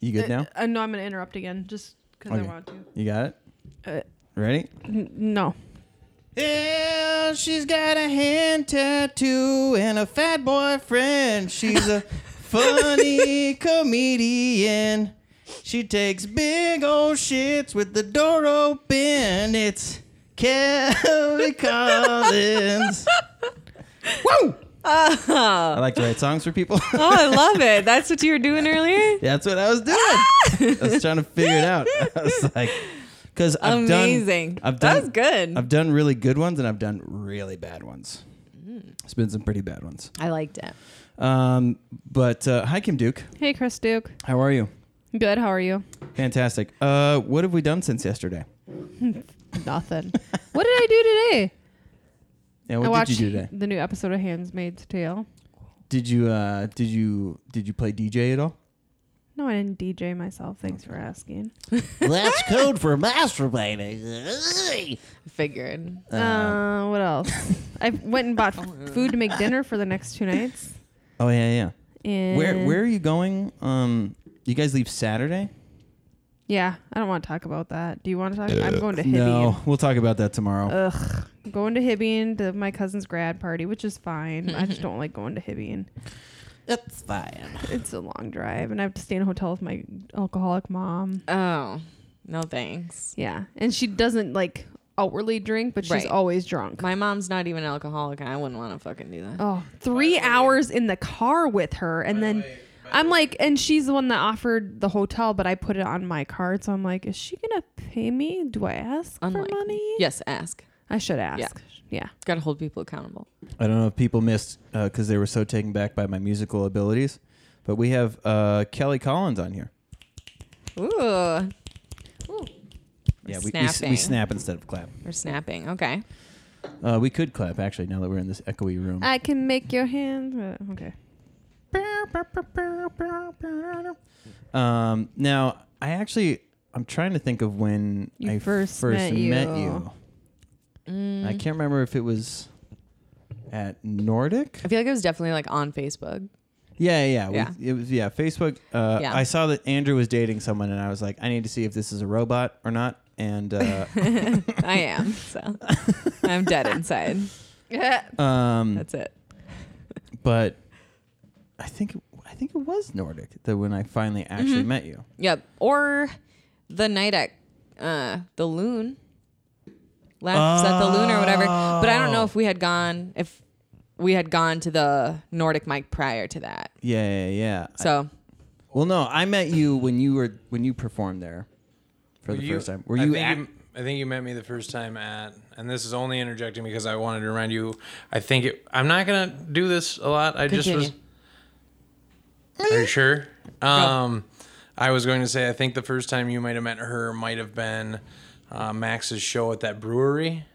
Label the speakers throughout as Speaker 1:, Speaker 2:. Speaker 1: You good now?
Speaker 2: Uh, no, I'm gonna interrupt again just because
Speaker 1: Okay.
Speaker 2: I want to.
Speaker 1: You got it?
Speaker 2: Uh,
Speaker 1: Ready?
Speaker 2: n- no.
Speaker 1: Yeah, she's got a hand tattoo and a fat boyfriend. She's a funny comedian. She takes big old shits with the door open. It's Kelly Collins. Woo! I like to write songs for people.
Speaker 3: Oh, I love it. That's what you were doing earlier.
Speaker 1: That's what I was doing. I was trying to figure it out. I was like, because I've
Speaker 3: Amazing.
Speaker 1: done, I've
Speaker 3: that
Speaker 1: done,
Speaker 3: was good.
Speaker 1: I've done really good ones and I've done really bad ones.
Speaker 3: Mm.
Speaker 1: It's been some pretty bad ones.
Speaker 3: I liked it.
Speaker 1: Um, but uh, hi, Kim Duke.
Speaker 2: Hey, Chris Duke.
Speaker 1: How are you?
Speaker 2: Good. How are you?
Speaker 1: Fantastic. Uh, what have we done since yesterday?
Speaker 2: Nothing. what did I do today?
Speaker 1: Yeah,
Speaker 2: I
Speaker 1: what
Speaker 2: watched
Speaker 1: did you do today?
Speaker 2: the new episode of Handmaid's Tale.
Speaker 1: Did you uh, did you did you play DJ at all?
Speaker 2: No, I didn't DJ myself. Thanks for asking.
Speaker 4: That's code for masturbating.
Speaker 3: Figured.
Speaker 2: Uh, what else? I went and bought f- food to make dinner for the next two nights.
Speaker 1: Oh yeah, yeah.
Speaker 2: And
Speaker 1: Where where are you going? Um, you guys leave Saturday?
Speaker 2: Yeah, I don't want to talk about that. Do you want to talk? I'm going to Hibbing.
Speaker 1: Uh, No, we'll talk about that tomorrow.
Speaker 2: Ugh, going to Hibbing to my cousin's grad party, which is fine. I just don't like going to Hibbing.
Speaker 4: That's fine.
Speaker 2: It's a long drive, and I have to stay in a hotel with my alcoholic mom.
Speaker 3: Oh, no thanks.
Speaker 2: Yeah, and she doesn't like outwardly drink, but she's
Speaker 3: Right.
Speaker 2: always drunk.
Speaker 3: My mom's not even alcoholic, and I wouldn't want to fucking do that.
Speaker 2: Oh, three hours in the car with her, and then I'm like, and she's the one that offered the hotel, but I put it on my card, so I'm like, is she gonna pay me? Do I ask
Speaker 3: Unlikely.
Speaker 2: for money?
Speaker 3: Yes, ask.
Speaker 2: I should ask. yeah.
Speaker 3: Got to hold people accountable.
Speaker 1: I don't know if people missed because they were so taken back by my musical abilities, but we have uh, Kelly Collins on here.
Speaker 3: Ooh,
Speaker 1: Yeah, we, we, s- we
Speaker 3: Snapping.
Speaker 1: snap instead of clap.
Speaker 3: we're snapping. Okay.
Speaker 1: Uh, we could clap actually now that we're in this echoey room.
Speaker 2: I can make your hand. uh, okay.
Speaker 1: Um, now I actually I'm trying to think of when
Speaker 2: You
Speaker 1: I
Speaker 2: first met you.
Speaker 3: Mm,
Speaker 1: I can't remember if it was at Nordic.
Speaker 3: I feel like it was definitely like on Facebook.
Speaker 1: Yeah, yeah,
Speaker 3: Yeah.
Speaker 1: We, it was yeah. Facebook. Uh,
Speaker 3: Yeah.
Speaker 1: I saw that Andrew was dating someone, and I was like, I need to see if this is a robot or not. And uh,
Speaker 3: I am. So I'm dead inside.
Speaker 1: um,
Speaker 3: That's it.
Speaker 1: but I think I think it was Nordic that when I finally actually met you.
Speaker 3: Yep. Or the night at uh, the loon. Laughs at the loon or whatever. But I don't know if we had gone if we had gone to the Nordic mic prior to that.
Speaker 1: Yeah, yeah, yeah. I-
Speaker 3: So
Speaker 1: well, no, I met you when you were when you performed there for
Speaker 5: Were
Speaker 1: the
Speaker 5: you-
Speaker 1: first time. Were
Speaker 5: I
Speaker 1: you?
Speaker 5: Think
Speaker 1: At,
Speaker 5: you I think you met me the first time at, and this is only interjecting because I wanted to remind you. I think it, I'm not gonna do this a lot. I just was. Are you sure? Um, I was going to say I think the first time you might have met her might have been uh, Max's show at that brewery.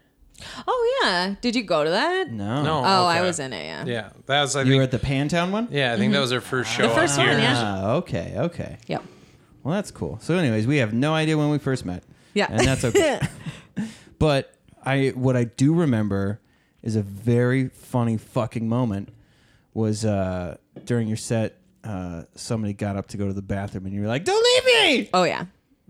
Speaker 3: Oh yeah. Did you go to that?
Speaker 1: no,
Speaker 5: No.
Speaker 3: Oh, I
Speaker 5: okay.
Speaker 3: was in it, yeah. Mm-hmm.
Speaker 5: Yeah, that was I
Speaker 1: You
Speaker 5: think.
Speaker 1: were at the Pantown one.
Speaker 5: yeah, I think that was her first show.
Speaker 3: first
Speaker 5: out
Speaker 3: one,
Speaker 5: here.
Speaker 3: yeah.
Speaker 1: Ah, okay, okay.
Speaker 3: Yep.
Speaker 1: Well, that's cool. So, anyways, we have no idea when we first met.
Speaker 3: Yeah.
Speaker 1: and that's okay. but I, what I do remember is a very funny fucking moment was uh, during your set. Uh, somebody got up to go to the bathroom, and you were like, "Don't leave me!"
Speaker 3: Oh yeah.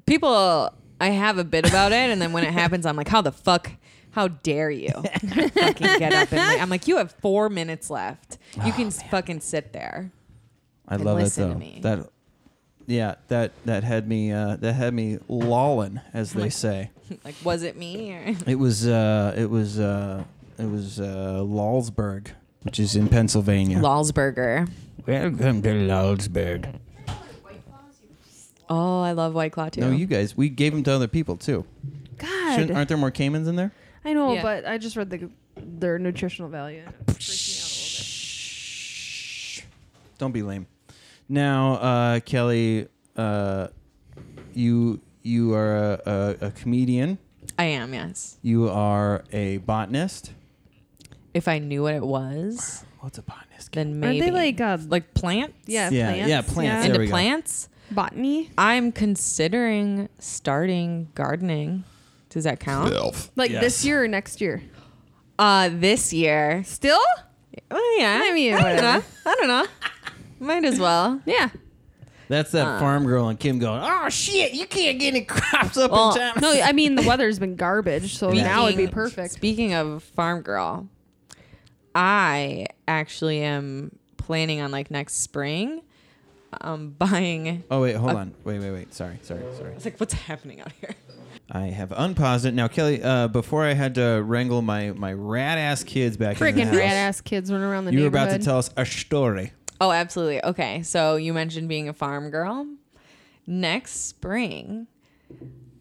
Speaker 3: People I have a bit about it and then when it happens I'm like, how the fuck how dare you fucking get up and leave. I'm like, you have four minutes left.
Speaker 1: Oh,
Speaker 3: You can s fucking sit there.
Speaker 1: I
Speaker 3: And
Speaker 1: love it
Speaker 3: listen
Speaker 1: though.
Speaker 3: to me.
Speaker 1: That, yeah, that that had me uh, that had me lolling, as they say.
Speaker 3: like, was it me? Or
Speaker 1: It was uh, it was uh, it was uh, Lallsburg, which is in Pennsylvania.
Speaker 3: Lallsberger.
Speaker 1: Welcome to Lallsburg.
Speaker 3: Oh, I love White Claw too.
Speaker 1: No, you guys, we gave them to other people too.
Speaker 2: God,
Speaker 1: Shouldn't, aren't there more Caymans in there?
Speaker 2: I know,
Speaker 3: Yeah.
Speaker 2: but I just read the their nutritional value. and it freaked
Speaker 1: Don't be lame. Now, uh, Kelly, uh, you you are a, a, a comedian.
Speaker 3: I am, yes.
Speaker 1: You are a botanist.
Speaker 3: If I knew what it was,
Speaker 1: What's a botanist?
Speaker 3: then
Speaker 2: me out a little
Speaker 3: maybe
Speaker 2: bit. Aren't they like uh,
Speaker 3: like plants?
Speaker 2: yeah,
Speaker 1: Yeah,
Speaker 2: plants?
Speaker 1: yeah, plants.
Speaker 2: Yeah.
Speaker 1: There
Speaker 3: Into
Speaker 1: we go.
Speaker 3: plants?
Speaker 2: botany,
Speaker 3: I'm considering starting gardening. Does that count?
Speaker 2: like
Speaker 1: Yes.
Speaker 2: this year or next year.
Speaker 3: Uh this year.
Speaker 2: Still?
Speaker 3: Oh yeah.
Speaker 2: I mean,
Speaker 3: I don't
Speaker 2: whatever.
Speaker 3: know. I don't know. Might as well.
Speaker 2: Yeah.
Speaker 6: That's that farm girl and Kim going, oh shit, you can't get any crops up
Speaker 3: Well,
Speaker 6: in time.
Speaker 2: No, I mean the weather's been garbage, so now it'd be
Speaker 3: Speaking-
Speaker 2: perfect.
Speaker 3: Speaking of farm girl, I actually am planning on like next spring, um, buying.
Speaker 6: oh wait, hold on. Wait, wait, wait. Sorry, sorry, sorry.
Speaker 3: It's like what's happening out here?
Speaker 6: I have unpaused it now, Kelly. Uh, before I had to wrangle my my rat ass kids back. in
Speaker 2: Freaking
Speaker 6: the house,
Speaker 2: rat ass kids running around the
Speaker 6: You were
Speaker 2: neighborhood.
Speaker 6: about to tell us a story.
Speaker 3: Oh, absolutely. Okay, so you mentioned being a farm girl. Next spring,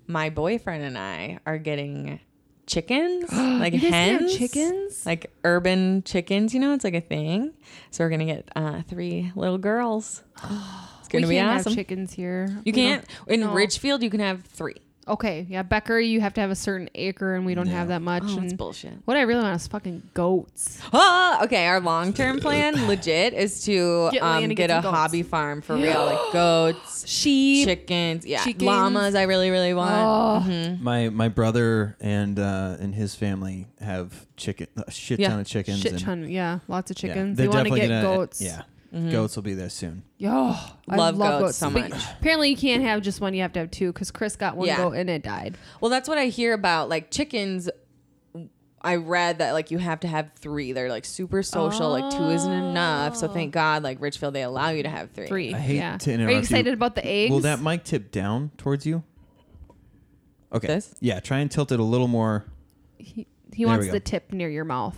Speaker 3: my boyfriend and I are getting chickens, like
Speaker 2: You guys have
Speaker 3: hens,
Speaker 2: chickens?
Speaker 3: like urban chickens. You know, it's like a thing. So we're gonna get uh, three little girls. It's
Speaker 2: we
Speaker 3: gonna be
Speaker 2: can't
Speaker 3: awesome.
Speaker 2: have chickens here.
Speaker 3: You
Speaker 2: We don't-
Speaker 3: can't in
Speaker 2: No.
Speaker 3: Ridgefield. You can have three.
Speaker 2: Okay, yeah, Becker, you have to have a certain acre, and we don't have that much.
Speaker 3: Oh, that's
Speaker 2: and
Speaker 3: bullshit.
Speaker 2: What I really want is fucking goats.
Speaker 3: Ah, okay, our long term plan, legit, is to
Speaker 2: Get land
Speaker 3: um,
Speaker 2: and
Speaker 3: get,
Speaker 2: get
Speaker 3: a
Speaker 2: some goats.
Speaker 3: hobby farm for real, like goats,
Speaker 2: Sheep.
Speaker 3: chickens, yeah,
Speaker 2: Chickens.
Speaker 3: llamas. I really, really want.
Speaker 2: Oh,
Speaker 6: My my brother and uh, and his family have chicken a shit
Speaker 3: Yeah.
Speaker 6: ton of chickens.
Speaker 2: shit
Speaker 6: and,
Speaker 2: ton. Yeah, lots of
Speaker 6: yeah,
Speaker 2: chickens.
Speaker 6: they're
Speaker 2: they want to
Speaker 6: definitely
Speaker 2: get
Speaker 6: gonna-
Speaker 2: goats. Mm-hmm.
Speaker 6: Yeah, goats will be there soon.
Speaker 2: Yo, love, I
Speaker 3: Love
Speaker 2: love
Speaker 3: goats
Speaker 2: goats,
Speaker 3: so
Speaker 2: But
Speaker 3: much.
Speaker 2: Apparently, you can't have just one. You have to have two because Chris got one
Speaker 3: Yeah.
Speaker 2: goat and it died.
Speaker 3: Well, that's what I hear about like chickens. I read that like you have to have three. They're like super social. Like two isn't enough. So
Speaker 2: Oh.
Speaker 3: thank God, like Ridgefield, they allow you to have three.
Speaker 2: Three.
Speaker 6: I hate
Speaker 2: yeah.
Speaker 6: to
Speaker 2: Are
Speaker 6: interrupt
Speaker 2: you
Speaker 6: you.
Speaker 2: excited about the eggs?
Speaker 6: Will that mic tip down towards you? Okay.
Speaker 3: This?
Speaker 6: Yeah, try and tilt it a little more.
Speaker 2: he
Speaker 6: There we
Speaker 2: he wants
Speaker 6: go.
Speaker 2: the tip near your mouth.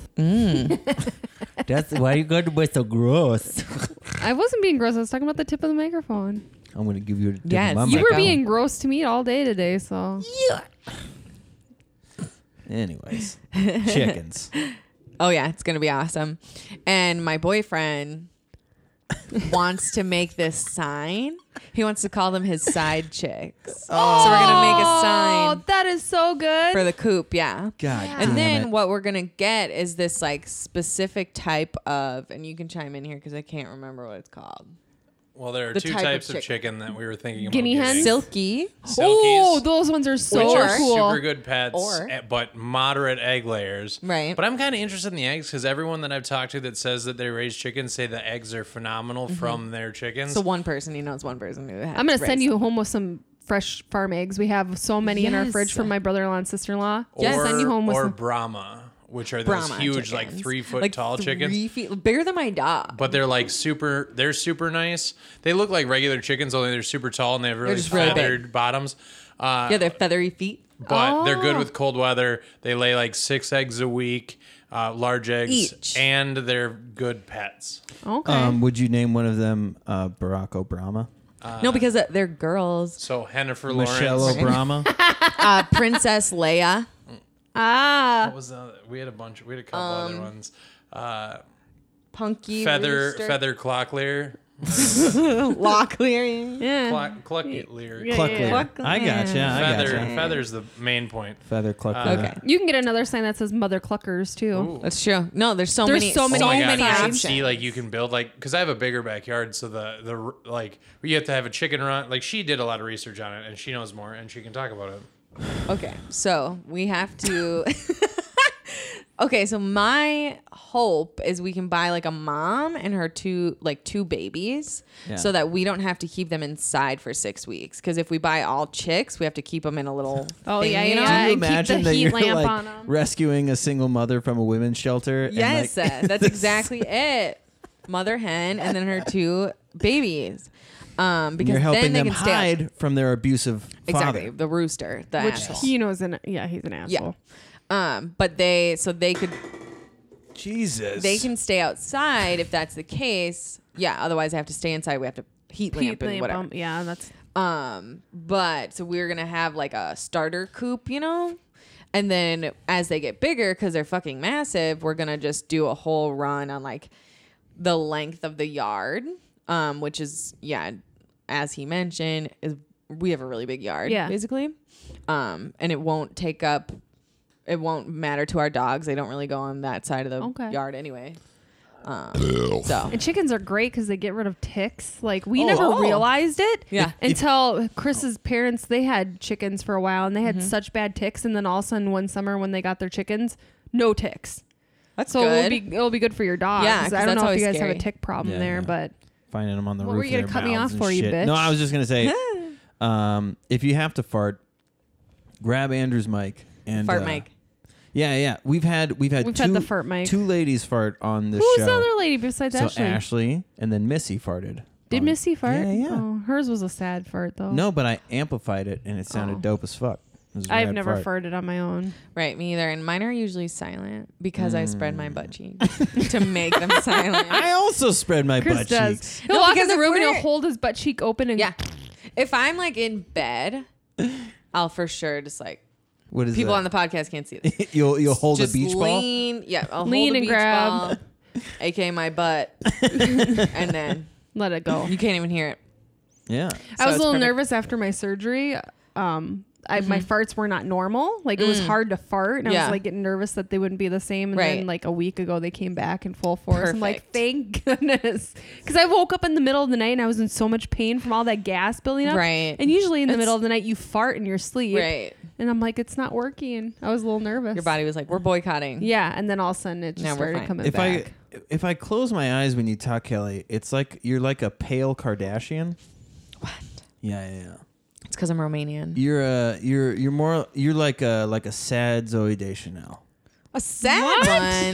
Speaker 4: That's why you got to be so gross.
Speaker 2: I wasn't being gross. I was talking about the tip of the microphone.
Speaker 6: I'm gonna give you a tip
Speaker 3: Yes.
Speaker 6: of Oh my
Speaker 2: you
Speaker 6: mic.
Speaker 2: were
Speaker 3: God.
Speaker 2: being gross to me all day today, so
Speaker 6: Anyways, chickens.
Speaker 3: Oh yeah, it's gonna be awesome. And my boyfriend wants to make this sign. He wants to call them his side chicks. So we're gonna make a
Speaker 2: Oh,
Speaker 3: sign
Speaker 2: that is so good.
Speaker 3: for the coop, yeah.
Speaker 6: God. damn
Speaker 3: And then
Speaker 6: it.
Speaker 3: what we're gonna get is this like specific type of, and you can chime in here because I can't remember what it's called.
Speaker 5: Well, there are
Speaker 3: The
Speaker 5: two
Speaker 3: type of
Speaker 5: types of,
Speaker 3: chick-
Speaker 5: chicken that we were thinking about.
Speaker 2: Guinea
Speaker 5: getting.
Speaker 2: hens?
Speaker 3: Silky.
Speaker 2: oh,
Speaker 5: Silkies,
Speaker 2: those ones are so
Speaker 5: which are
Speaker 2: cool.
Speaker 5: super good pets,
Speaker 3: Or-
Speaker 5: eh, but moderate egg layers.
Speaker 3: Right.
Speaker 5: But I'm kind of interested in the eggs because everyone that I've talked to that says that they raise chickens say the eggs are phenomenal from their chickens.
Speaker 3: Mm-hmm. So one person, he knows one person who has
Speaker 2: I'm gonna
Speaker 3: raised-
Speaker 2: send you home with some fresh farm eggs. We have so many in our
Speaker 3: Yes.
Speaker 2: fridge from my brother-in-law and sister-in-law.
Speaker 3: Yes.
Speaker 5: or,
Speaker 2: send you home with
Speaker 5: or
Speaker 2: some.
Speaker 5: Brahma, which are those
Speaker 3: Brahma
Speaker 5: huge, like
Speaker 3: chickens.
Speaker 5: three foot
Speaker 3: Like
Speaker 5: tall chickens.
Speaker 3: Three feet bigger than my dog.
Speaker 5: but they're like super they're super nice they look like regular chickens only they're super tall and they have really
Speaker 3: just really big.
Speaker 5: feathered bottoms uh,
Speaker 3: Yeah, they're feathery feet.
Speaker 5: but they're good
Speaker 2: Oh.
Speaker 5: with cold weather they lay like six eggs a week uh, large eggs
Speaker 3: Each.
Speaker 5: and they're good pets
Speaker 2: Okay.
Speaker 6: um, would you name one of them uh, Barack Obama?
Speaker 3: no, because uh, they're girls.
Speaker 5: so Hennifer
Speaker 6: Michelle
Speaker 5: Lawrence
Speaker 6: Obama?
Speaker 3: Uh, Princess Leia.
Speaker 2: ah,
Speaker 5: what was the other- we had a bunch we had a couple other
Speaker 3: Um,
Speaker 5: ones uh,
Speaker 3: Punky
Speaker 5: feather
Speaker 3: rooster.
Speaker 5: feather clocklear
Speaker 3: Locklear.
Speaker 2: yeah.
Speaker 5: clock clocklear
Speaker 2: Yeah.
Speaker 6: Cluckler. I gotcha. I
Speaker 5: feather
Speaker 6: gotcha.
Speaker 5: feather's the main point
Speaker 6: Feather Cluckler.
Speaker 3: Okay.
Speaker 2: You can get another sign that says "Mother Cluckers" too.
Speaker 3: That's true. No, there's so
Speaker 2: There's
Speaker 3: many.
Speaker 2: so many
Speaker 5: Oh my god!
Speaker 2: many
Speaker 5: you should
Speaker 2: options.
Speaker 5: see like you can build like because I have a bigger backyard, so the the r- like you have to have a chicken run. Like she did a lot of research on it, and she knows more, and she can talk about it.
Speaker 3: Okay, so we have to. okay, so my hope is we can buy like a mom and her two like two babies, so that we don't have to keep them inside for six weeks. Because if we buy all chicks, we have to keep them in a little.
Speaker 2: Oh,
Speaker 3: thing,
Speaker 2: yeah,
Speaker 3: you
Speaker 2: yeah,
Speaker 3: know?
Speaker 2: yeah.
Speaker 6: Can you
Speaker 2: and keep the
Speaker 6: imagine that
Speaker 2: heat
Speaker 6: you're
Speaker 2: lamp
Speaker 6: like
Speaker 2: on 'em.
Speaker 6: rescuing a single mother from a women's shelter?
Speaker 3: Yes,
Speaker 6: and,
Speaker 3: uh,
Speaker 6: like,
Speaker 3: that's exactly it. Mother hen and then her two babies. Um, because
Speaker 6: You're helping
Speaker 3: then they
Speaker 6: them
Speaker 3: can stay out-
Speaker 6: hide from their abusive father.
Speaker 3: Exactly, the rooster, the
Speaker 2: Which
Speaker 3: asshole.
Speaker 2: he knows an yeah, he's an
Speaker 3: yeah.
Speaker 2: asshole.
Speaker 3: Um, but they so they could
Speaker 6: Jesus.
Speaker 3: they can stay outside if that's the case. Yeah, otherwise I have to stay inside. We have to heat
Speaker 2: Heat
Speaker 3: lamp and
Speaker 2: lamp
Speaker 3: whatever.
Speaker 2: bump. Yeah, that's
Speaker 3: Um, but so we're gonna have like a starter coop, you know, and then as they get bigger because they're fucking massive, we're gonna just do a whole run on like the length of the yard, um, which is yeah, as he mentioned, is we have a really big yard,
Speaker 2: Yeah.
Speaker 3: basically, um, and it won't take up. It won't matter to our dogs. They don't really go on that side of the
Speaker 2: Okay.
Speaker 3: yard anyway. Um, so
Speaker 2: and chickens are great because they get rid of ticks. Like we
Speaker 3: Oh.
Speaker 2: never
Speaker 3: Oh.
Speaker 2: realized it.
Speaker 3: Yeah.
Speaker 2: Until Chris's parents, they had chickens for a while and they
Speaker 1: Mm-hmm.
Speaker 2: had such bad ticks, and then all of a sudden one summer when they got their chickens, no ticks.
Speaker 3: that's
Speaker 2: So
Speaker 3: good.
Speaker 2: it'll be it'll be good for your dogs.
Speaker 3: Yeah, 'cause
Speaker 2: I don't
Speaker 3: that's
Speaker 2: know if
Speaker 3: always
Speaker 2: you guys have
Speaker 3: scary.
Speaker 2: a tick problem
Speaker 6: Yeah,
Speaker 2: there,
Speaker 6: yeah.
Speaker 2: but
Speaker 1: finding them on the
Speaker 2: What
Speaker 1: roof.
Speaker 2: were you
Speaker 1: of
Speaker 2: gonna
Speaker 1: their
Speaker 2: cut me
Speaker 1: mouths
Speaker 2: off
Speaker 1: and
Speaker 2: for, you
Speaker 1: shit.
Speaker 2: bitch?
Speaker 1: No, I was just gonna say, um, if you have to fart, grab Andrew's mic and
Speaker 3: Fart
Speaker 1: uh,
Speaker 3: mic.
Speaker 1: Yeah, yeah. We've had we've had
Speaker 2: We've
Speaker 1: two,
Speaker 2: had the fart mic.
Speaker 1: Two ladies fart on this
Speaker 2: Who's
Speaker 1: show.
Speaker 2: the other lady besides
Speaker 1: so
Speaker 2: Ashley?
Speaker 1: and then Missy farted.
Speaker 2: Did
Speaker 1: on-
Speaker 2: Missy fart?
Speaker 1: Yeah, yeah.
Speaker 2: Oh, hers was a sad fart though.
Speaker 1: No, but I amplified it and it sounded
Speaker 2: Oh.
Speaker 1: dope as fuck. It was a
Speaker 2: I've
Speaker 1: rad
Speaker 2: never
Speaker 1: fart.
Speaker 2: farted on my own.
Speaker 3: Right, me either. And mine are usually silent because I spread my butt
Speaker 1: Mm.
Speaker 3: cheeks to make them silent.
Speaker 1: I also spread my
Speaker 2: Chris
Speaker 1: butt
Speaker 2: does.
Speaker 1: cheeks.
Speaker 2: He'll
Speaker 3: No,
Speaker 2: walk in
Speaker 3: because
Speaker 2: the
Speaker 3: if
Speaker 2: room and he'll
Speaker 3: we're-
Speaker 2: hold his butt cheek open and
Speaker 3: Yeah. If I'm like in bed, I'll for sure just like
Speaker 1: What is
Speaker 3: people
Speaker 1: that?
Speaker 3: on the podcast can't see this.
Speaker 1: you'll you'll hold
Speaker 3: just
Speaker 1: a beach ball.
Speaker 3: lean, yeah, I'll
Speaker 2: Lean
Speaker 3: hold a
Speaker 2: and
Speaker 3: beach
Speaker 2: grab.
Speaker 3: ball, aka my butt, and then
Speaker 2: let it go.
Speaker 3: you can't even hear it.
Speaker 1: Yeah.
Speaker 2: I was
Speaker 3: it's
Speaker 2: a little
Speaker 3: perfect.
Speaker 2: nervous after my surgery. Um, I, my
Speaker 1: Mm-hmm.
Speaker 2: farts were not normal. Like it was hard to fart, and I
Speaker 3: Yeah.
Speaker 2: was like getting nervous that they wouldn't be the same. And then
Speaker 3: Right.
Speaker 2: like a week ago, they came back in full force. I'm like,
Speaker 3: Perfect.
Speaker 2: thank goodness, because I woke up in the middle of the night and I was in so much pain from all that gas building up.
Speaker 3: Right.
Speaker 2: And usually in the
Speaker 3: It's-
Speaker 2: middle of the night, you fart in your sleep.
Speaker 3: Right.
Speaker 2: And I'm like, it's not working. I was a little nervous.
Speaker 3: Your body was like, we're boycotting.
Speaker 2: Yeah, and then all of a sudden it just
Speaker 3: Now we're
Speaker 2: started
Speaker 3: fine.
Speaker 2: coming
Speaker 1: If
Speaker 2: back.
Speaker 1: I if I close my eyes when you talk, Kelly, it's like you're like a pale Kardashian.
Speaker 3: What?
Speaker 1: Yeah, yeah. yeah.
Speaker 3: It's because I'm Romanian.
Speaker 1: You're uh you're you're more you're like a like a sad Zoe Deschanel.
Speaker 3: A sad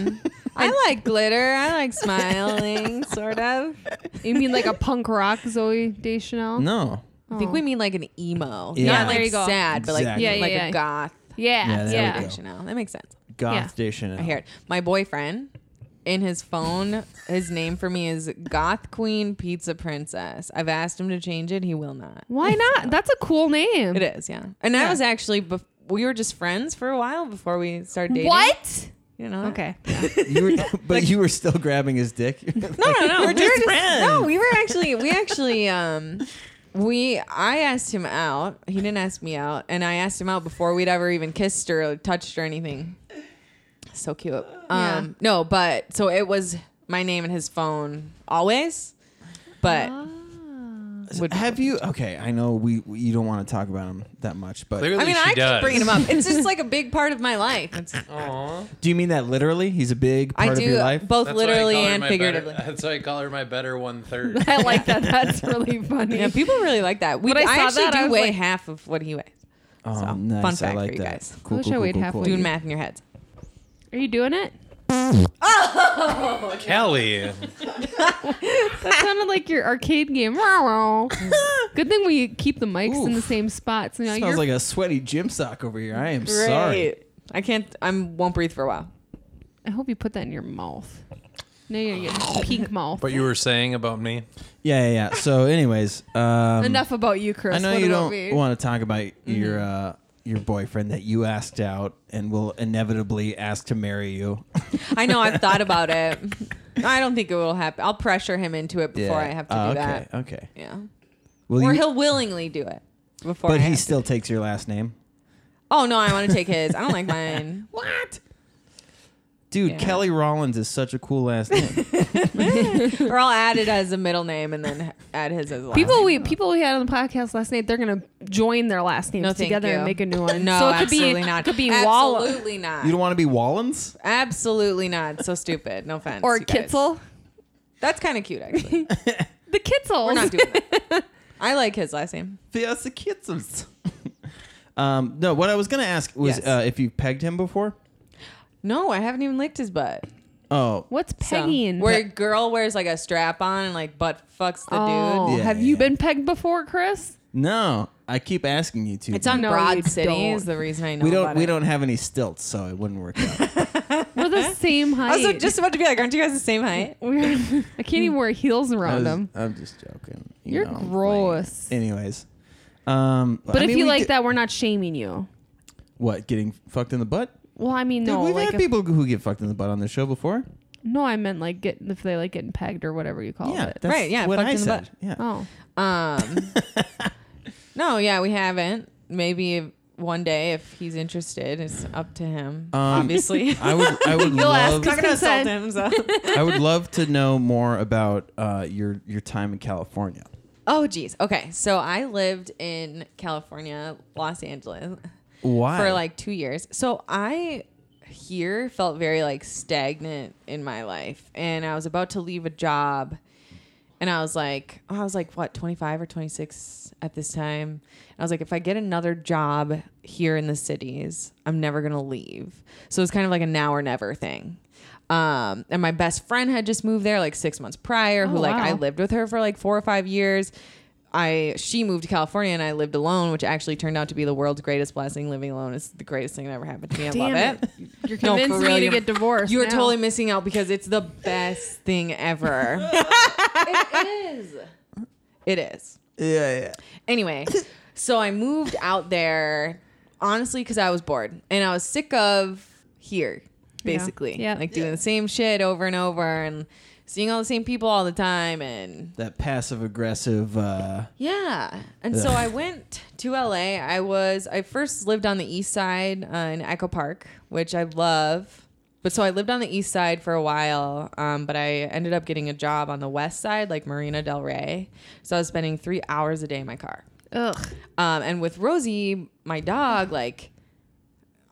Speaker 3: one. I like glitter. I like smiling, sort of.
Speaker 2: you mean like a punk rock Zoe Deschanel?
Speaker 1: No.
Speaker 3: I think we mean like an emo.
Speaker 1: Yeah.
Speaker 3: Not
Speaker 2: Oh. There you
Speaker 3: like
Speaker 2: go.
Speaker 3: sad, but like,
Speaker 1: Exactly.
Speaker 2: Yeah, yeah,
Speaker 3: like
Speaker 2: yeah.
Speaker 3: a goth.
Speaker 1: Yeah,
Speaker 2: Yeah,
Speaker 1: there
Speaker 2: yeah.
Speaker 1: we go.
Speaker 3: Like Chanel. That makes sense.
Speaker 1: Goth
Speaker 2: Yeah.
Speaker 1: Deschanel.
Speaker 3: I hear it. My boyfriend, in his phone, his name for me is Goth Queen Pizza Princess. I've asked him to change it. He will not.
Speaker 2: Why not? That's a cool name.
Speaker 3: It is, yeah. And that was actually, bef- we were just friends for a while before we started dating.
Speaker 2: What?
Speaker 3: You know? that?
Speaker 2: Okay.
Speaker 1: You were, but you were still grabbing his dick.
Speaker 3: No, no, no.
Speaker 1: We're just
Speaker 3: just-
Speaker 1: friends.
Speaker 3: No, we were actually, we actually, um, we, I asked him out. He didn't ask me out. And I asked him out before we'd ever even kissed or touched or anything. So cute. Um, no, but so it was my name and his phone always. But would-
Speaker 1: Have you? Okay, I know we, we- you don't want to talk about him that much, but
Speaker 5: Clearly,
Speaker 3: I mean,
Speaker 5: she
Speaker 3: I
Speaker 5: does.
Speaker 3: keep bringing him up. It's just like a big part of my life. It's,
Speaker 5: Aw.
Speaker 1: do you mean that literally? He's a big part
Speaker 3: I
Speaker 1: of your
Speaker 3: do
Speaker 1: life.
Speaker 3: both
Speaker 5: That's why I
Speaker 3: literally
Speaker 5: call her
Speaker 3: and
Speaker 5: my
Speaker 3: figuratively.
Speaker 5: Better, that's why I call her my better one third.
Speaker 2: I like that. That's really funny.
Speaker 3: Yeah, people really like that. We,
Speaker 2: When I
Speaker 3: I,
Speaker 2: saw
Speaker 3: actually
Speaker 2: that, I
Speaker 3: do
Speaker 2: was
Speaker 3: weigh
Speaker 2: like-
Speaker 3: half of what he weighs.
Speaker 1: oh,
Speaker 3: so,
Speaker 1: nice.
Speaker 3: fun fact
Speaker 1: I
Speaker 3: for
Speaker 1: like
Speaker 3: you
Speaker 1: that.
Speaker 3: guys.
Speaker 1: Cool,
Speaker 2: I wish
Speaker 1: cool,
Speaker 2: I
Speaker 1: cool,
Speaker 2: weighed
Speaker 1: cool,
Speaker 2: half
Speaker 1: cool.
Speaker 2: what
Speaker 3: Doing math in your heads.
Speaker 2: Are you doing it?
Speaker 5: Kelly.
Speaker 2: That sounded like your arcade game. Wow, wow. Good thing we keep the mics in the
Speaker 1: Oof.
Speaker 2: same spots. You know,
Speaker 1: Smells
Speaker 2: you're-
Speaker 1: like a sweaty gym sock over here. I am sorry.
Speaker 3: I can't. I'm won't breathe for a while.
Speaker 2: I hope you put that in your mouth. Now you're
Speaker 1: Oh.
Speaker 2: getting pink mouth.
Speaker 5: What you were saying about me?
Speaker 1: Yeah, yeah. yeah. So, anyways, um,
Speaker 2: Enough about you, Chris.
Speaker 1: I know
Speaker 2: What
Speaker 1: you
Speaker 2: about
Speaker 1: don't
Speaker 2: me?
Speaker 1: want to talk about your uh, your boyfriend that you asked out and will inevitably ask to marry you.
Speaker 3: I know. I've thought about it. I don't think it will happen. I'll pressure him into it before I have to do
Speaker 1: Oh, okay,
Speaker 3: that.
Speaker 1: Okay.
Speaker 3: Yeah,
Speaker 1: Will
Speaker 3: or
Speaker 1: you-
Speaker 3: he'll willingly do it before.
Speaker 1: but
Speaker 3: I
Speaker 1: he
Speaker 3: have to.
Speaker 1: still takes your last name.
Speaker 3: Oh no, I want to take his. I don't like mine.
Speaker 1: What? Dude,
Speaker 3: Yeah.
Speaker 1: Kelly Rollins is such a cool last name.
Speaker 3: or I'll add it as a middle name and then add his as a last
Speaker 2: People we people we had on the podcast last night, they're gonna join their last names
Speaker 3: No, thank
Speaker 2: together and
Speaker 3: you.
Speaker 2: make a new
Speaker 3: name.
Speaker 2: one.
Speaker 3: No,
Speaker 2: so it could
Speaker 3: absolutely
Speaker 2: be
Speaker 3: not.
Speaker 2: It could be Walla
Speaker 3: absolutely not.
Speaker 1: you don't want to be Wallins?
Speaker 3: absolutely not. So stupid. No offense.
Speaker 2: or
Speaker 3: you guys.
Speaker 2: Kitzel.
Speaker 3: That's kind of cute, actually.
Speaker 2: The Kitzels.
Speaker 3: We're not doing that. I like his last name.
Speaker 1: Fiesta Kitzels. um, no, what I was going to ask was
Speaker 3: Yes.
Speaker 1: uh, if you pegged him before.
Speaker 3: No, I haven't even licked his butt.
Speaker 1: Oh,
Speaker 2: What's
Speaker 3: So,
Speaker 2: pegging?
Speaker 3: where a girl wears like a strap on and like butt fucks the
Speaker 2: Oh,
Speaker 3: dude.
Speaker 1: Yeah,
Speaker 2: have
Speaker 1: yeah,
Speaker 2: you
Speaker 1: yeah.
Speaker 2: been pegged before, Chris?
Speaker 1: no. I keep asking you to.
Speaker 3: It's on
Speaker 2: No, you
Speaker 3: Broad City is
Speaker 2: don't.
Speaker 3: the reason I know.
Speaker 1: we don't
Speaker 3: about
Speaker 1: we
Speaker 3: it.
Speaker 1: don't have any stilts, so it wouldn't work out.
Speaker 2: We're the same height.
Speaker 3: I was just about to be like, aren't you guys the same height?
Speaker 2: We're- I can't even wear heels
Speaker 1: I
Speaker 2: around them.
Speaker 1: am just joking. you
Speaker 2: You're
Speaker 1: know, like-
Speaker 2: gross.
Speaker 1: anyways. Um,
Speaker 2: But
Speaker 1: I
Speaker 2: if
Speaker 1: mean,
Speaker 2: you
Speaker 1: we
Speaker 2: like
Speaker 1: get-
Speaker 2: that, we're not shaming you.
Speaker 1: what getting fucked in the butt?
Speaker 2: Well, I mean,
Speaker 1: Dude,
Speaker 2: no,
Speaker 1: we've
Speaker 2: like
Speaker 1: had
Speaker 2: if-
Speaker 1: people who get fucked in the butt on the show before.
Speaker 2: no, I meant like get if they like getting pegged or whatever you call
Speaker 1: Yeah,
Speaker 2: it.
Speaker 1: that's
Speaker 3: Right, yeah,
Speaker 1: what
Speaker 3: fucked
Speaker 1: I
Speaker 3: in the
Speaker 1: said.
Speaker 3: butt.
Speaker 1: Yeah.
Speaker 2: Oh,
Speaker 3: Um, no, yeah, we haven't. Maybe one day if he's interested, it's up to him. obviously,
Speaker 1: Um, I would I would
Speaker 2: You'll ask
Speaker 1: love
Speaker 2: his
Speaker 3: not gonna assault
Speaker 2: consent.
Speaker 3: him. So.
Speaker 1: I would love to know more about uh, your your time in California.
Speaker 3: oh, geez. Okay, so I lived in California, Los Angeles.
Speaker 1: Why?
Speaker 3: for like two years. So I here felt very like stagnant in my life, and I was about to leave a job, And I was like, I was like, what, 25 or 26 at this time? And I was like, if I get another job here in the cities, I'm never going to leave. So it's kind of like a now or never thing. Um, and my best friend had just moved there like six months prior, who
Speaker 2: Oh,
Speaker 3: like
Speaker 2: wow.
Speaker 3: I lived with her for like four or five years. I she moved to California and I lived alone, which actually turned out to be the world's greatest blessing. Living alone is the greatest thing that ever happened to me. I
Speaker 2: Damn
Speaker 3: love it.
Speaker 2: it. You're
Speaker 3: No, for
Speaker 2: convinced
Speaker 3: real,
Speaker 2: me to
Speaker 3: you're-
Speaker 2: get divorced.
Speaker 3: You are
Speaker 2: now.
Speaker 3: totally missing out because it's the best thing ever. it is. It is.
Speaker 1: Yeah, yeah.
Speaker 3: Anyway, so I moved out there honestly because I was bored and I was sick of here, basically.
Speaker 2: Yeah.
Speaker 3: Like doing the same shit over and over and seeing all the same people all the time and
Speaker 1: That passive aggressive. Uh,
Speaker 3: yeah. And so I went to LA. I was I first lived on the east side uh, in Echo Park, which I love. But so I lived on the east side for a while, um, but I ended up getting a job on the west side, like Marina Del Rey. So I was spending three hours a day in my car.
Speaker 2: Ugh.
Speaker 3: Um, and with Rosie, my dog, like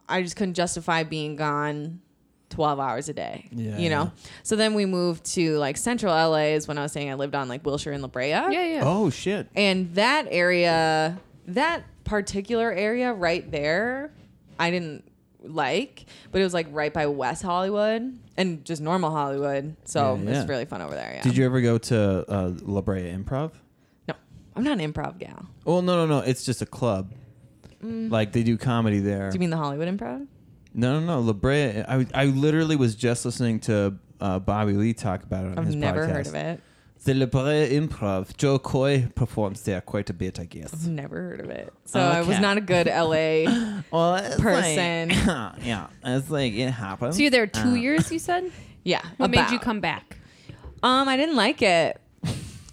Speaker 3: I just couldn't justify being gone 12 hours a day,
Speaker 1: Yeah,
Speaker 3: you know?
Speaker 1: yeah.
Speaker 3: So then we moved to like central LA is when I was saying I lived on like Wilshire and La Brea.
Speaker 2: Yeah, yeah.
Speaker 1: oh shit.
Speaker 3: And that area, that particular area right there, I didn't like, but it was like right by West Hollywood and just normal Hollywood. So
Speaker 1: Yeah, yeah.
Speaker 3: it's really fun over there. Yeah.
Speaker 1: Did you ever go to uh, La Brea Improv?
Speaker 3: No, I'm not an improv gal.
Speaker 1: Well, no, no, no. It's just a club. Like they do comedy there.
Speaker 3: Mm. Do you mean the Hollywood improv?
Speaker 1: no, no, no. La Brea. I, I literally was just listening to uh, Bobby Lee talk about it on
Speaker 3: I've
Speaker 1: his
Speaker 3: never
Speaker 1: podcast.
Speaker 3: heard of it.
Speaker 1: The La Brea Improv. Joe Coy performs there quite a bit, I guess.
Speaker 3: I've never heard of it. So I was
Speaker 1: Oh, Okay.
Speaker 3: not a good LA
Speaker 1: Well, it's
Speaker 3: Person.
Speaker 1: like- yeah, it's like it happens.
Speaker 2: So you're there two years, you said?
Speaker 3: Yeah.
Speaker 2: What made you
Speaker 3: Uh. about.
Speaker 2: come back?
Speaker 3: Um, I didn't like it.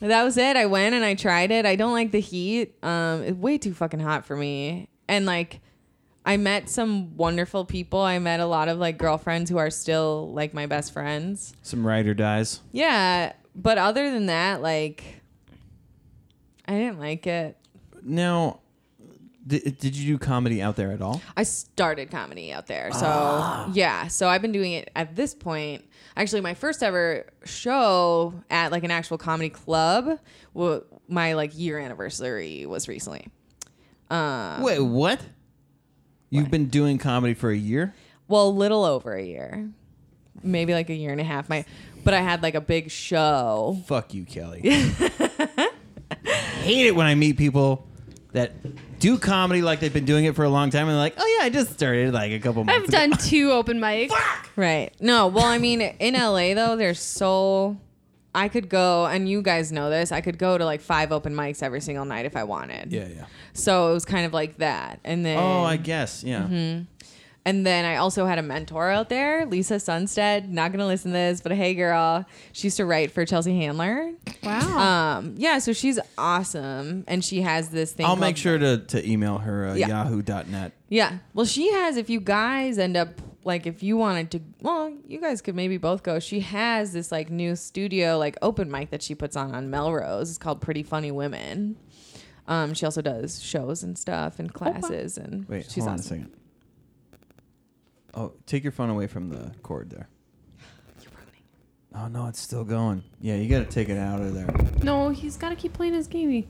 Speaker 3: That was it. I went and I tried it. I don't like the heat. Um, it's way too fucking hot for me. And like, I met some wonderful people. I met a lot of like girlfriends who are still like my best friends.
Speaker 1: Some writer dies.
Speaker 3: Yeah, but other than that, like, I didn't like it.
Speaker 1: Now, did, did you do comedy out there at all?
Speaker 3: I started comedy out there. So,
Speaker 1: Ah.
Speaker 3: yeah. So, I've been doing it at this point. Actually, my first ever show at like an actual comedy club, wa my like year anniversary was recently. Um,
Speaker 1: Wait, what? You've been doing comedy for a year?
Speaker 3: well, a little over a year. Maybe like a year and a half. My but I had like a big show.
Speaker 1: Fuck you, Kelly. Hate it when I meet people that do comedy like they've been doing it for a long time and they're like, oh yeah, I just started like a couple months
Speaker 2: I've done two open mics.
Speaker 3: Right. No, well, I mean, in LA though, there's so I could go and you guys know this. I could go to like five open mics every single night if I wanted.
Speaker 1: ago. Yeah, yeah.
Speaker 3: So it was kind of like that. And then
Speaker 1: Oh, I guess, yeah.
Speaker 2: Mm-hmm.
Speaker 3: and then I also had a mentor out there, Lisa Sunstead. Not gonna listen to this, but hey girl. She used to write for Chelsea Handler.
Speaker 2: Wow.
Speaker 3: Um, yeah, so she's awesome. And she has this thing.
Speaker 1: I'll
Speaker 3: called-
Speaker 1: make sure to, to email her uh,
Speaker 3: Yeah.
Speaker 1: yahoo.net.
Speaker 3: Yeah. Well, she has, if you guys end up, like, if you wanted to, well, you guys could maybe both go. She has this, like, new studio, like, open mic that she puts on on Melrose. It's called Pretty Funny Women. Um, she also does shows and stuff and classes. And
Speaker 1: Wait,
Speaker 3: she's
Speaker 1: hold on a
Speaker 3: awesome.
Speaker 1: second. Oh, take your phone away from the cord there. Oh no, it's still going. Yeah, you gotta take it out of there.
Speaker 2: no, he's got to keep playing his gamey.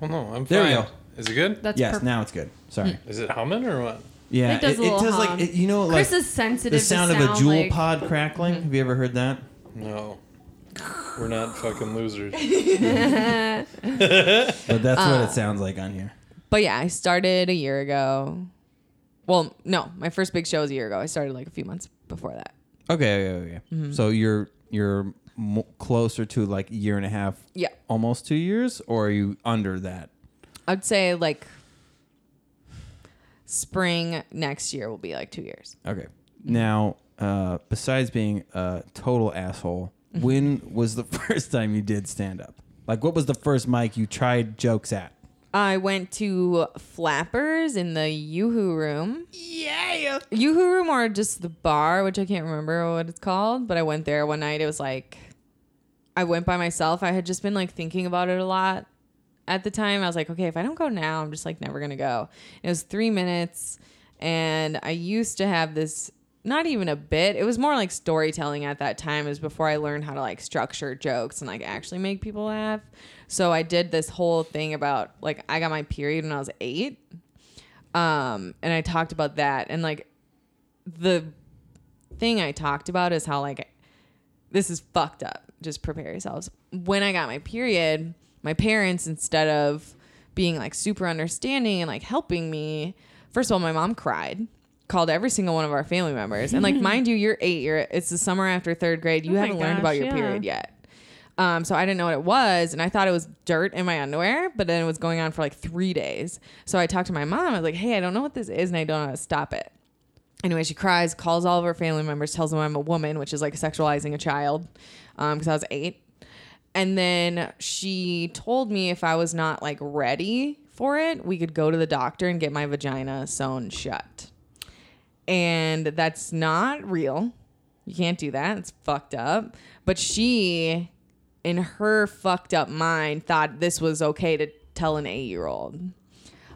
Speaker 5: Well, no, I'm
Speaker 1: There we
Speaker 5: fine.
Speaker 1: go.
Speaker 5: Is it good?
Speaker 2: That's
Speaker 1: yes,
Speaker 2: perfect. Hmm.
Speaker 1: now it's good. Sorry.
Speaker 5: Is it humming or what?
Speaker 1: Yeah,
Speaker 2: It does a little
Speaker 1: like
Speaker 2: hum.
Speaker 1: it, you know like
Speaker 2: Chris is sensitive.
Speaker 1: the sound
Speaker 2: to
Speaker 1: of a
Speaker 2: sound
Speaker 1: jewel
Speaker 2: like, Mm-hmm.
Speaker 1: pod crackling. Have you ever heard that?
Speaker 5: No. We're not fucking losers.
Speaker 2: eh.
Speaker 1: But that's
Speaker 2: Uh,
Speaker 1: what it sounds like on here.
Speaker 3: But yeah, I started a year ago. Well, no, my first big show was a year ago. I started, like, a few months before that.
Speaker 1: Okay, yeah, yeah. yeah.
Speaker 2: Mm-hmm.
Speaker 1: So you're you're mo- closer to like a year and a half,
Speaker 3: Yeah.
Speaker 1: almost two years, or are you under that?
Speaker 3: I'd say, like, spring next year will be, like, two years.
Speaker 1: Okay.
Speaker 2: Mm-hmm.
Speaker 1: Now, uh, besides being a total asshole,
Speaker 2: Mm-hmm.
Speaker 1: when was the first time you did stand up? Like, what was the first mic you tried jokes at?
Speaker 3: I went to Flappers in the Yoo-Hoo room. Yeah. Yoo-Hoo room or just the bar, which I can't remember what it's called, but I went there one night. It was like I went by myself. I had just been like thinking about it a lot at the time. I was like, okay, if I don't go now, I'm just like never gonna go. It was three minutes, and I used to have this not even a bit. It was more like storytelling at that time is before I learned how to like structure jokes and like actually make people laugh. So I did this whole thing about like I got my period when I was 8. Um and I talked about that and like the thing I talked about is how like this is fucked up. Just prepare yourselves. When I got my period, my parents instead of being like super understanding and like helping me, first of all, my mom cried, called every single one of our family members, and like mind you, you're eight. You're it's the summer after third grade. You
Speaker 2: Oh my
Speaker 3: haven't learned about
Speaker 2: gosh,
Speaker 3: your
Speaker 2: yeah.
Speaker 3: period yet. Um, so I didn't know what it was, and I thought it was dirt in my underwear, but then it was going on for like three days. So I talked to my mom. I was like, "Hey, I don't know what this is, and I don't know how to stop it." Anyway, she cries, calls all of her family members, tells them I'm a woman, which is like sexualizing a child, because I was eight. And then she told me if I was not like ready for it, we could go to the doctor and get my vagina sewn shut. And that's not real. You can't do that. It's fucked up. But she, in her fucked up mind, thought this was okay to tell an eight year old.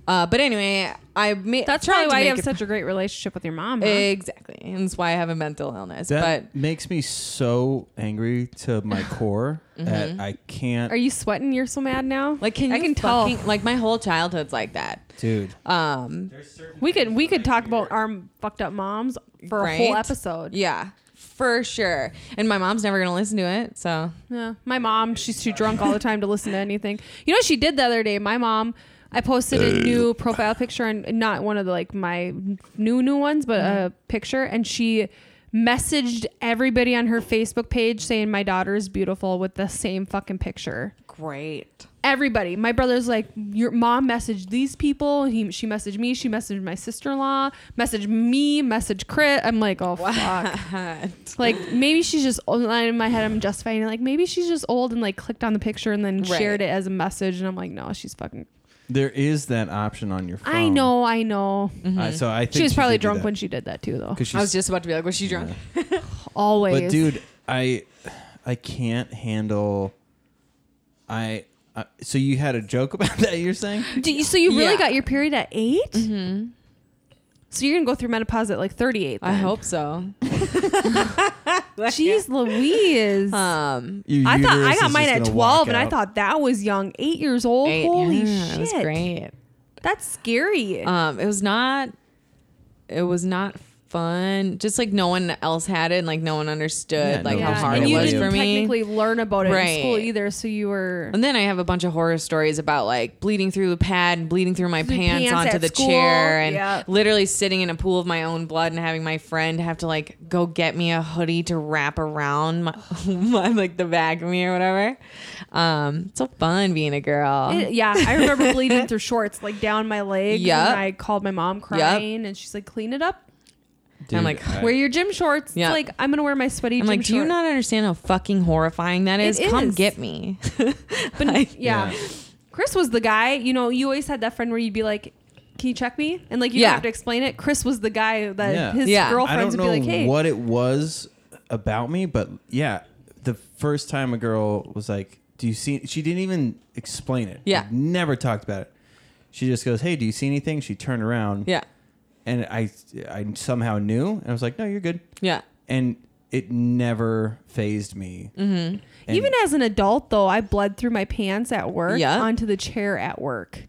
Speaker 3: Uh, but anyway, I made
Speaker 2: That's probably why you have such a great relationship with your mom. Huh?
Speaker 3: Eh. Exactly. And that's why I have a mental illness.
Speaker 6: That makes me so angry to my core that I can't.
Speaker 2: Mm-hmm. Are you sweating? You're so mad now.
Speaker 3: but like can
Speaker 2: I
Speaker 3: you
Speaker 2: can
Speaker 3: fucking,
Speaker 2: tell.
Speaker 3: like my whole childhood's like that.
Speaker 4: dude.
Speaker 2: Uh,
Speaker 3: Um
Speaker 2: We could we could talk about our fucked up moms for a whole
Speaker 3: Right?
Speaker 2: episode.
Speaker 3: yeah, for sure. And my mom's never gonna listen to it, so
Speaker 2: Yeah. My mom, she's too drunk all the time to listen to anything. You know what she did the other day? My mom, I posted a new profile picture and not one of the like my new new ones, but a
Speaker 3: Mm-hmm.
Speaker 2: picture and she messaged everybody on her Facebook page saying my daughter is beautiful with the same fucking picture.
Speaker 3: great.
Speaker 2: Everybody. My brother's like your mom messaged these people, he she messaged me, she messaged my sister-in-law, messaged me, messaged Crit. I'm like, "Oh fuck." Like maybe she's just old. and In my head, I'm justifying it. Like maybe she's just old and like clicked on the picture and then
Speaker 3: Right.
Speaker 2: shared it as a message. And I'm like, no, she's fucking.
Speaker 6: There is that option on your phone.
Speaker 2: I know, I know.
Speaker 6: Oh. I- so I think
Speaker 2: She was probably
Speaker 6: did do
Speaker 2: drunk
Speaker 6: that.
Speaker 2: when she did that too, though.
Speaker 6: 'Cause she's
Speaker 3: I was just about to be like, was she drunk?
Speaker 2: Always.
Speaker 6: But dude, I I can't handle. I, I so you had a joke about that. You're saying
Speaker 2: Do you- so you really
Speaker 3: Yeah.
Speaker 2: got your period at 8 Mm-hmm. So you're gonna go through menopause at like 38.
Speaker 3: I hope so.
Speaker 2: Jeez, Louise.
Speaker 3: Um
Speaker 6: Your
Speaker 2: I thought I
Speaker 6: uterus
Speaker 2: got
Speaker 6: is
Speaker 2: mine
Speaker 6: just
Speaker 2: at
Speaker 6: gonna walk
Speaker 2: 12, and I
Speaker 6: out.
Speaker 2: thought that was young. Eight years old.
Speaker 3: eight-
Speaker 2: Oh, Holy
Speaker 3: yeah,
Speaker 2: shit,
Speaker 3: It was great.
Speaker 2: That's scary.
Speaker 3: Um it was not it was not fun. Just like no one else had it and like no one understood
Speaker 6: Yeah,
Speaker 3: like
Speaker 6: no,
Speaker 3: how
Speaker 6: there's
Speaker 3: hard
Speaker 6: no
Speaker 3: it
Speaker 2: you
Speaker 3: was
Speaker 2: didn't
Speaker 3: for me.
Speaker 2: technically learn about it in
Speaker 3: Right.
Speaker 2: school either, so you were
Speaker 3: And then I have a bunch of horror stories about like bleeding through the pad and bleeding through my
Speaker 2: Through
Speaker 3: pants,
Speaker 2: pants
Speaker 3: onto
Speaker 2: at
Speaker 3: the
Speaker 2: school.
Speaker 3: chair and
Speaker 2: Yeah.
Speaker 3: literally sitting in a pool of my own blood and having my friend have to like go get me a hoodie to wrap around my, my like the back of me or whatever. Um, it's so fun being a girl.
Speaker 2: It- yeah, I remember bleeding through shorts, like down my leg.
Speaker 3: Yup.
Speaker 2: And I called my mom crying, and she's like, "Clean it up.
Speaker 3: I'm like,
Speaker 2: Wear your gym shorts." It's
Speaker 3: Yup.
Speaker 2: Like I'm gonna wear my sweaty.
Speaker 3: I'm
Speaker 2: gym
Speaker 3: like, do you
Speaker 2: shorts."
Speaker 3: not understand how fucking horrifying that is?
Speaker 2: It
Speaker 3: Come
Speaker 2: is.
Speaker 3: get me.
Speaker 2: But
Speaker 3: like-
Speaker 2: yeah. Chris was the guy. You know, you always had that friend where you'd be like, "Can you check me?" And like you
Speaker 3: Yeah.
Speaker 2: don't have to explain it. Chris was the guy that
Speaker 6: Yeah.
Speaker 2: his
Speaker 3: Yeah. I
Speaker 6: I
Speaker 3: don't
Speaker 6: don't
Speaker 2: girlfriends would
Speaker 6: know
Speaker 2: be like, "Hey."
Speaker 6: what it was about me, but yeah, the first time a girl was like, "Do you see?" She didn't even explain it.
Speaker 3: Yeah.
Speaker 6: Like, never talked about it. She just goes, "Hey, do you see anything?" She turned around.
Speaker 3: yeah.
Speaker 6: and I I somehow knew, and I was like, "No, you're good."
Speaker 3: Yeah.
Speaker 6: and it never phased me.
Speaker 2: Mm-hmm.
Speaker 6: And-
Speaker 2: Even as an adult, though, I bled through my pants at work
Speaker 3: Yup.
Speaker 2: onto the chair at work.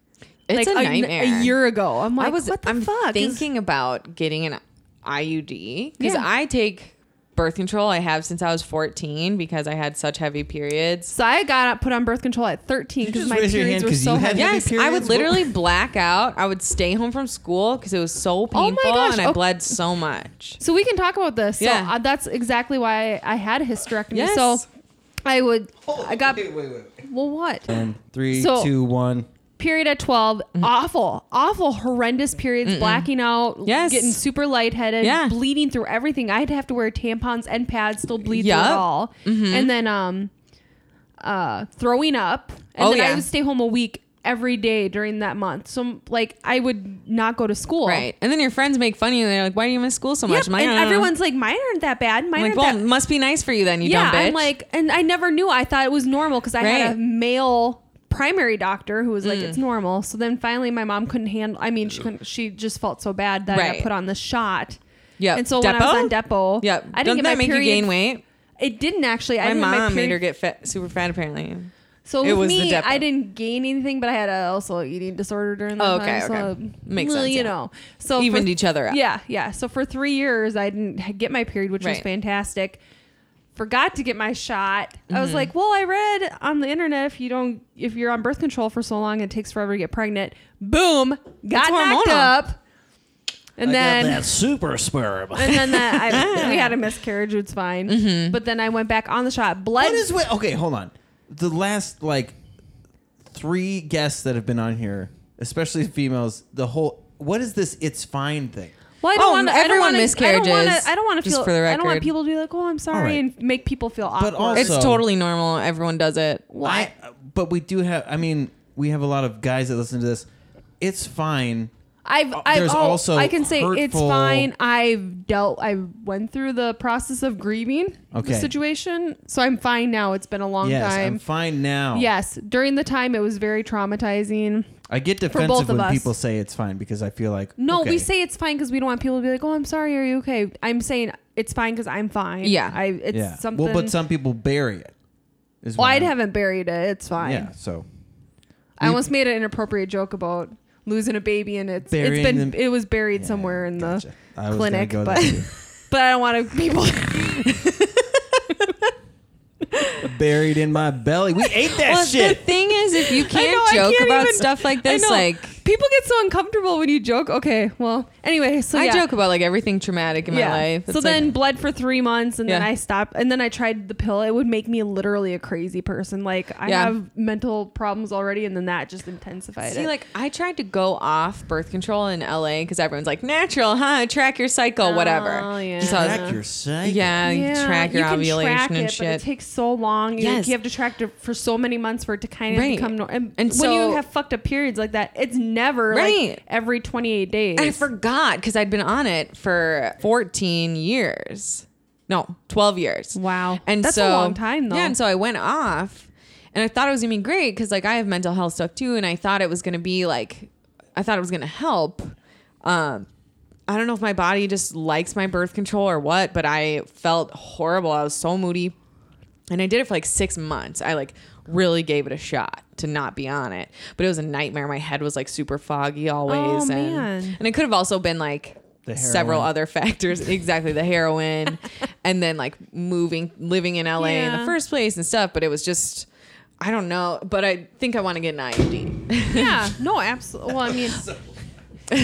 Speaker 3: It's
Speaker 2: like
Speaker 3: a
Speaker 2: n-
Speaker 3: nightmare.
Speaker 2: A, year ago, I'm like,
Speaker 3: I was
Speaker 2: "What the
Speaker 3: I'm
Speaker 2: fuck?" is-
Speaker 3: thinking about getting an IUD because
Speaker 2: Yeah.
Speaker 3: I take birth control. I have since I was 14 because I had such heavy periods.
Speaker 2: So I got put on birth control at 13
Speaker 6: you
Speaker 2: because
Speaker 6: just
Speaker 2: my
Speaker 6: raise your hand
Speaker 2: periods were
Speaker 6: 'cause
Speaker 2: so
Speaker 6: you had
Speaker 2: heavy.
Speaker 6: heavy
Speaker 3: Yes, I
Speaker 6: periods?
Speaker 3: would
Speaker 6: What-
Speaker 3: literally black out. I would stay home from school because it was so
Speaker 2: Oh my
Speaker 3: painful
Speaker 2: gosh,
Speaker 3: and I
Speaker 2: okay.
Speaker 3: bled so much.
Speaker 2: So we can talk about this. Yeah.
Speaker 3: Yeah.
Speaker 2: So uh, that's exactly why I had a hysterectomy.
Speaker 3: Yes.
Speaker 2: So I would, I got,
Speaker 6: Oh, wait, wait.
Speaker 2: well, what?
Speaker 6: And three,
Speaker 2: So-
Speaker 6: two, one.
Speaker 2: Period at 12,
Speaker 3: Mm.
Speaker 2: awful, awful, horrendous periods, blacking out,
Speaker 3: Yes.
Speaker 2: getting super lightheaded,
Speaker 3: Yeah.
Speaker 2: bleeding through everything. I'd have to wear tampons and pads, still bleed through
Speaker 3: Yup. Mm-hmm.
Speaker 2: it all. And then um, uh, throwing up. And
Speaker 3: Oh,
Speaker 2: then I
Speaker 3: yeah.
Speaker 2: would stay home a week every day during that month. So, like, I would not go to school.
Speaker 3: Right. And then your friends make fun of you and they're like, why do you miss school so much?
Speaker 2: Yep,
Speaker 3: I'm like,
Speaker 2: and
Speaker 3: "I don't know."
Speaker 2: everyone's like, mine aren't that bad. Mine
Speaker 3: I'm like,
Speaker 2: aren't
Speaker 3: well,
Speaker 2: that
Speaker 3: it must be nice for you then, you
Speaker 2: yeah,
Speaker 3: dumb bitch.
Speaker 2: I'm like, and I never knew. I thought it was normal because I had
Speaker 3: Right. Mm.
Speaker 2: a male primary doctor who was like, it's normal. So then finally, my mom couldn't handle. I mean, she couldn't. She just felt so bad that I
Speaker 3: Right.
Speaker 2: got put on the shot.
Speaker 3: Yep.
Speaker 2: And so when I was
Speaker 3: Depo?
Speaker 2: on Depo,
Speaker 3: Yep.
Speaker 2: I didn't
Speaker 3: Doesn't
Speaker 2: get my
Speaker 3: that make
Speaker 2: period.
Speaker 3: you gain weight?
Speaker 2: It didn't actually. I
Speaker 3: My
Speaker 2: didn't
Speaker 3: mom
Speaker 2: get my
Speaker 3: made
Speaker 2: period
Speaker 3: her get fat, super fat apparently.
Speaker 2: So
Speaker 3: It
Speaker 2: with
Speaker 3: was the
Speaker 2: me,
Speaker 3: Depo.
Speaker 2: I didn't gain anything, but I had a also eating disorder during that
Speaker 3: Oh, okay,
Speaker 2: time.
Speaker 3: okay.
Speaker 2: So
Speaker 3: Makes
Speaker 2: well,
Speaker 3: sense,
Speaker 2: You
Speaker 3: yeah.
Speaker 2: know, so
Speaker 3: Evened
Speaker 2: for-
Speaker 3: each other out.
Speaker 2: Yeah, yeah. So for three years, I didn't get my period, which was
Speaker 3: Right.
Speaker 2: fantastic. Forgot to get my shot. I
Speaker 3: Mm-hmm.
Speaker 2: was like, well, I read on the internet if you don't, if you're on birth control for so long, it takes forever to get pregnant. Boom, got
Speaker 3: It's
Speaker 2: knocked
Speaker 3: hormonal.
Speaker 2: up, and
Speaker 1: I
Speaker 2: then
Speaker 1: got that super sperm.
Speaker 2: and then that I, we had a miscarriage. It's fine.
Speaker 3: Mm-hmm.
Speaker 2: But then I went back on the shot. Bled.
Speaker 6: What is with okay? Hold on. The last like three guests that have been on here, especially females, the whole what is this? It's fine thing.
Speaker 2: Well, I
Speaker 3: Oh,
Speaker 2: don't want want
Speaker 3: everyone
Speaker 2: I don't want
Speaker 3: miscarriages,
Speaker 2: to. I don't want to
Speaker 3: just
Speaker 2: feel.
Speaker 3: for the
Speaker 2: I don't want
Speaker 3: record.
Speaker 2: people to be like, "Oh, I'm sorry,"
Speaker 6: right.
Speaker 2: and make people feel awkward.
Speaker 6: also-
Speaker 3: It's
Speaker 6: So-
Speaker 3: totally normal. Everyone does it.
Speaker 6: I, but we do have. I mean, we have a lot of guys that listen to this. It's fine.
Speaker 2: I've, I've
Speaker 6: uh, there's
Speaker 2: oh,
Speaker 6: also
Speaker 2: I can say it's
Speaker 6: hurtful-
Speaker 2: fine. I've dealt. I went through the process of grieving
Speaker 6: Okay.
Speaker 2: the situation, so I'm fine now. It's been a long
Speaker 6: yes,
Speaker 2: time.
Speaker 6: I'm fine Oh. now.
Speaker 2: Yes, during the time it was very traumatizing.
Speaker 6: I get
Speaker 2: both
Speaker 6: defensive
Speaker 2: of
Speaker 6: when
Speaker 2: us.
Speaker 6: people say it's fine because I feel like
Speaker 2: No,
Speaker 6: okay.
Speaker 2: we say it's fine because we don't want people to be like, "Oh, I'm sorry. Are you okay?" I'm saying it's fine because I'm fine.
Speaker 3: Yeah.
Speaker 2: I. It's
Speaker 6: yeah.
Speaker 2: something.
Speaker 6: Well, but some people bury it. Is
Speaker 2: well,
Speaker 6: what
Speaker 2: I
Speaker 6: I'm-
Speaker 2: haven't buried it. It's fine.
Speaker 6: Yeah. So
Speaker 2: I almost made an inappropriate joke about losing a baby and it's it's
Speaker 6: Burying
Speaker 2: been
Speaker 6: them-
Speaker 2: it was buried somewhere in
Speaker 6: gotcha.
Speaker 2: the
Speaker 6: I was gonna
Speaker 2: clinic,
Speaker 6: go there
Speaker 2: but
Speaker 6: too.
Speaker 2: but I don't want to people.
Speaker 6: buried in my belly. We ate that
Speaker 3: Well, the
Speaker 6: shit.
Speaker 3: thing is, if you
Speaker 2: I
Speaker 3: can't
Speaker 2: know, I
Speaker 3: joke
Speaker 2: can't
Speaker 3: about
Speaker 2: even-
Speaker 3: stuff like
Speaker 2: I
Speaker 3: this,
Speaker 2: know.
Speaker 3: like
Speaker 2: people get so uncomfortable when you joke. Okay, well, anyway, so
Speaker 3: I
Speaker 2: yeah.
Speaker 3: joke about like everything traumatic in
Speaker 2: yeah.
Speaker 3: my life.
Speaker 2: So
Speaker 3: It's
Speaker 2: then
Speaker 3: like,
Speaker 2: bled for three months, and then
Speaker 3: Yeah.
Speaker 2: I stopped, and then I tried the pill. It would make me literally a crazy person. Like I
Speaker 3: Yeah.
Speaker 2: have mental problems already, and then that just intensified
Speaker 3: See,
Speaker 2: it.
Speaker 3: like I tried to go off birth control in LA because everyone's like natural, huh? Track your cycle, whatever.
Speaker 2: Oh, yeah.
Speaker 3: So I was-
Speaker 6: Back your psyche.
Speaker 3: yeah, you
Speaker 2: Yeah,
Speaker 3: track your
Speaker 2: you can
Speaker 3: ovulation
Speaker 2: track
Speaker 3: and
Speaker 2: it, But it
Speaker 3: shit.
Speaker 2: takes so long. You,
Speaker 3: Yes.
Speaker 2: you have to track it for so many months for it to kind of
Speaker 3: Right.
Speaker 2: become normal. And,
Speaker 3: And
Speaker 2: when
Speaker 3: so-
Speaker 2: you have fucked up periods like that, it's never
Speaker 3: Right.
Speaker 2: like every 28 days.
Speaker 3: I forgot because I'd been on it for 14 years. No, 12 years.
Speaker 2: Wow.
Speaker 3: And
Speaker 2: That's a
Speaker 3: so,
Speaker 2: long time, though.
Speaker 3: Yeah, and so I went off and I thought it was going to be great because, like, I have mental health stuff too. And I thought it was going to be like, I thought it was going to help. Um, I don't know if my body just likes my birth control or what, but I felt horrible. I was so moody. And I did it for like six months. I like really gave it a shot to not be on it, but it was a nightmare. My head was like super foggy always.
Speaker 2: Oh,
Speaker 3: and,
Speaker 2: man.
Speaker 3: and it could have also been like
Speaker 6: The heroin.
Speaker 3: several other factors. exactly. The heroin and then like moving, living in LA in
Speaker 2: Yeah.
Speaker 3: the first place and stuff. But it was just, I don't know. But I think I E want to get an IUD.
Speaker 2: Yeah. No, absolutely. Well, I mean,
Speaker 6: I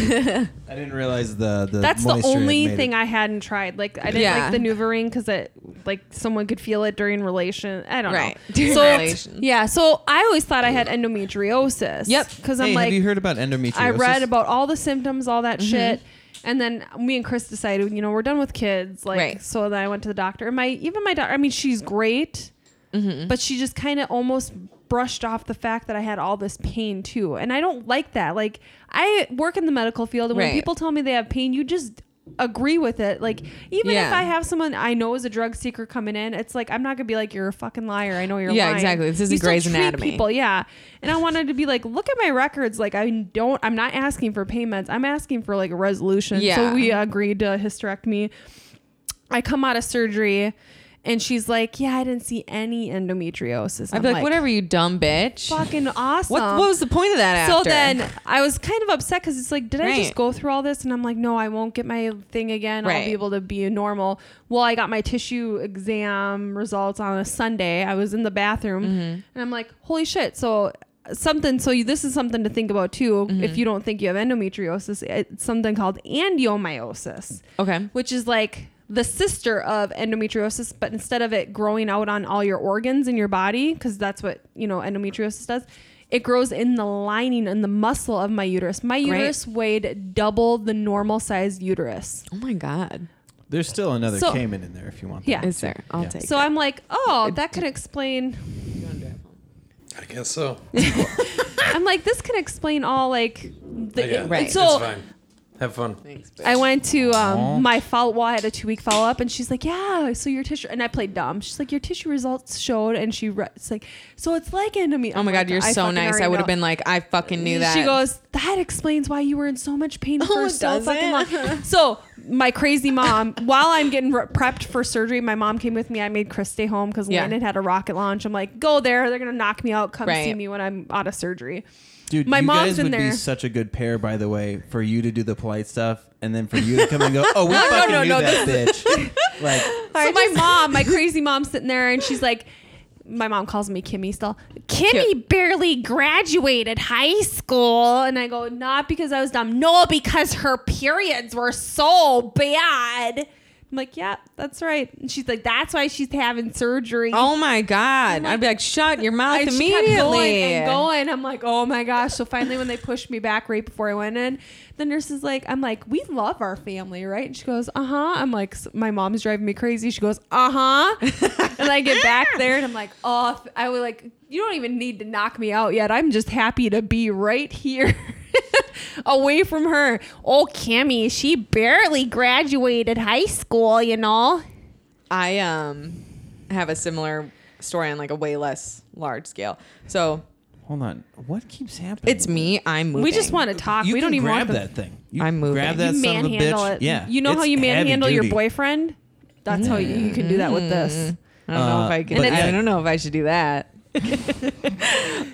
Speaker 6: didn't realize the the.
Speaker 2: that's the
Speaker 6: moisture had
Speaker 2: only
Speaker 6: made it.
Speaker 2: thing I hadn't tried. Like, I didn't
Speaker 3: Yeah.
Speaker 2: like the NuvaRing because it, like, someone could feel it during relation. I don't
Speaker 3: Right.
Speaker 2: know.
Speaker 3: During
Speaker 2: so,
Speaker 3: relations.
Speaker 2: yeah. So I always thought I had endometriosis.
Speaker 3: Yep.
Speaker 2: Because I'm
Speaker 6: Hey,
Speaker 2: like,
Speaker 6: have you heard about endometriosis?
Speaker 2: I read about all the symptoms, all that shit. And then me and Chris decided, you know, we're done with kids. Like,
Speaker 3: Right.
Speaker 2: so then I went to the doctor. And my, even my doctor, I mean, she's great,
Speaker 3: Mm-hmm.
Speaker 2: but she just kind of almost brushed off the fact that I had all this pain too. And I don't like that. Like, I work in the medical field, and
Speaker 3: Right.
Speaker 2: when people tell me they have pain, you just agree with it. Like, even if
Speaker 3: Yeah.
Speaker 2: I have someone I know is a drug seeker coming in, it's like, I'm not going to be like, you're a fucking liar. I know you're
Speaker 3: Yeah,
Speaker 2: lying."
Speaker 3: exactly. This isn't
Speaker 2: You still
Speaker 3: Grey's
Speaker 2: treat
Speaker 3: Anatomy.
Speaker 2: People, Oh, yeah. And I wanted to be like, look at my records. Like, I don't, I'm not asking for payments. I'm asking for like a resolution.
Speaker 3: Yeah.
Speaker 2: So we agreed to hysterectomy. I come out of surgery and she's like, yeah, I didn't see any endometriosis.
Speaker 3: I'd
Speaker 2: I'm
Speaker 3: be like, whatever, you dumb bitch.
Speaker 2: Fucking awesome.
Speaker 3: What, what was the point of that after?
Speaker 2: So then I was kind of upset because it's like, did I just
Speaker 3: Right.
Speaker 2: go through all this? And I'm like, no, I won't get my thing again. I'll
Speaker 3: Right.
Speaker 2: be able to be normal. Well, I got my tissue exam results on a Sunday. I was in the bathroom
Speaker 3: Mm-hmm.
Speaker 2: and I'm like, holy shit. So uh, something so you, this is something to think about too
Speaker 3: Mm-hmm.
Speaker 2: if you don't think you have endometriosis it's something called andiomyosis
Speaker 3: Okay.
Speaker 2: which is like the sister of endometriosis, but instead of it growing out on all your organs in your body, because that's what you know endometriosis does, it grows in the lining and the muscle of my uterus. My uterus weighed double the normal sized uterus.
Speaker 3: Oh my God.
Speaker 6: There's still another
Speaker 2: So-
Speaker 6: Cayman in there if you want.
Speaker 2: Yeah.
Speaker 3: Is there? I'll take
Speaker 2: So I'm like, oh, that could explain.
Speaker 5: I guess so.
Speaker 2: I'm like, this can explain all like
Speaker 5: I guess.
Speaker 2: the
Speaker 3: Right.
Speaker 5: Oh, It's
Speaker 2: So
Speaker 5: fine. Have fun.
Speaker 2: I went to
Speaker 6: Aw.
Speaker 2: um, my follow. Well, I had a two week follow up, and she's like, "Yeah, so your tissue." And I played dumb. She's like, "Your tissue results showed," and she re- it's like, "So it's like endometriosis."
Speaker 3: Oh my God, you're so nice. I would have been like, I fucking knew that.
Speaker 2: She goes, "That explains why you were in so much pain
Speaker 3: Oh,
Speaker 2: for so
Speaker 3: does
Speaker 2: fucking
Speaker 3: it?
Speaker 2: long." so my crazy mom, while I'm getting re- prepped for surgery, my mom came with me. I made Chris stay home because
Speaker 3: Yeah.
Speaker 2: Landon had a rocket launch. I'm like, go there. They're going to knock me out. Come see
Speaker 3: Right.
Speaker 2: me when I'm out of surgery.
Speaker 6: Dude,
Speaker 2: My
Speaker 6: you
Speaker 2: mom's
Speaker 6: guys
Speaker 2: been
Speaker 6: would be
Speaker 2: there.
Speaker 6: such a good pair, by the way, for you to do the polite stuff and then for you to come and go, oh, we
Speaker 3: no,
Speaker 6: fucking
Speaker 3: no,
Speaker 6: knew
Speaker 3: no,
Speaker 6: that bitch. like,
Speaker 2: So my mom, my crazy mom's sitting there and she's like, my mom calls me Kimmy still. Kimmy barely graduated high school. And I go, not because I was dumb. No, because her periods were so bad. I'm like, yeah, that's right. And she's like, that's why she's having surgery.
Speaker 3: Oh my god! I'd be like, shut your mouth
Speaker 2: I just
Speaker 3: immediately.
Speaker 2: kept going and going. I'm like, oh my gosh. So finally, when they pushed me back right before I went in, the nurse is like, I'm like, we love our family, right? And she goes, uh huh. I'm like, "S- my mom's driving me crazy. She goes, uh huh. and I get back there and I'm like, oh, f- I was like, you don't even need to knock me out yet. I'm just happy to be right here. Away from her. Oh, Cammy, she barely graduated high school, you know?
Speaker 3: I um have a similar story on like a way less large scale. So
Speaker 6: hold on. What keeps happening?
Speaker 3: it's me. I'm moving.
Speaker 2: We just want to talk.
Speaker 6: You
Speaker 2: we
Speaker 6: can
Speaker 2: don't even
Speaker 6: grab
Speaker 2: want to
Speaker 6: that thing. You
Speaker 3: I'm moving.
Speaker 6: Grab that son of a
Speaker 2: manhandle
Speaker 6: bitch.
Speaker 2: it.
Speaker 6: Yeah.
Speaker 2: You know how
Speaker 6: it's
Speaker 2: you
Speaker 6: heavy
Speaker 2: manhandle your
Speaker 6: duty.
Speaker 2: boyfriend? That's how you, you can do that with this.
Speaker 3: I don't know
Speaker 6: Uh,
Speaker 3: if I could.
Speaker 6: but yeah.
Speaker 3: I don't know if I should do that.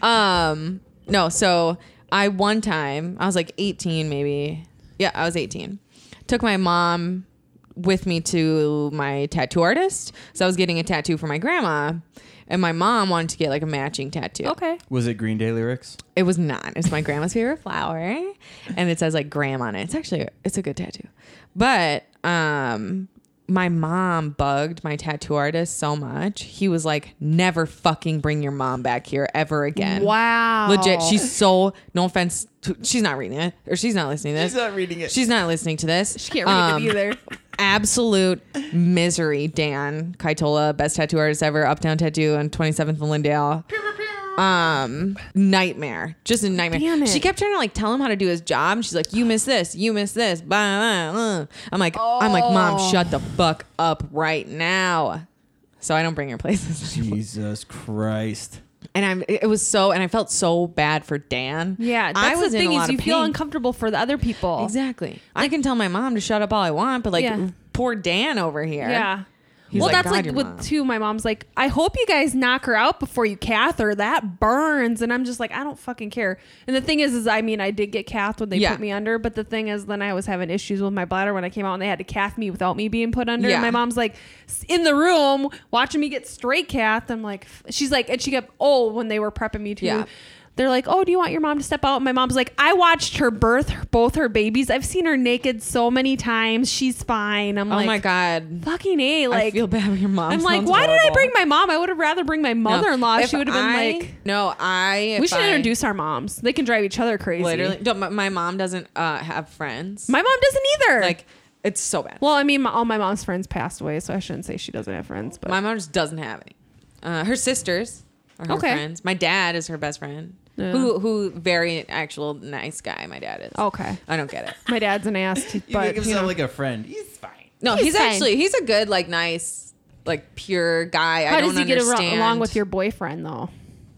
Speaker 3: um, no. So I one time I was like 18, maybe. Yeah, I was 18. Took my mom with me to my tattoo artist. So I was getting a tattoo for my grandma, and my mom wanted to get like a matching tattoo.
Speaker 2: Okay.
Speaker 6: Was it Green Day lyrics?
Speaker 3: It was not. It's my grandma's favorite flower, and it says like "gram" on it. It's actually it's a good tattoo, but um, my mom bugged my tattoo artist so much. He was like, "Never fucking bring your mom back here ever again."
Speaker 2: Wow.
Speaker 3: Legit, she's so no offense. To, she's not reading it, or she's not listening to this. She's not reading it. She's not listening to this.
Speaker 2: She can't read
Speaker 3: Um,
Speaker 2: it either.
Speaker 3: absolute misery. Dan Kaitola, best tattoo artist ever, Uptown Tattoo on 27th and Lindale. Um, nightmare, just a nightmare.
Speaker 2: Damn it.
Speaker 3: She kept trying to like tell him how to do his job. and She's like, "You miss this, you miss this." Blah, blah, blah. I'm like, I'm like,
Speaker 2: Oh.
Speaker 3: mom, shut the fuck up right now. So I don't bring her places anymore.
Speaker 6: Jesus Christ.
Speaker 3: And I'm, it was so, and I felt so bad for Dan.
Speaker 2: Yeah,
Speaker 3: I
Speaker 2: that's
Speaker 3: was
Speaker 2: the
Speaker 3: in
Speaker 2: thing
Speaker 3: a
Speaker 2: is
Speaker 3: lot
Speaker 2: you
Speaker 3: of
Speaker 2: feel
Speaker 3: pain.
Speaker 2: uncomfortable for the other people.
Speaker 3: Exactly. I can tell my mom to shut up all I want, but like
Speaker 2: Yeah.
Speaker 3: poor Dan over here.
Speaker 2: Yeah.
Speaker 3: He's
Speaker 2: well,
Speaker 3: like,
Speaker 2: that's
Speaker 3: "God,
Speaker 2: like
Speaker 3: your
Speaker 2: with
Speaker 3: mom."
Speaker 2: two. My mom's like, I hope you guys knock her out before you cath her. That burns, and I'm just like, I don't fucking care. And the thing is, is I mean, I did get cathed when they
Speaker 3: Yeah.
Speaker 2: put me under, but the thing is, then I was having issues with my bladder when I came out, and they had to cath me without me being put under.
Speaker 3: Yeah.
Speaker 2: And my mom's like, s- in the room watching me get straight cathed. I'm like, f- she's like, and she kept, oh, when they were prepping me to.
Speaker 3: Yeah.
Speaker 2: They're like, oh, do you want your mom to step out? And my mom's like, I watched her birth both her babies. I've seen her naked so many times. She's fine. I'm
Speaker 3: Oh
Speaker 2: like,
Speaker 3: my god.
Speaker 2: fucking a like
Speaker 3: I feel bad for your mom.
Speaker 2: i'm like why did i bring my mom i would have rather bring my mother-in-law she would have been like
Speaker 3: no, I.
Speaker 2: we
Speaker 3: if
Speaker 2: should
Speaker 3: I-
Speaker 2: introduce our moms they can drive each other crazy
Speaker 3: Literally, don't, my, my mom doesn't uh, have friends.
Speaker 2: my mom doesn't either
Speaker 3: like, it's so bad.
Speaker 2: well i mean my, all my mom's friends passed away so i shouldn't say she doesn't have friends but
Speaker 3: my mom just doesn't have any. Uh, her sisters are her
Speaker 2: Okay.
Speaker 3: friends. My dad is her best friend.
Speaker 2: Yeah.
Speaker 3: Who, who, very actual nice guy. My dad is.
Speaker 2: okay
Speaker 3: I don't get it.
Speaker 2: my dad's an ass
Speaker 6: You
Speaker 2: but
Speaker 6: make him
Speaker 2: you
Speaker 6: sound
Speaker 2: know.
Speaker 6: like a friend. He's fine.
Speaker 3: No,
Speaker 2: He's
Speaker 3: he's,
Speaker 2: fine.
Speaker 3: actually he's a good, like, nice, like, pure guy.
Speaker 2: how
Speaker 3: I don't
Speaker 2: does he get
Speaker 3: understand.
Speaker 2: ar- along with your boyfriend though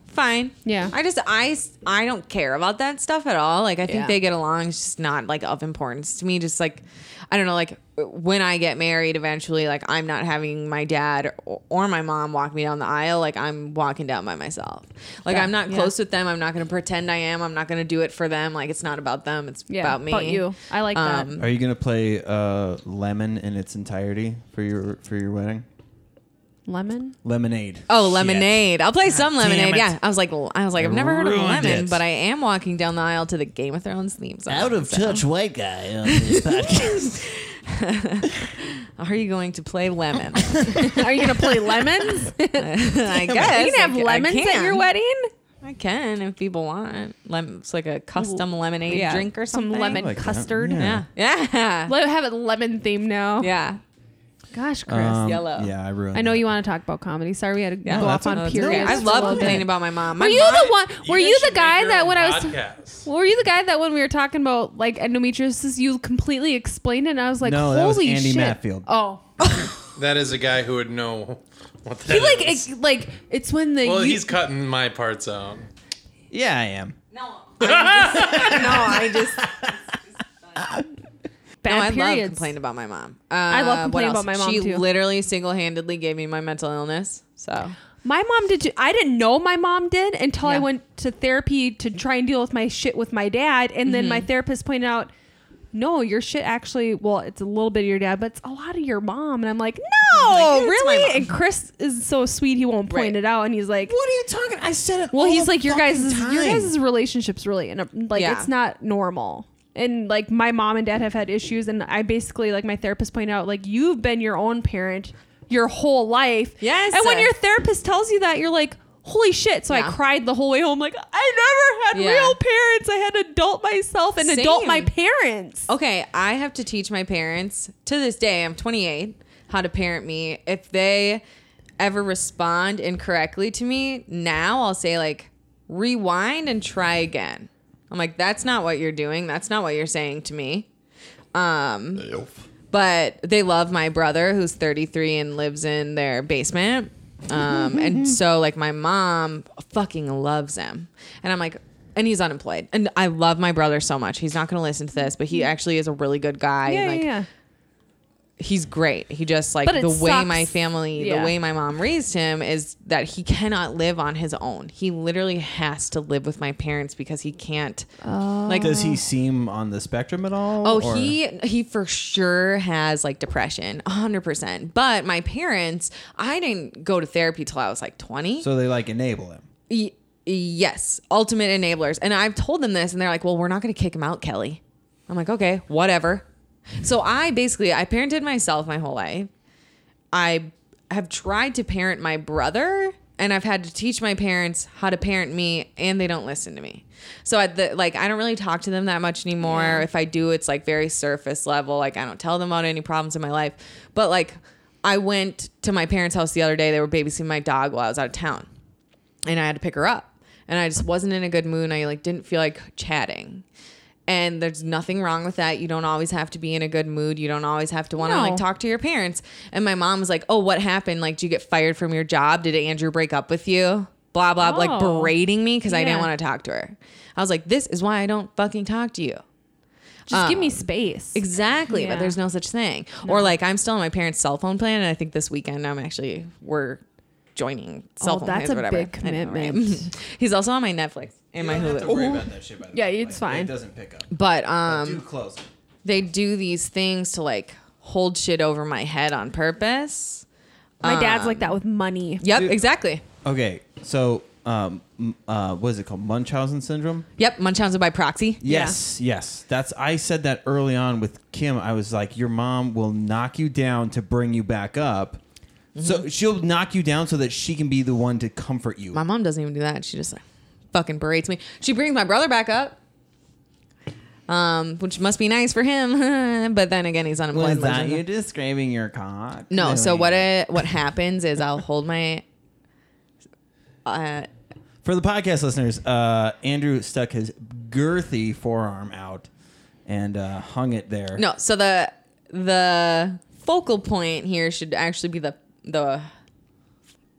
Speaker 3: fine.
Speaker 2: Yeah.
Speaker 3: I just I s- I don't care about that stuff at all. Like I think
Speaker 2: Yeah.
Speaker 3: they get along. It's just not like of importance to me. Just like I don't know. Like when I get married eventually, like I'm not having my dad or, or my mom walk me down the aisle. Like I'm walking down by myself. Like
Speaker 2: Yeah.
Speaker 3: I'm not
Speaker 2: Yeah.
Speaker 3: close with them. I'm not going to pretend I am. I'm not going to do it for them. Like it's not about them. It's
Speaker 2: Yeah,
Speaker 3: about me. Um,
Speaker 2: about you. I like that.
Speaker 6: Are you gonna play uh, Lemon in its entirety for your for your wedding?
Speaker 2: lemon
Speaker 6: Lemonade.
Speaker 3: Oh, lemonade! I'll play some lemonade.
Speaker 6: it.
Speaker 3: Yeah, I was like, I was like, I've never heard of
Speaker 6: Ruined
Speaker 3: lemon,
Speaker 6: it.
Speaker 3: but I am walking down the aisle to the Game of Thrones theme song.
Speaker 4: Out of touch white guy on this podcast.
Speaker 3: Are you going to play lemon?
Speaker 2: are you gonna play lemons you
Speaker 3: I
Speaker 2: can
Speaker 3: guess
Speaker 2: have
Speaker 3: I c- I
Speaker 2: lemons at
Speaker 3: can.
Speaker 2: your wedding
Speaker 3: I can if people want. Lem- it's like a custom lemonade
Speaker 2: yeah.
Speaker 3: drink or
Speaker 2: Some
Speaker 3: something.
Speaker 2: lemon.
Speaker 6: I that.
Speaker 2: custard.
Speaker 3: Yeah. Yeah.
Speaker 2: let have it lemon theme now
Speaker 3: yeah.
Speaker 2: gosh chris
Speaker 6: Um,
Speaker 3: yellow.
Speaker 6: Yeah, I ruined.
Speaker 2: I know
Speaker 6: that.
Speaker 2: you want to talk about comedy. Sorry, we had to
Speaker 3: Yeah.
Speaker 2: go
Speaker 6: No,
Speaker 2: off
Speaker 6: that's
Speaker 2: on
Speaker 6: okay.
Speaker 2: periods.
Speaker 3: Oh, I
Speaker 2: for
Speaker 3: love
Speaker 2: a little
Speaker 3: complaining
Speaker 2: bit.
Speaker 3: about my mom. My
Speaker 2: Were you
Speaker 3: mom-
Speaker 2: the one? Were you, the guy that when I was?
Speaker 5: podcast.
Speaker 2: Were you the guy that when we were talking about like endometriosis, you completely explained it, and I was like,
Speaker 6: No,
Speaker 2: "Holy
Speaker 6: that was Andy
Speaker 2: shit!"
Speaker 6: Matfield.
Speaker 2: Oh,
Speaker 5: That is a guy who would know what that
Speaker 2: he like
Speaker 5: is.
Speaker 2: it, like it's when the
Speaker 5: well,
Speaker 2: you-
Speaker 5: he's cutting my parts out.
Speaker 6: Yeah, I am.
Speaker 3: No. I just, no, I just.
Speaker 2: back
Speaker 3: No, I
Speaker 2: bad periods.
Speaker 3: love complaining about my mom. Uh,
Speaker 2: love
Speaker 3: what
Speaker 2: complaining
Speaker 3: else?
Speaker 2: about my mom,
Speaker 3: She
Speaker 2: too.
Speaker 3: literally single handedly gave me my mental illness. So
Speaker 2: My mom did. too- I didn't know my mom did until I
Speaker 3: Yeah.
Speaker 2: went to therapy to try and deal with my shit with my dad, and then
Speaker 3: Mm-hmm.
Speaker 2: my therapist pointed out, "No, your shit actually. Well, it's a little bit of your dad, but it's a lot of your mom." And I'm like, "No,
Speaker 3: like, "It's my
Speaker 2: really."
Speaker 3: mom."
Speaker 2: And Chris is so sweet; he won't point
Speaker 3: Right.
Speaker 2: it out, and he's like.
Speaker 1: What are you talking? I said it.
Speaker 2: Well,
Speaker 1: all
Speaker 2: he's
Speaker 1: the
Speaker 2: like your guys.
Speaker 1: fucking
Speaker 2: Your
Speaker 1: time.
Speaker 2: guys' relationship's really in a, like
Speaker 3: Yeah.
Speaker 2: it's not normal. And like my mom and dad have had issues, and I basically like my therapist pointed out like you've been your own parent your whole life.
Speaker 3: Yes.
Speaker 2: And when your therapist tells you that, you're like, holy shit! So I
Speaker 3: Yeah.
Speaker 2: cried the whole way home. Like I never had
Speaker 3: Yeah.
Speaker 2: real parents. I had adult myself and adult
Speaker 3: Same. Oh,
Speaker 2: my parents.
Speaker 3: Okay, I have to teach my parents to this day, I'm 28, how to parent me. If they ever respond incorrectly to me, now I'll say, like, rewind and try again. I'm like, that's not what you're doing. That's not what you're saying to me. Um, but they love my brother who's 33 and lives in their basement. Um, and so like my mom fucking loves him. And I'm like, and he's unemployed. And I love my brother so much. He's not going to listen to this, but he actually is a really good guy.
Speaker 2: Mm-hmm. Yeah,
Speaker 3: and, like,
Speaker 2: yeah, yeah.
Speaker 3: he's great. He just like
Speaker 2: But it
Speaker 3: the way
Speaker 2: sucks.
Speaker 3: my family,
Speaker 2: Yeah.
Speaker 3: the way my mom raised him is that he cannot live on his own. He literally has to live with my parents because he can't
Speaker 2: Oh.
Speaker 3: like
Speaker 1: Does he seem on the spectrum at all?
Speaker 3: Oh,
Speaker 1: or-
Speaker 3: he he for sure has like depression, hundred percent. But my parents, I didn't go to therapy till I was like twenty.
Speaker 1: So they like enable him.
Speaker 3: Y- yes, ultimate enablers. And I've told them this, and they're like, "Well, we're not going to kick him out, Kelly." I'm like, "Okay, whatever." So I basically I parented myself my whole life. I have tried to parent my brother, and I've had to teach my parents how to parent me, and they don't listen to me. So at the like, I don't really talk to them that much anymore. If I do, it's like very surface level. Like I don't tell them about any problems in my life, but like. I went to my parents' house the other day. They were babysitting my dog while I was out of town and I had to pick her up. And I just wasn't in a good mood. and I like didn't feel like chatting. And there's nothing wrong with that. You don't always have to be in a good mood. You don't always have to want to
Speaker 2: No.
Speaker 3: like talk to your parents. And my mom was like, "Oh, what happened? Like, did you get fired from your job? Did Andrew break up with you?" Blah blah, like
Speaker 2: Oh.
Speaker 3: berating me because I didn't
Speaker 2: Yeah.
Speaker 3: want to talk to her. I was like, "This is why I don't fucking talk to you." um,
Speaker 2: Just give me space.
Speaker 3: Exactly,
Speaker 2: Yeah.
Speaker 3: but there's no such thing. Or like I'm still on my parents' cell phone plan, and I think this weekend I'm actually we're joining cell
Speaker 2: Oh,
Speaker 3: phone
Speaker 2: that's
Speaker 3: plans or
Speaker 2: a
Speaker 3: whatever.
Speaker 2: big
Speaker 3: I know, right?
Speaker 2: commitment.
Speaker 3: He's also on my Netflix and my Hulu.
Speaker 1: worry about that shit. By the
Speaker 2: Yeah, way. it's Like, it fine.
Speaker 1: doesn't pick up.
Speaker 3: But um,
Speaker 1: close it.
Speaker 3: they do these things to like hold shit over my head on purpose.
Speaker 2: my
Speaker 3: um,
Speaker 2: dad's like that with money.
Speaker 3: Yep, exactly.
Speaker 1: Okay, so um, m- uh, what is it called? Munchausen syndrome.
Speaker 3: Yep, Munchausen by proxy.
Speaker 1: Yes, yes. That's I said that early on with Kim. I was like, your mom will knock you down to bring you back up. So she'll knock you down so that she can be the one to comfort you.
Speaker 3: My Mm-hmm. mom doesn't even do that. She just like fucking berates me. She brings my brother back up. Um, which must be nice for him, but then again, he's unemployed. lives in-
Speaker 1: describing your cock?
Speaker 3: No. So what? It, what happens is I'll hold my. Uh,
Speaker 1: For the podcast listeners, uh, Andrew stuck his girthy forearm out and uh, hung it there.
Speaker 3: no. So the the focal point here should actually be the the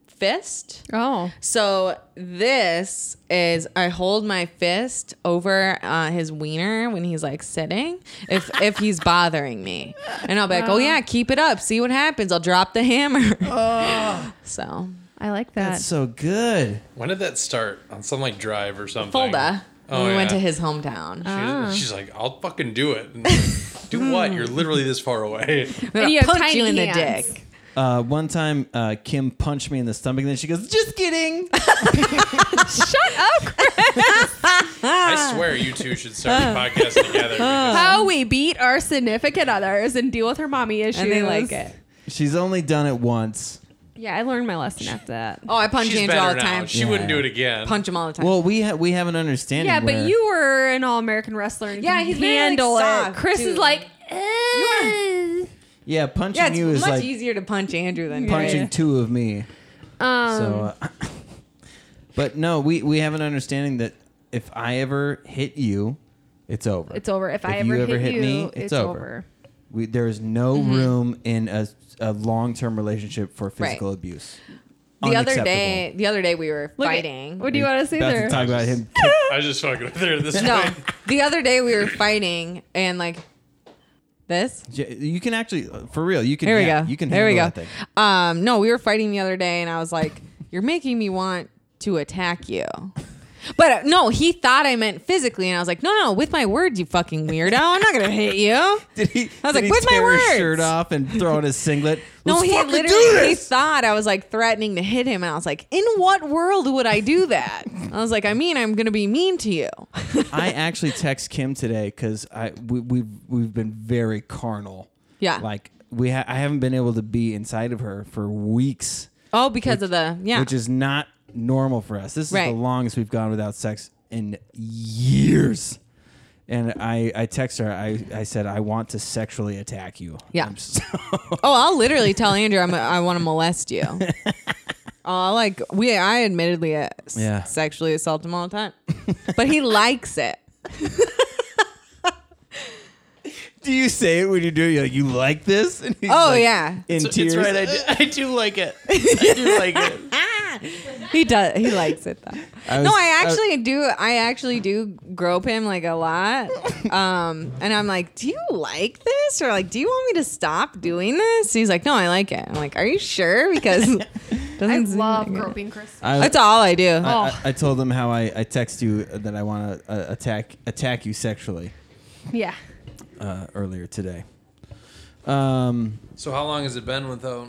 Speaker 3: fist.
Speaker 2: Oh,
Speaker 3: So this is I hold my fist over uh, his wiener when he's like sitting, if if he's bothering me, and I'll be like, oh yeah, keep it up, see what happens. I'll drop the hammer.
Speaker 2: Oh.
Speaker 3: so
Speaker 2: I like that.
Speaker 1: That's so good.
Speaker 5: When did that start? On some like drive or something.
Speaker 3: Fulda,
Speaker 5: Oh,
Speaker 3: we
Speaker 5: yeah.
Speaker 3: went to his hometown.
Speaker 2: Uh,
Speaker 5: She's, she's like, I'll fucking do it. And I'm like, do what? You're literally this far away.
Speaker 3: We're
Speaker 2: And
Speaker 3: gonna
Speaker 2: you have
Speaker 3: punch
Speaker 2: tiny
Speaker 3: you in
Speaker 2: hands.
Speaker 3: the dick.
Speaker 1: Uh, one time, uh, Kim punched me in the stomach, and then she goes, "Just kidding."
Speaker 2: Ah.
Speaker 5: I swear you two should start a podcast together. because
Speaker 2: How we beat our significant others Um, and deal with her mommy issues.
Speaker 3: And they like it.
Speaker 1: She's only done it once.
Speaker 2: Yeah, I learned my lesson after that.
Speaker 3: Oh, I punch
Speaker 5: She's
Speaker 3: Andrew all
Speaker 5: better
Speaker 3: the
Speaker 5: now.
Speaker 3: time.
Speaker 5: She
Speaker 1: Yeah.
Speaker 5: wouldn't do it again.
Speaker 3: Punch him all the time.
Speaker 1: Well, we ha- we have an understanding.
Speaker 2: Yeah, but
Speaker 1: where-
Speaker 2: you were an All American wrestler. And
Speaker 3: Yeah,
Speaker 2: can
Speaker 3: he's very, like,
Speaker 2: handle it.
Speaker 3: soft,
Speaker 2: Chris
Speaker 3: dude.
Speaker 2: is like, eh.
Speaker 1: yeah, punching
Speaker 3: yeah, it's
Speaker 1: you is
Speaker 3: much
Speaker 1: like
Speaker 3: easier to punch Andrew than
Speaker 1: punching
Speaker 2: Yeah.
Speaker 1: two of me.
Speaker 2: um,
Speaker 1: so, uh, but no, we we have an understanding that if I ever hit you, it's over.
Speaker 2: it's over. If, I
Speaker 1: you
Speaker 2: ever,
Speaker 1: ever
Speaker 2: hit,
Speaker 1: hit
Speaker 2: you,
Speaker 1: me, it's
Speaker 2: it's, over.
Speaker 1: over. We, there is no
Speaker 3: Mm-hmm.
Speaker 1: room in a, a long term relationship for physical abuse.
Speaker 3: The other
Speaker 1: Unacceptable.
Speaker 3: day, the other day we were
Speaker 2: Look at-
Speaker 3: fighting.
Speaker 2: what do you want to say
Speaker 1: About to
Speaker 2: there?
Speaker 1: talk about him.
Speaker 5: I was just fucking with her at this
Speaker 3: no,
Speaker 5: point.
Speaker 3: the other day we were fighting, and like This?
Speaker 1: J- You can actually, uh, for real, you can.
Speaker 3: Here we
Speaker 1: yeah,
Speaker 3: go.
Speaker 1: You can.
Speaker 3: Here we
Speaker 1: handle
Speaker 3: go.
Speaker 1: that thing.
Speaker 3: Um, no, we were fighting the other day, and I was like, "You're making me want to attack you." But uh, no, he thought I meant physically, and I was like, "No, no, with my words, you fucking weirdo! I'm not gonna hit you."
Speaker 1: Did he?
Speaker 3: I was
Speaker 1: did
Speaker 3: like,
Speaker 1: he
Speaker 3: "With my
Speaker 1: tear his
Speaker 3: words."
Speaker 1: shirt off and throw in his singlet.
Speaker 3: No,
Speaker 1: Let's
Speaker 3: he
Speaker 1: fucking do
Speaker 3: literally he
Speaker 1: this!
Speaker 3: thought I was like threatening to hit him, and I was like, "In what world would I do that?" I was like, "I mean, I'm gonna be mean to you."
Speaker 1: I actually text Kim today because I we, we've we've been very carnal.
Speaker 3: Yeah.
Speaker 1: Like we ha- I haven't been able to be inside of her for weeks,
Speaker 3: Oh, because of the yeah.
Speaker 1: which is not normal for us. This is
Speaker 3: Right.
Speaker 1: the longest we've gone without sex in years. And I, I text her. I, I said I want to sexually attack you.
Speaker 3: Yeah.
Speaker 1: I'm so-
Speaker 3: Oh, I'll literally tell Andrew I'm, I want to molest you. Oh, like we, I admittedly uh, s-
Speaker 1: Yeah.
Speaker 3: sexually assault him all the time, but he likes it.
Speaker 1: do you say it when you do? it? You're like, you like this? And he's
Speaker 3: Oh
Speaker 1: like,
Speaker 3: yeah,
Speaker 1: In
Speaker 5: It's-
Speaker 1: tears.
Speaker 5: It's right. I do, I do like it. I do like it.
Speaker 3: he does. He likes it though.
Speaker 1: was-
Speaker 3: no, I actually do. I actually do grope him like a lot, um, and I'm like, "Do you like this?" Or like, "Do you want me to stop doing this?" And he's like, "No, I like it." I'm like, "Are you sure?" Because doesn't
Speaker 2: I
Speaker 3: seem
Speaker 2: love
Speaker 3: like it.
Speaker 2: groping Chris.
Speaker 1: I-
Speaker 3: That's all I do.
Speaker 1: I,
Speaker 2: Oh.
Speaker 1: I, I told them how I, I text you that I want to uh, attack attack you sexually
Speaker 2: Yeah.
Speaker 1: uh, earlier today. Um,
Speaker 5: So how long has it been without?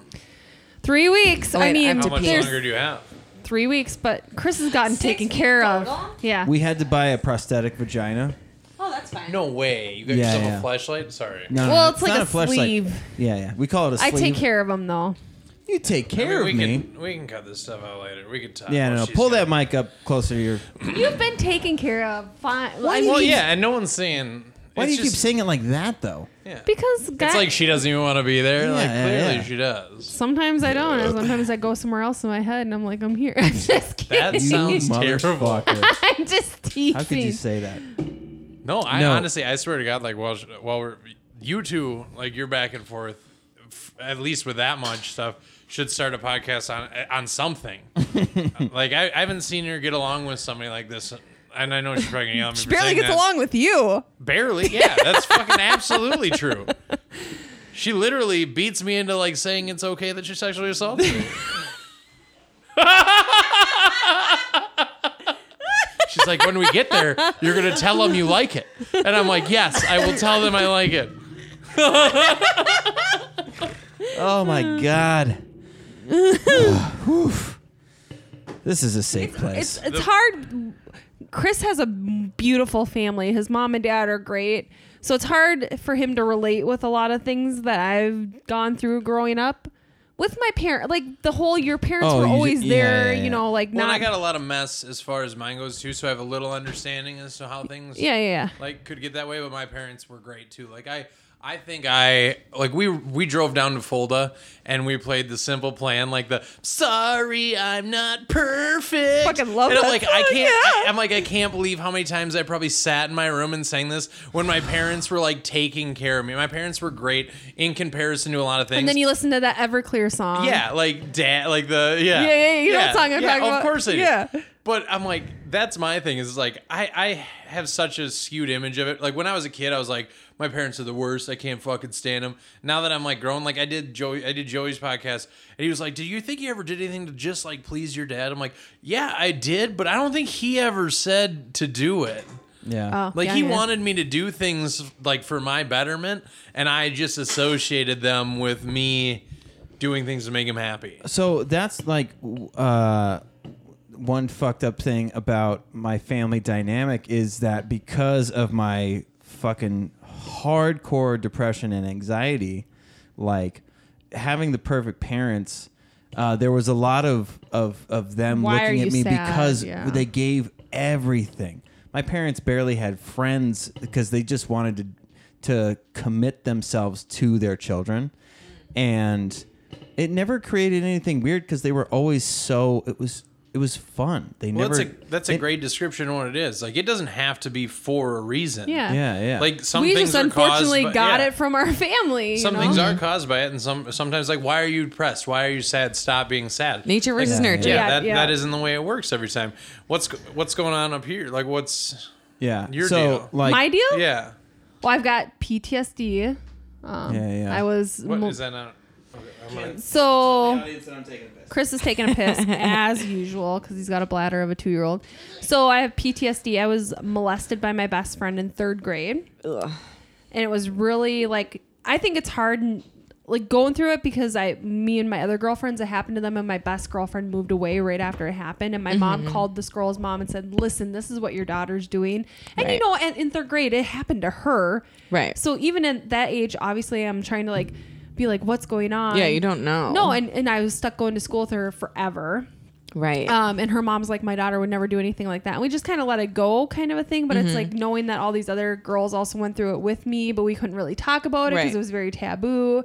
Speaker 2: Three weeks.
Speaker 3: Oh, wait,
Speaker 2: I
Speaker 3: I
Speaker 2: mean,
Speaker 3: have
Speaker 5: How
Speaker 3: to
Speaker 5: much
Speaker 3: pee.
Speaker 2: there's
Speaker 5: longer do you have?
Speaker 2: three weeks, but Chris has gotten
Speaker 3: Six
Speaker 2: taken
Speaker 3: weeks
Speaker 2: care of.
Speaker 3: total?
Speaker 2: Yeah.
Speaker 1: we had to buy a prosthetic vagina.
Speaker 3: oh, that's fine.
Speaker 5: No way. You got
Speaker 1: Yeah,
Speaker 5: yourself
Speaker 1: yeah.
Speaker 5: a flashlight. Sorry.
Speaker 1: No, no,
Speaker 2: Well,
Speaker 1: no,
Speaker 2: it's like
Speaker 1: not
Speaker 2: a
Speaker 1: fleshlight.
Speaker 2: sleeve.
Speaker 1: Yeah, yeah. We call it a
Speaker 2: I
Speaker 1: sleeve.
Speaker 2: take care of him though.
Speaker 1: You take
Speaker 5: I mean,
Speaker 1: care
Speaker 5: we
Speaker 1: of me.
Speaker 5: Can, we can cut this stuff out later. We could talk.
Speaker 1: yeah,
Speaker 5: while
Speaker 1: no, no.
Speaker 5: she's
Speaker 1: Pull
Speaker 5: got-
Speaker 1: that mic up closer to your.
Speaker 2: You've been taken care of. Fine. I
Speaker 5: Well,
Speaker 2: mean,
Speaker 5: yeah, and no one's saying.
Speaker 1: Why do
Speaker 5: it's
Speaker 1: you keep
Speaker 5: just-
Speaker 1: saying it like that though?
Speaker 5: Yeah.
Speaker 2: Because guys,
Speaker 5: It's like she doesn't even want to be there.
Speaker 1: Yeah,
Speaker 5: like
Speaker 1: yeah,
Speaker 5: clearly
Speaker 1: yeah.
Speaker 5: she does.
Speaker 2: sometimes I don't. And sometimes I go somewhere else in my head, and I'm like, I'm here. I'm just kidding.
Speaker 5: That sounds terrible.
Speaker 1: motherfucker.
Speaker 2: I'm just teasing.
Speaker 1: How could you say that?
Speaker 5: No, I
Speaker 1: No.
Speaker 5: honestly, I swear to God, like while while we're you two, like you're back and forth, f- at least with that much stuff, should start a podcast on on something. like I, I haven't seen her get along with somebody like this, and I know she's probably gonna yell at me.
Speaker 3: She
Speaker 5: for
Speaker 3: barely
Speaker 5: saying
Speaker 3: gets
Speaker 5: that.
Speaker 3: along with you.
Speaker 5: Barely, yeah, that's fucking absolutely true. She literally beats me into like saying it's okay that she sexually assaulted me. She's like, when we get there, you're gonna tell them you like it, and I'm like, yes, I will tell them I like it.
Speaker 1: Oh my god. Whew. This is a safe place.
Speaker 2: It's it's hard. Chris has a beautiful family. His mom and dad are great. So it's hard for him to relate with a lot of things that I've gone through growing up with my parent. Like the whole your parents
Speaker 1: Oh,
Speaker 2: were
Speaker 1: you ju-
Speaker 2: always
Speaker 1: yeah,
Speaker 2: there,
Speaker 1: yeah, yeah.
Speaker 2: you know, like
Speaker 5: Well, and
Speaker 2: not
Speaker 5: I got a lot of mess as far as mine goes too, so I have a little understanding as to how things
Speaker 2: Yeah, yeah,
Speaker 5: like could get that way but my parents were great too like i i think i like we we drove down to folda and we played the simple plan like the sorry i'm not perfect
Speaker 2: Fucking love
Speaker 5: and i'm
Speaker 2: that
Speaker 5: like i
Speaker 2: song,
Speaker 5: can't
Speaker 2: yeah.
Speaker 5: I, i'm like i can't believe how many times i probably sat in my room and sang this when my parents were like taking care of me my parents were great in comparison to a lot of things
Speaker 2: And then you listen to that Everclear song.
Speaker 5: yeah, like dad, like the yeah,
Speaker 2: Yeah, yeah, you know what song I'm
Speaker 5: yeah,
Speaker 2: talking
Speaker 5: of
Speaker 2: about.
Speaker 5: course I do.
Speaker 2: Yeah.
Speaker 5: But I'm like, that's my thing. Is like I I have such a skewed image of it. Like when I was a kid, I was like, my parents are the worst. I can't fucking stand them. Now that I'm like grown, like I did Joey, I did Joey's podcast, and he was like, "Do you think you ever did anything to just like please your dad?" I'm like, "Yeah, I did, but I don't think he ever said to do it."
Speaker 1: yeah.
Speaker 2: Oh,
Speaker 5: Like
Speaker 2: yeah,
Speaker 5: he
Speaker 2: yeah.
Speaker 5: wanted me to do things like for my betterment, and I just associated them with me doing things to make him happy.
Speaker 1: So that's like w- uh, one fucked up thing about my family dynamic is that because of my fucking hardcore depression and anxiety, like having the perfect parents, uh, there was a lot of of of them
Speaker 2: Why are
Speaker 1: looking
Speaker 2: you
Speaker 1: at me
Speaker 2: sad?
Speaker 1: because
Speaker 2: Yeah.
Speaker 1: they gave everything. My parents barely had friends because they just wanted to to commit themselves to their children, and it never created anything weird because they were always so. It was it was fun. They
Speaker 5: Well,
Speaker 1: never.
Speaker 5: that's a that's a
Speaker 1: it-
Speaker 5: great description of what it is. Like it doesn't have to be for a reason.
Speaker 2: Yeah.
Speaker 1: Yeah, yeah.
Speaker 5: Like some
Speaker 2: we
Speaker 5: things
Speaker 2: just
Speaker 5: are
Speaker 2: unfortunately
Speaker 5: caused by,
Speaker 2: got
Speaker 5: yeah.
Speaker 2: it from our family.
Speaker 5: Some
Speaker 2: you know?
Speaker 5: things
Speaker 1: Mm-hmm.
Speaker 5: are caused by it, and some sometimes like why are you depressed? Why are you sad? Stop being sad.
Speaker 3: Nature versus
Speaker 1: Yeah,
Speaker 3: nurture.
Speaker 5: yeah,
Speaker 2: Yeah,
Speaker 5: that,
Speaker 2: yeah.
Speaker 5: that isn't the way it works every time. What's go- what's going on up here? Like what's
Speaker 1: yeah.
Speaker 5: your
Speaker 1: so
Speaker 5: deal.
Speaker 1: like
Speaker 2: my deal.
Speaker 5: yeah.
Speaker 2: Well, I've got PTSD. Um,
Speaker 6: Yeah, yeah.
Speaker 2: I was
Speaker 5: What
Speaker 2: mo-
Speaker 5: is that not? Okay, I'm gonna-
Speaker 2: so.
Speaker 6: I'm taking a piss.
Speaker 2: Chris is taking a piss as usual because he's got a bladder of a two year old. So I have PTSD. I was molested by my best friend in third grade.
Speaker 3: Ugh.
Speaker 2: And it was really like, I think it's hard, n- like going through it because I, me and my other girlfriends, it happened to them, and my best girlfriend moved away right after it happened. And my mom called this girl's mom and said, Listen, this is what your daughter's doing. And you
Speaker 3: Right.
Speaker 2: know, and in third grade, it happened to her.
Speaker 3: Right.
Speaker 2: So even at that age, obviously, I'm trying to like, be like, what's going on?
Speaker 3: Yeah, you don't know.
Speaker 2: No, and, and I was stuck going to school with her forever.
Speaker 3: right.
Speaker 2: Um, and her mom's like, my daughter would never do anything like that. And we just kind of let it go, kind of a thing. But
Speaker 3: Mm-hmm.
Speaker 2: it's like knowing that all these other girls also went through it with me, but we couldn't really talk about it because
Speaker 3: Right.
Speaker 2: it was very taboo.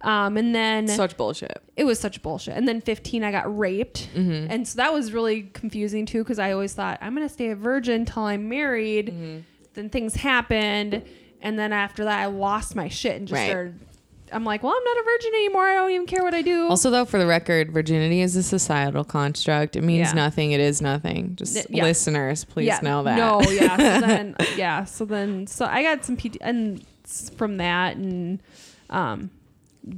Speaker 2: Um, and then
Speaker 3: Such bullshit.
Speaker 2: it was such bullshit. And then 15, I got raped. And so that was really confusing too, because I always thought, I'm going to stay a virgin till I'm married. Then things happened. And then after that, I lost my shit and just
Speaker 3: Right.
Speaker 2: started. I'm like, well, I'm not a virgin anymore. I don't even care what I do.
Speaker 3: Also, though, for the record, virginity is a societal construct. It means
Speaker 2: Yeah.
Speaker 3: nothing. It is nothing.
Speaker 2: Th-
Speaker 3: Just
Speaker 2: yeah.
Speaker 3: listeners, please
Speaker 2: yeah,
Speaker 3: know that.
Speaker 2: No, yeah. So then, yeah. So then, so I got some PT and s- from that and um,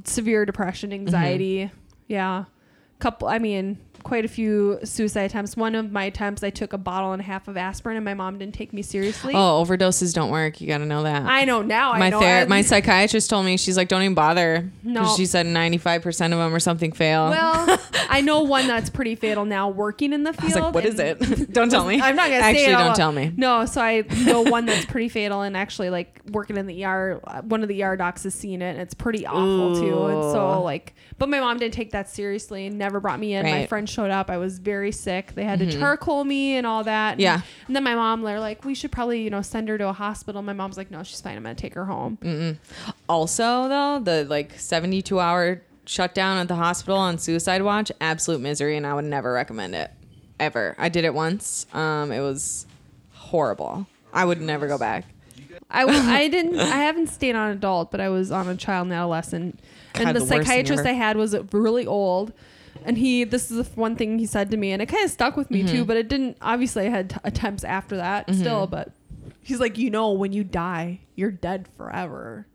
Speaker 2: severe depression,
Speaker 3: Mm-hmm.
Speaker 2: anxiety. Yeah, couple. I mean, quite a few suicide attempts. One of my attempts, I took a bottle and a half of aspirin, and my mom didn't take me seriously.
Speaker 3: Oh, overdoses don't work. You got to know that.
Speaker 2: I know now. I
Speaker 3: my
Speaker 2: know.
Speaker 3: ther-
Speaker 2: I'm-
Speaker 3: my psychiatrist told me she's like, don't even bother. 'Cause
Speaker 2: No.
Speaker 3: she said ninety five percent of them or something fail.
Speaker 2: well, I know one that's pretty fatal now. Working in the
Speaker 3: I
Speaker 2: field.
Speaker 3: was like, what is
Speaker 2: and-
Speaker 3: it? don't tell me.
Speaker 2: I'm not gonna
Speaker 3: actually
Speaker 2: say it all
Speaker 3: don't
Speaker 2: out.
Speaker 3: tell me.
Speaker 2: No, so I know one that's pretty fatal, and actually, like working in the ER, uh, one of the ER docs has seen it, and it's pretty awful too. And so, like, but my mom didn't take that seriously and never brought me in. My
Speaker 3: Right. Mm-hmm.
Speaker 2: friend showed up. I was very sick. They had to charcoal me and all that. And,
Speaker 3: Yeah.
Speaker 2: And then my mom, they're like, we should probably, you know, send her to a hospital. My mom's like, no, she's fine. I'm gonna take her home.
Speaker 3: Also, though, the like 72 hour shutdown at the hospital on suicide watch, absolute misery, and I would never recommend it ever. I did it once. Um, it was horrible. I would never go back.
Speaker 2: I, w- I didn't I haven't stayed on adult, but I was on a child and adolescent.
Speaker 3: God,
Speaker 2: and the,
Speaker 3: the worst thing
Speaker 2: psychiatrist
Speaker 3: ever.
Speaker 2: I had was really old. And he, this is the f- one thing he said to me, and it kind of stuck with me
Speaker 3: Mm-hmm.
Speaker 2: too. But it didn't. Obviously, I had t- attempts after that still. But he's like, you know, when you die, you're dead forever.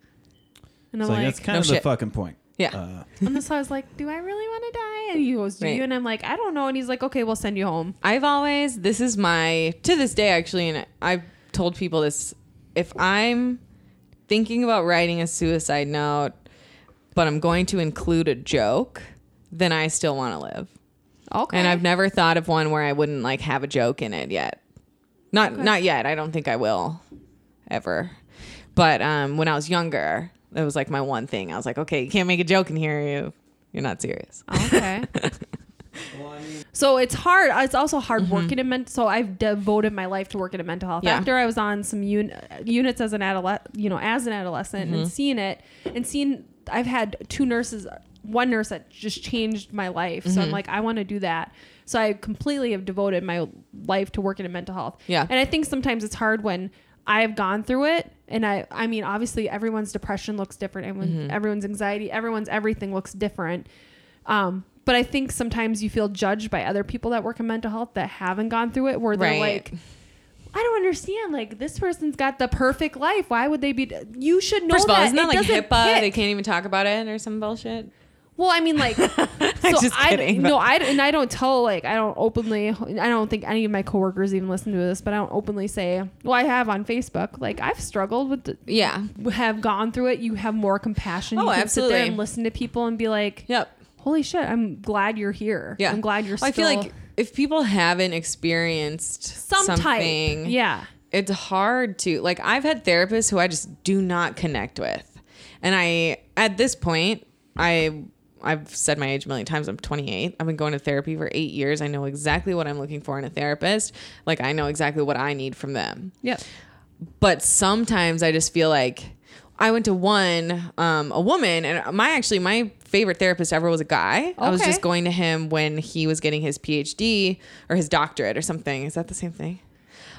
Speaker 2: And I'm
Speaker 6: So
Speaker 2: like,
Speaker 6: that's kind
Speaker 3: no
Speaker 6: of the
Speaker 3: shit.
Speaker 6: fucking point.
Speaker 3: Yeah.
Speaker 6: Uh,
Speaker 2: and so I was like, do I really want to die? And he goes, do
Speaker 3: Right.
Speaker 2: you? And I'm like, I don't know. And he's like, okay, we'll send you home.
Speaker 3: I've always, this is my, to this day actually, and I've told people this if I'm thinking about writing a suicide note, but I'm going to include a joke, then I still want to live.
Speaker 2: Okay.
Speaker 3: and I've never thought of one where I wouldn't like have a joke in it yet. Not not yet. I don't think I will ever. But um, when I was younger, that was like my one thing. I was like, okay, you can't make a joke in here. You you're not serious.
Speaker 2: Okay. So it's hard. It's also hard working in mental. So I've devoted my life to working in mental health.
Speaker 3: Yeah.
Speaker 2: After I was on some un- uh, units as an adolescent, you know, as an adolescent, and seeing it, and seeing I've had two nurses, one nurse that just changed my life. So I'm like, I want to do that. So I completely have devoted my life to working in mental health.
Speaker 3: Yeah.
Speaker 2: And I think sometimes it's hard when I've gone through it, and I, I mean, obviously everyone's depression looks different, and when
Speaker 3: Mm-hmm.
Speaker 2: everyone's anxiety, everyone's everything looks different. Um, but I think sometimes you feel judged by other people that work in mental health that haven't gone through it, where they're
Speaker 3: Right.
Speaker 2: like, I don't understand. Like this person's got the perfect life. Why would they be? You should know
Speaker 3: First of
Speaker 2: that.
Speaker 3: all, isn't that
Speaker 2: It
Speaker 3: like
Speaker 2: doesn't
Speaker 3: HIPAA?
Speaker 2: fit.
Speaker 3: They can't even talk about it or some bullshit.
Speaker 2: Well, I mean, like, so
Speaker 3: Just
Speaker 2: I
Speaker 3: kidding,
Speaker 2: no,
Speaker 3: but-
Speaker 2: I and I don't tell like I don't openly. I don't think any of my coworkers even listen to this, but I don't openly say. Well, I have on Facebook. Like I've struggled with, the,
Speaker 3: Yeah.
Speaker 2: have gone through it. You have more compassion.
Speaker 3: Oh,
Speaker 2: you can Sit there
Speaker 3: absolutely.
Speaker 2: and listen to people and be like,
Speaker 3: Yep.
Speaker 2: holy shit, I'm glad you're here.
Speaker 3: Yeah.
Speaker 2: I'm glad you're. Still
Speaker 3: I feel like if people haven't experienced
Speaker 2: some
Speaker 3: something,
Speaker 2: type. Yeah.
Speaker 3: it's hard to like i've had therapists who i just do not connect with and i at this point i i've said my age a million times i'm 28 i've been going to therapy for eight years i know exactly what i'm looking for in a therapist like i know exactly what i need from them
Speaker 2: Yep.
Speaker 3: but sometimes I just feel like I went to one, um, a woman, and my actually my favorite therapist ever was a guy. I was
Speaker 2: Okay.
Speaker 3: just going to him when he was getting his PhD or his doctorate or something. Is that the same thing?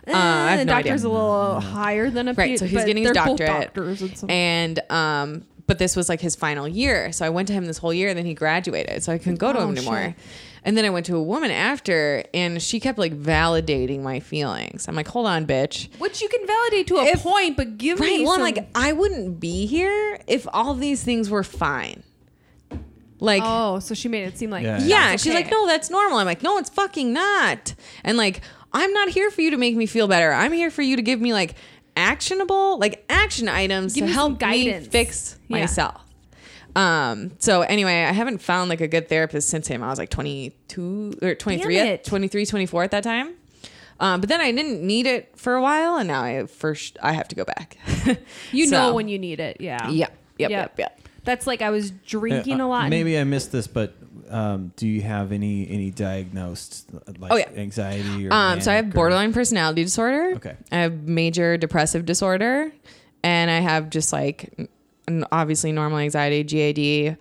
Speaker 2: Eh,
Speaker 3: Uh, I have
Speaker 2: the
Speaker 3: no idea.
Speaker 2: doctor's a little higher than a
Speaker 3: Right,
Speaker 2: P-
Speaker 3: so he's
Speaker 2: but
Speaker 3: getting his
Speaker 2: they're both
Speaker 3: doctorate,
Speaker 2: doctors and so-
Speaker 3: and um, but this was like his final year. So I went to him this whole year and then he graduated. So I couldn't go to him
Speaker 2: Oh,
Speaker 3: anymore.
Speaker 2: shit.
Speaker 3: And then I went to a woman after and she kept like validating my feelings. I'm like, hold on, bitch. um
Speaker 2: Which you can validate to a
Speaker 3: If-
Speaker 2: point, but give
Speaker 3: Right.
Speaker 2: me
Speaker 3: Well, I'm
Speaker 2: some-
Speaker 3: like, I wouldn't be here if all these things were fine. Like,
Speaker 2: oh, so she made it seem like
Speaker 4: Yeah.
Speaker 3: yeah.
Speaker 2: that's
Speaker 3: She's
Speaker 2: okay.
Speaker 3: like, no, that's normal. I'm like, no, it's fucking not. And like, I'm not here for you to make me feel better. I'm here for you to give me like actionable, like action items
Speaker 2: Give
Speaker 3: to
Speaker 2: me some
Speaker 3: help
Speaker 2: guidance.
Speaker 3: me fix
Speaker 2: Yeah.
Speaker 3: myself. Um, so anyway, I haven't found like a good therapist since him. I was like 22 or 23
Speaker 2: Damn
Speaker 3: at
Speaker 2: it.
Speaker 3: 23, 24 at that time. Um, but then I didn't need it for a while, and now I first I have to go back.
Speaker 2: You
Speaker 3: So-
Speaker 2: know when you need it. Yeah.
Speaker 3: Yep. Yep. Yep. Yep.
Speaker 2: That's like I was drinking
Speaker 1: Uh,
Speaker 2: a lot. and-
Speaker 1: Maybe I missed this, but um, do you have any any diagnosed uh, like
Speaker 3: Oh, yeah.
Speaker 1: anxiety or?
Speaker 3: Um, so I have
Speaker 1: manic or-
Speaker 3: borderline personality disorder.
Speaker 1: Okay.
Speaker 3: I have major depressive disorder, and I have just like n- obviously normal anxiety, GAD,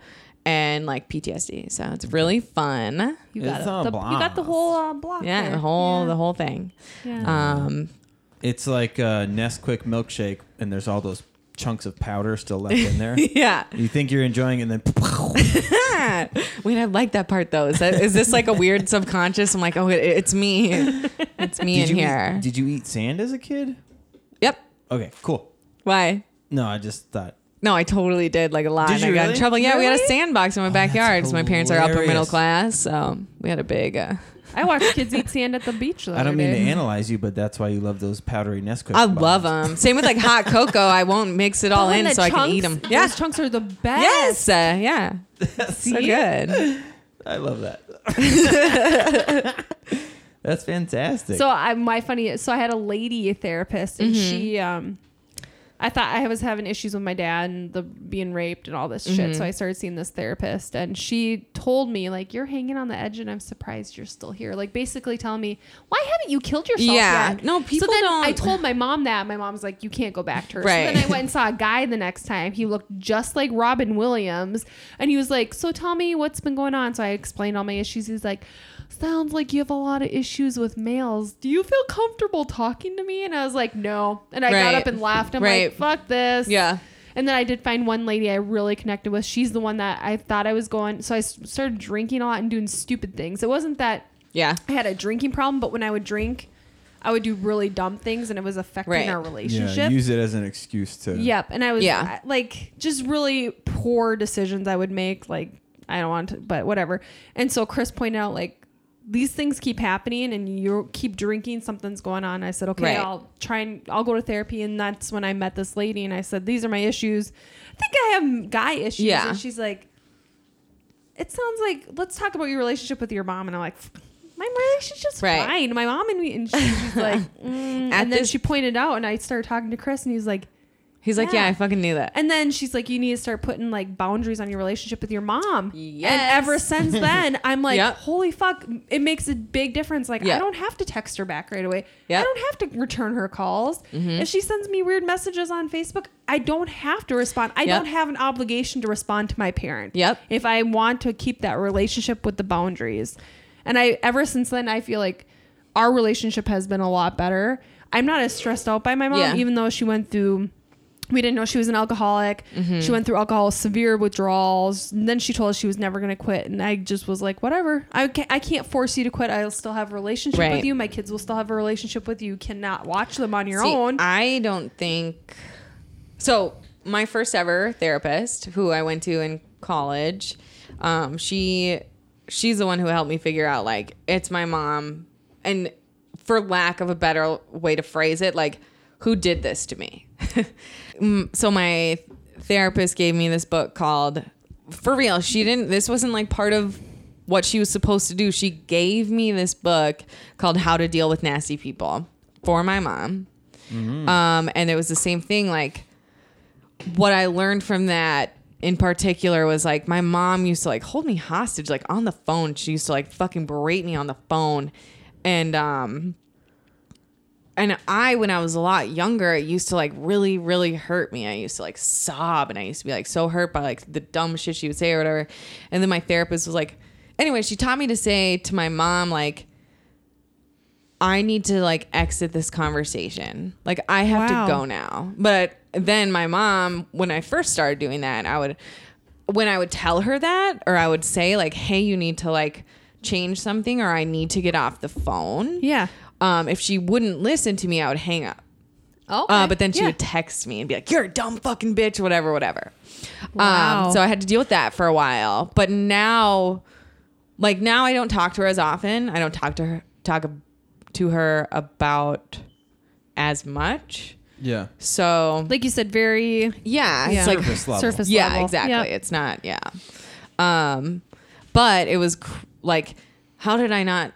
Speaker 3: and like PTSD. So it's really fun.
Speaker 2: you
Speaker 1: It's
Speaker 2: got it.
Speaker 1: on
Speaker 2: The, you got the
Speaker 1: blast.
Speaker 2: whole uh, block.
Speaker 3: Yeah,
Speaker 2: there.
Speaker 3: the whole
Speaker 2: Yeah.
Speaker 3: the whole thing.
Speaker 2: Yeah.
Speaker 3: Um,
Speaker 1: It's like a Nesquik milkshake, and there's all those chunks of powder still left in there.
Speaker 3: yeah.
Speaker 1: you think you're enjoying, it and then
Speaker 3: Wait, I like that part though. Is that is this like a weird subconscious? I'm like, oh, it, it's me. It's me
Speaker 1: did
Speaker 3: in
Speaker 1: you
Speaker 3: here.
Speaker 1: Eat, did you eat sand as a kid?
Speaker 3: yep.
Speaker 1: Okay, cool.
Speaker 3: Why?
Speaker 1: No, I just thought
Speaker 3: No, I totally did like a lot.
Speaker 1: Did
Speaker 3: and I
Speaker 1: you
Speaker 3: got in
Speaker 1: really? Oh,
Speaker 3: trouble. Yeah, we had a
Speaker 2: Really?
Speaker 3: sandbox in my backyard. So my parents are upper middle
Speaker 1: hilarious.
Speaker 3: class. So we had a big. Uh,
Speaker 2: I watched kids eat sand at the beach. The
Speaker 1: I don't
Speaker 2: other
Speaker 1: mean to
Speaker 2: day.
Speaker 1: analyze you, but that's why you love those powdery Nesquik.
Speaker 3: I love
Speaker 1: bars.
Speaker 3: them. Same with like hot cocoa. I won't mix it all
Speaker 2: But when
Speaker 3: in
Speaker 2: the
Speaker 3: so I can eat them.
Speaker 2: chunks-
Speaker 3: Yeah.
Speaker 2: Those chunks are the best.
Speaker 3: Yes. Uh, yeah. So good.
Speaker 1: I love that. that's fantastic.
Speaker 2: So I my funny so I had a lady therapist and she
Speaker 3: Mm-hmm.
Speaker 2: um I thought I was having issues with my dad and the being raped and all this shit.
Speaker 3: Mm-hmm.
Speaker 2: So I started seeing this therapist and she told me like you're hanging on the edge and I'm surprised you're still here. Like basically telling me, "Why haven't you killed yourself
Speaker 3: Yeah.
Speaker 2: yet?"
Speaker 3: No, people
Speaker 2: So then
Speaker 3: don't-
Speaker 2: I told my mom that. My mom's like, "You can't go back to her."
Speaker 3: Right.
Speaker 2: So then I went and saw a guy the next time. He looked just like Robin Williams and he was like, "So tell me what's been going on." So I explained all my issues. He's like, sounds like you have a lot of issues with males. Do you feel comfortable talking to me? And I was like, no. And I
Speaker 3: Right.
Speaker 2: got up and laughed. I'm
Speaker 3: Right.
Speaker 2: like, fuck this.
Speaker 3: Yeah.
Speaker 2: And then I did find one lady I really connected with. She's the one that I thought I was going. So I s- started drinking a lot and doing stupid things. It wasn't that
Speaker 3: Yeah.
Speaker 2: I had a drinking problem, but when I would drink, I would do really dumb things and it was affecting
Speaker 3: Right.
Speaker 2: our relationship.
Speaker 1: Yeah, use it as an excuse to.
Speaker 2: Yep. And I was
Speaker 3: Yeah.
Speaker 2: I- like just really poor decisions I would make. Like I don't want to, but whatever. And so Chris pointed out like these things keep happening and you keep drinking, something's going on. I said, okay,
Speaker 3: Right.
Speaker 2: I'll try and I'll go to therapy. And that's when I met this lady and I said, these are my issues. I think I have guy issues.
Speaker 3: Yeah.
Speaker 2: And she's like, it sounds like, let's talk about your relationship with your mom. And I'm like, my relationship's
Speaker 3: Right.
Speaker 2: fine. My mom and me, and she's like, mm.
Speaker 3: At
Speaker 2: and then
Speaker 3: this-
Speaker 2: she pointed out, and I started talking to Chris, and he's like,
Speaker 3: He's like, yeah,
Speaker 2: Yeah.
Speaker 3: I fucking knew that.
Speaker 2: and then she's like, you need to start putting like boundaries on your relationship with your mom.
Speaker 3: Yes.
Speaker 2: And ever since then, I'm like,
Speaker 3: Yep.
Speaker 2: holy fuck, it makes a big difference. Like,
Speaker 3: Yeah.
Speaker 2: I don't have to text her back right away.
Speaker 3: Yep. Mm-hmm.
Speaker 2: I don't have to return her calls. If she sends me weird messages on Facebook, I don't have to respond. I
Speaker 3: Yep.
Speaker 2: don't have an obligation to respond to my parent.
Speaker 3: Yep.
Speaker 2: If I want to keep that relationship with the boundaries. And I ever since then I feel like our relationship has been a lot better. I'm not as stressed out by my mom,
Speaker 3: Yeah.
Speaker 2: even though she went through we didn't know she was an alcoholic.
Speaker 3: Mm-hmm.
Speaker 2: She went through alcohol, severe withdrawals. And then she told us she was never going to quit. And I just was like, whatever. I can't, I can't force you to quit. I'll still have a relationship
Speaker 3: Right.
Speaker 2: with you. My kids will still have a relationship with you. You cannot watch them on your
Speaker 3: See,
Speaker 2: own.
Speaker 3: I don't think so. My first ever therapist, who I went to in college, um, she she's the one who helped me figure out like it's my mom, and for lack of a better way to phrase it, like who did this to me. Mm, so my therapist gave me this book called for real she didn't this wasn't like part of what she was supposed to do she gave me this book called how to deal with nasty people for my mom um, and it was the same thing like what i learned from that in particular was like my mom used to like hold me hostage like on the phone she used to like fucking berate me on the phone and um and I, when I was a lot younger, it used to like really, really hurt me. I used to like sob and I used to be like so hurt by like the dumb shit she would say or whatever. And then my therapist was like, anyway, she taught me to say to my mom, like, I need to like exit this conversation. Like, I have
Speaker 2: Wow.
Speaker 3: to go now. But then my mom, when I first started doing that, I would, when I would tell her that, or I would say like, "Hey, you need to like change something, or I need to get off the phone."
Speaker 2: Yeah.
Speaker 3: Um, if she wouldn't listen to me, I would hang up.
Speaker 2: Oh.
Speaker 3: Uh, but then she would text me and be like, "You're a dumb fucking bitch," whatever, whatever.
Speaker 2: Wow.
Speaker 3: Um, so I had to deal with that for a while. But now, like now, I don't talk to her as often. I don't talk to her talk ab- to her about as much.
Speaker 1: Yeah.
Speaker 3: So
Speaker 2: like you said, very yeah.
Speaker 3: yeah, it's like
Speaker 1: Surface level.
Speaker 2: Surface
Speaker 3: yeah,
Speaker 2: level.
Speaker 3: exactly.
Speaker 2: Yep.
Speaker 3: It's not yeah. Um, but it was cr- like, how did I not?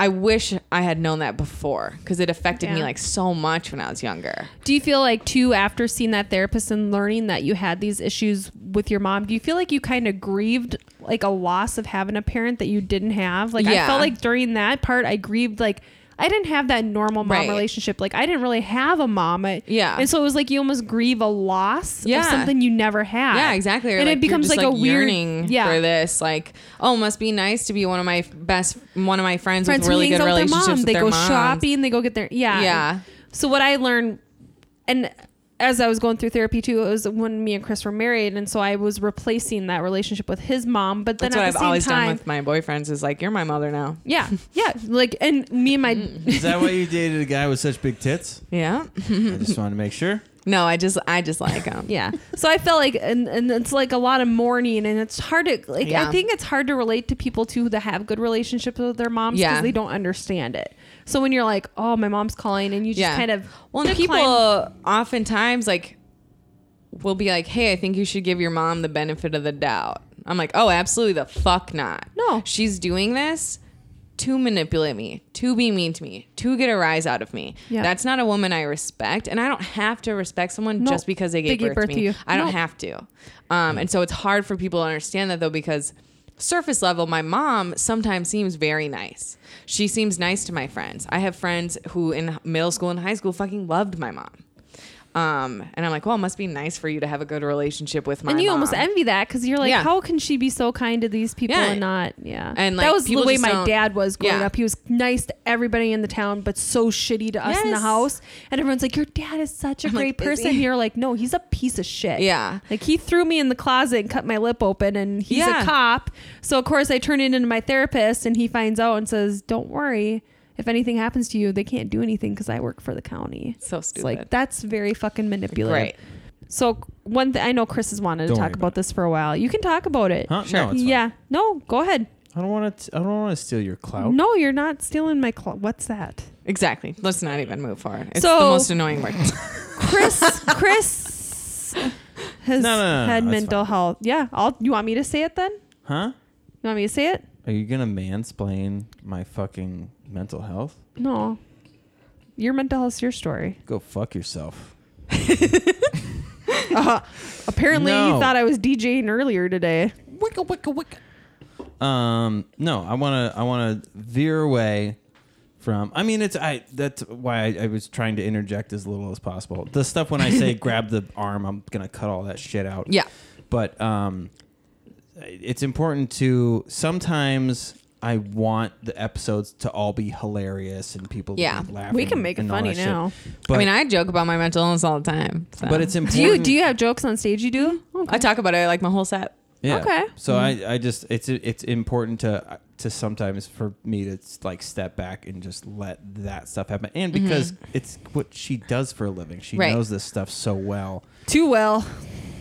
Speaker 3: I wish I had known that before because it affected me
Speaker 2: Yeah.
Speaker 3: like so much when I was younger.
Speaker 2: Do you feel like too after seeing that therapist and learning that you had these issues with your mom? Do you feel like you kind of grieved like a loss of having a parent that you didn't have? Like I
Speaker 3: Yeah.
Speaker 2: felt like during that part, I grieved like I didn't have that normal mom
Speaker 3: Right.
Speaker 2: relationship. Like I didn't really have a mom. I-
Speaker 3: Yeah.
Speaker 2: and so it was like you almost grieve a loss of
Speaker 3: Yeah.
Speaker 2: something you never had.
Speaker 3: Yeah, exactly. Or,
Speaker 2: and
Speaker 3: like,
Speaker 2: it
Speaker 3: you're
Speaker 2: becomes
Speaker 3: just,
Speaker 2: like, a weird
Speaker 3: yearning
Speaker 2: yeah.
Speaker 3: for this. Like, oh, must be nice to be one of my f- best, one of my friends,
Speaker 2: friends
Speaker 3: with really
Speaker 2: who hangs
Speaker 3: good
Speaker 2: out with
Speaker 3: relationships
Speaker 2: their mom.
Speaker 3: with
Speaker 2: They
Speaker 3: their
Speaker 2: go
Speaker 3: moms.
Speaker 2: shopping. They go get their yeah.
Speaker 3: Yeah.
Speaker 2: So what I learned, and as I was going through therapy too, it was when me and Chris were married, and so I was replacing that relationship with his mom. But then
Speaker 3: That's
Speaker 2: at
Speaker 3: what
Speaker 2: the
Speaker 3: I've
Speaker 2: same
Speaker 3: always
Speaker 2: time,
Speaker 3: done with my boyfriends. Is like, you're my mother now.
Speaker 2: yeah, yeah, like and me and my
Speaker 3: Mm.
Speaker 1: Is that why you dated a guy with such big tits?
Speaker 3: Yeah.
Speaker 1: I just wanted to make sure.
Speaker 3: No, I just, I just like them.
Speaker 2: yeah. So I felt like and, and it's like a lot of mourning, and it's hard to like. I
Speaker 3: Yeah.
Speaker 2: think it's hard to relate to people too that have good relationships with their moms because
Speaker 3: Yeah.
Speaker 2: they don't understand it. So when you're like, oh, my mom's calling, and you just kind of
Speaker 3: well and people
Speaker 2: decline-
Speaker 3: oftentimes like will be like hey i think you should give your mom the benefit of the doubt i'm like oh absolutely the fuck not
Speaker 2: No.
Speaker 3: she's doing this to manipulate me to be mean to me to get a rise out of me
Speaker 2: Yeah.
Speaker 3: that's not a woman i respect and i don't have to respect someone
Speaker 2: No.
Speaker 3: just because they
Speaker 2: They
Speaker 3: gave,
Speaker 2: gave
Speaker 3: birth,
Speaker 2: birth
Speaker 3: to
Speaker 2: to
Speaker 3: me
Speaker 2: you.
Speaker 3: i don't
Speaker 2: No.
Speaker 3: have to um, and so it's hard for people to understand that though because surface level my mom sometimes seems very nice she seems nice to my friends i have friends who in middle school and high school fucking loved my mom um, and i'm like well it must be nice for you to have a good relationship with my
Speaker 2: and you
Speaker 3: mom.
Speaker 2: almost envy that because you're like,
Speaker 3: Yeah.
Speaker 2: how can she be so kind to these people
Speaker 3: Yeah.
Speaker 2: and not? Yeah,
Speaker 3: And,
Speaker 2: that
Speaker 3: like,
Speaker 2: was the
Speaker 3: people
Speaker 2: way
Speaker 3: just
Speaker 2: my
Speaker 3: don't-
Speaker 2: dad was growing
Speaker 3: Yeah.
Speaker 2: up. He was nice to everybody in the town, but so shitty to us in the
Speaker 3: Yes.
Speaker 2: house. And everyone's like, "Your dad is such a
Speaker 3: I'm
Speaker 2: great
Speaker 3: like, "Is
Speaker 2: person."
Speaker 3: he?"
Speaker 2: You're like, "No, he's a piece of shit."
Speaker 3: Yeah.
Speaker 2: like he threw me in the closet and cut my lip open, and he's a
Speaker 3: Yeah.
Speaker 2: cop. So of course I turn it into my therapist, and he finds out and says, "Don't worry." If anything happens to you, they can't do anything because I work for the county.
Speaker 3: So
Speaker 2: It's like
Speaker 3: stupid.
Speaker 2: that's very fucking manipulative.
Speaker 3: right
Speaker 2: So one, th- I know Chris has wanted
Speaker 1: Don't
Speaker 2: to
Speaker 1: worry about
Speaker 2: talk about this for a while. You can talk about it.
Speaker 1: Huh? Sure. No, it's fine.
Speaker 2: yeah. No, go ahead.
Speaker 1: I don't want to. I don't want to steal your clout.
Speaker 2: No, you're not stealing my. Cl- What's that?
Speaker 3: exactly let's not even move forward it's
Speaker 2: So-
Speaker 3: the most annoying word
Speaker 2: Chris. Chris has
Speaker 1: No, no, no, no,
Speaker 2: had
Speaker 1: that's
Speaker 2: mental
Speaker 1: fine.
Speaker 2: health. Yeah. I'll, you want me to say it then? You
Speaker 1: Huh?
Speaker 2: want me to say it?
Speaker 1: Are you gonna mansplain my fucking mental health?
Speaker 2: No. Your mental health's your story.
Speaker 1: Go fuck yourself.
Speaker 2: Uh, Apparently, you
Speaker 1: No.
Speaker 2: thought I was DJing earlier today.
Speaker 1: Wicka wicka wicka. Um. No, I wanna. I wanna veer away from. I mean, it's. I. That's why I, I was trying to interject as little as possible. The stuff when I say grab the arm, I'm gonna cut all that shit out.
Speaker 3: yeah
Speaker 1: but um, it's important to sometimes I want the episodes to all be hilarious and people to
Speaker 3: Yeah.
Speaker 1: be laughing.
Speaker 2: We can make it
Speaker 1: and all
Speaker 2: funny
Speaker 1: that shit.
Speaker 2: now.
Speaker 1: But,
Speaker 3: i mean i joke about my mental illness all the time so.
Speaker 1: but it's
Speaker 2: Do
Speaker 1: important.
Speaker 2: you do you have jokes on stage? You do?
Speaker 3: i talk about it like my whole set
Speaker 1: Yeah.
Speaker 2: Okay.
Speaker 1: So I, I just it's it's important to to sometimes for me to like step back and just let that stuff happen, and because it's what she does for a living, she
Speaker 3: Right.
Speaker 1: knows this stuff so well.
Speaker 2: Too well.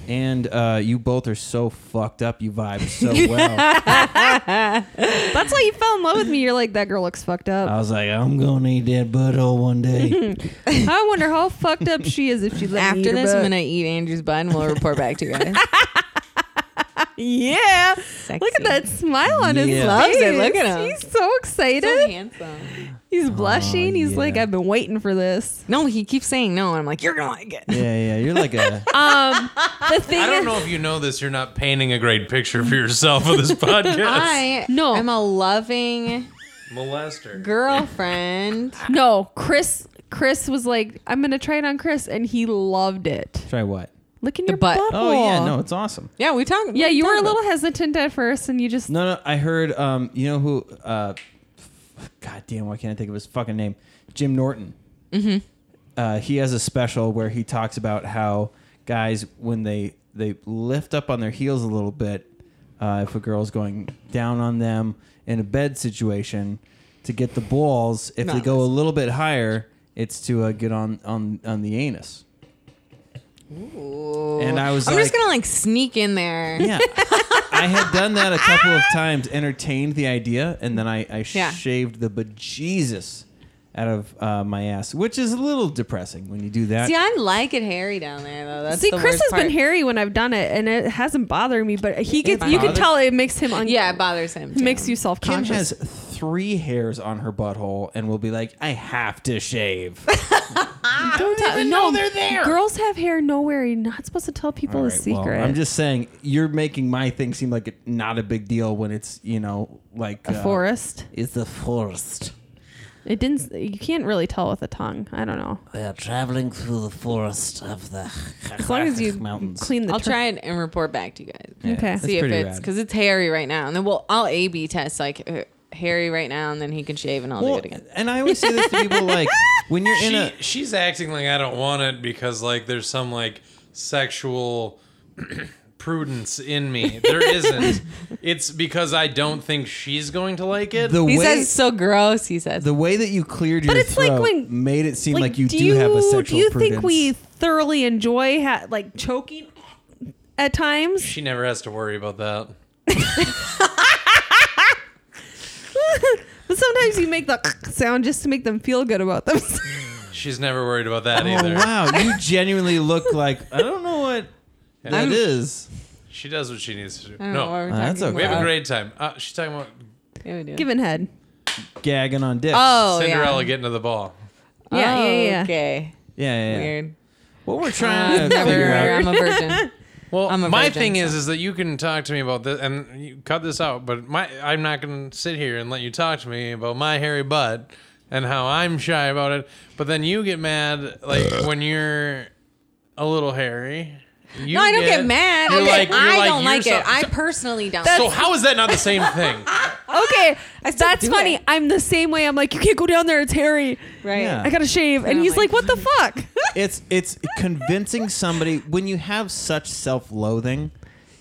Speaker 1: And uh, you both are so fucked up. You vibe so well.
Speaker 2: That's why you fell in love with me. You're like that girl looks fucked up.
Speaker 1: I was like, I'm gonna eat that butthole one day. Oh.
Speaker 2: I wonder how fucked up she is if she let me eat
Speaker 3: after
Speaker 2: her
Speaker 3: this i'm
Speaker 2: butt.
Speaker 3: gonna eat andrew's butt and we'll report back to you guys
Speaker 2: Yeah,
Speaker 3: Sexy.
Speaker 2: look at that smile on his
Speaker 1: Yeah.
Speaker 2: face.
Speaker 3: Loves it. Look at him.
Speaker 2: He's so
Speaker 3: so
Speaker 2: excited.
Speaker 3: handsome
Speaker 2: He's blushing. He's
Speaker 1: yeah.
Speaker 2: like, I've been waiting for this.
Speaker 3: no he keeps saying no and i'm like you're gonna like it
Speaker 1: Yeah, yeah. You're like a.
Speaker 2: Um, the thing
Speaker 5: I
Speaker 2: is,
Speaker 5: don't know if you know this. You're not painting a great picture for yourself with this podcast.
Speaker 3: I
Speaker 2: No.
Speaker 3: am a loving
Speaker 5: Molester.
Speaker 3: girlfriend.
Speaker 2: no, Chris. Chris was like, I'm gonna try it on Chris, and he loved it.
Speaker 1: Try what?
Speaker 2: Look in
Speaker 3: The
Speaker 2: your
Speaker 3: butt.
Speaker 2: butthole.
Speaker 1: Oh yeah, no, it's awesome.
Speaker 3: Yeah, we talked.
Speaker 2: Yeah, you were a
Speaker 3: talked
Speaker 2: little hesitant at first, and you just
Speaker 1: No, no. I heard. Um, you know who? Uh, f- God damn, why can't I think of his fucking name? Jim Norton. Mm-hmm. uh, he has a special where he talks about how guys when they they lift up on their heels a little bit uh, if a girl's going down on them in a bed situation to get the balls if they
Speaker 3: Not
Speaker 1: go a
Speaker 3: nice.
Speaker 1: little bit higher it's to uh, get on on on the anus and i was
Speaker 3: I'm
Speaker 1: like
Speaker 3: just gonna like sneak in there.
Speaker 1: yeah i had done that a couple of times entertained the idea and then i, I
Speaker 3: Yeah.
Speaker 1: shaved the bejesus out of uh, my ass which is a little depressing when you do that
Speaker 3: See, I like it hairy down there though. That's
Speaker 2: See,
Speaker 3: the
Speaker 2: Chris
Speaker 3: worst
Speaker 2: has
Speaker 3: part.
Speaker 2: been hairy when I've done it, and it hasn't bothered me. But he gets
Speaker 3: bothers
Speaker 2: you can
Speaker 1: you?
Speaker 2: tell it makes him un-
Speaker 3: Yeah, it bothers him.
Speaker 2: it
Speaker 3: Too.
Speaker 2: makes you self
Speaker 1: Kim
Speaker 2: conscious.
Speaker 1: has three hairs on her butthole and will be like, I have to shave.
Speaker 2: Don't tell- no, they're there. Girls have hair nowhere. You're not supposed to tell people
Speaker 1: All
Speaker 2: a
Speaker 1: right, well,
Speaker 2: secret.
Speaker 1: I'm just saying, you're making my thing seem like it, not a big deal when it's, you know, like uh,
Speaker 2: a forest.
Speaker 4: It's the forest.
Speaker 2: It didn't. You can't really tell with a tongue. I don't know.
Speaker 4: We are traveling through the forest of the
Speaker 2: As long as you
Speaker 4: mountains.
Speaker 2: clean the.
Speaker 3: I'll
Speaker 2: tur-
Speaker 3: try it and report back to you guys.
Speaker 2: Okay.
Speaker 3: See if
Speaker 1: pretty
Speaker 3: it's
Speaker 1: rad.
Speaker 3: because it's hairy right now, and then we'll I'll A/B test like uh, hairy right now, and then he can shave, and I'll do
Speaker 1: Well,
Speaker 3: it again.
Speaker 1: and I always say this to people like, when you're in
Speaker 5: she,
Speaker 1: a.
Speaker 5: she's acting like I don't want it because like there's some like sexual prudence in me. There isn't. it's because I don't think she's going to like it.
Speaker 1: The
Speaker 3: He
Speaker 1: way,
Speaker 3: says it's so gross. He says
Speaker 1: the way that you cleared your
Speaker 2: But it's like
Speaker 1: throat
Speaker 2: when-
Speaker 1: made it seem like, you do,
Speaker 2: you
Speaker 1: have a sexual
Speaker 2: do you think we
Speaker 1: prudence.
Speaker 2: thoroughly enjoy ha- like choking at times?
Speaker 5: she never has to worry about that.
Speaker 2: but sometimes you make the sound just to make them feel good about themselves.
Speaker 5: She's never worried about that
Speaker 1: Oh,
Speaker 5: either.
Speaker 1: wow. You genuinely look like, I don't know what that is.
Speaker 5: She does what she needs to do.
Speaker 3: I don't know what
Speaker 5: No,
Speaker 3: we're
Speaker 1: Uh, that's
Speaker 3: talking
Speaker 5: we have
Speaker 1: okay.
Speaker 5: a
Speaker 3: about.
Speaker 5: great time. Uh, she's talking about
Speaker 3: Yeah, we do.
Speaker 2: Given head.
Speaker 1: Gagging on dicks.
Speaker 3: oh
Speaker 5: Cinderella
Speaker 3: yeah.
Speaker 5: getting to the ball.
Speaker 2: Yeah,
Speaker 3: Oh,
Speaker 2: yeah, yeah.
Speaker 3: Okay.
Speaker 1: Yeah, yeah, yeah.
Speaker 3: Weird.
Speaker 1: What we're
Speaker 3: Uh,
Speaker 1: trying to
Speaker 3: never.
Speaker 1: figure out.
Speaker 3: I'm a virgin.
Speaker 5: Well,
Speaker 3: I'm a
Speaker 5: my
Speaker 3: virgin,
Speaker 5: thing
Speaker 3: so-
Speaker 5: is, is that you can talk to me about this, and you cut this out. But my, I'm not going to sit here and let you talk to me about my hairy butt and how I'm shy about it. But then you get mad, like when you're a little hairy. You
Speaker 3: No, I don't get mad.
Speaker 5: you're
Speaker 3: Okay,
Speaker 5: like- you're
Speaker 3: I
Speaker 5: like,
Speaker 3: don't
Speaker 5: you're
Speaker 3: like
Speaker 5: so-
Speaker 3: it. I personally don't.
Speaker 5: so how is that not the same thing?
Speaker 2: Okay, that's
Speaker 3: Ah, do
Speaker 2: funny.
Speaker 3: it.
Speaker 2: I'm the same way. I'm like, you can't go down there. It's hairy.
Speaker 3: right.
Speaker 1: Yeah.
Speaker 2: I gotta shave, and
Speaker 3: I'm
Speaker 2: he's like,
Speaker 3: like-
Speaker 2: what the fuck?
Speaker 1: It's it's convincing somebody when you have such self-loathing,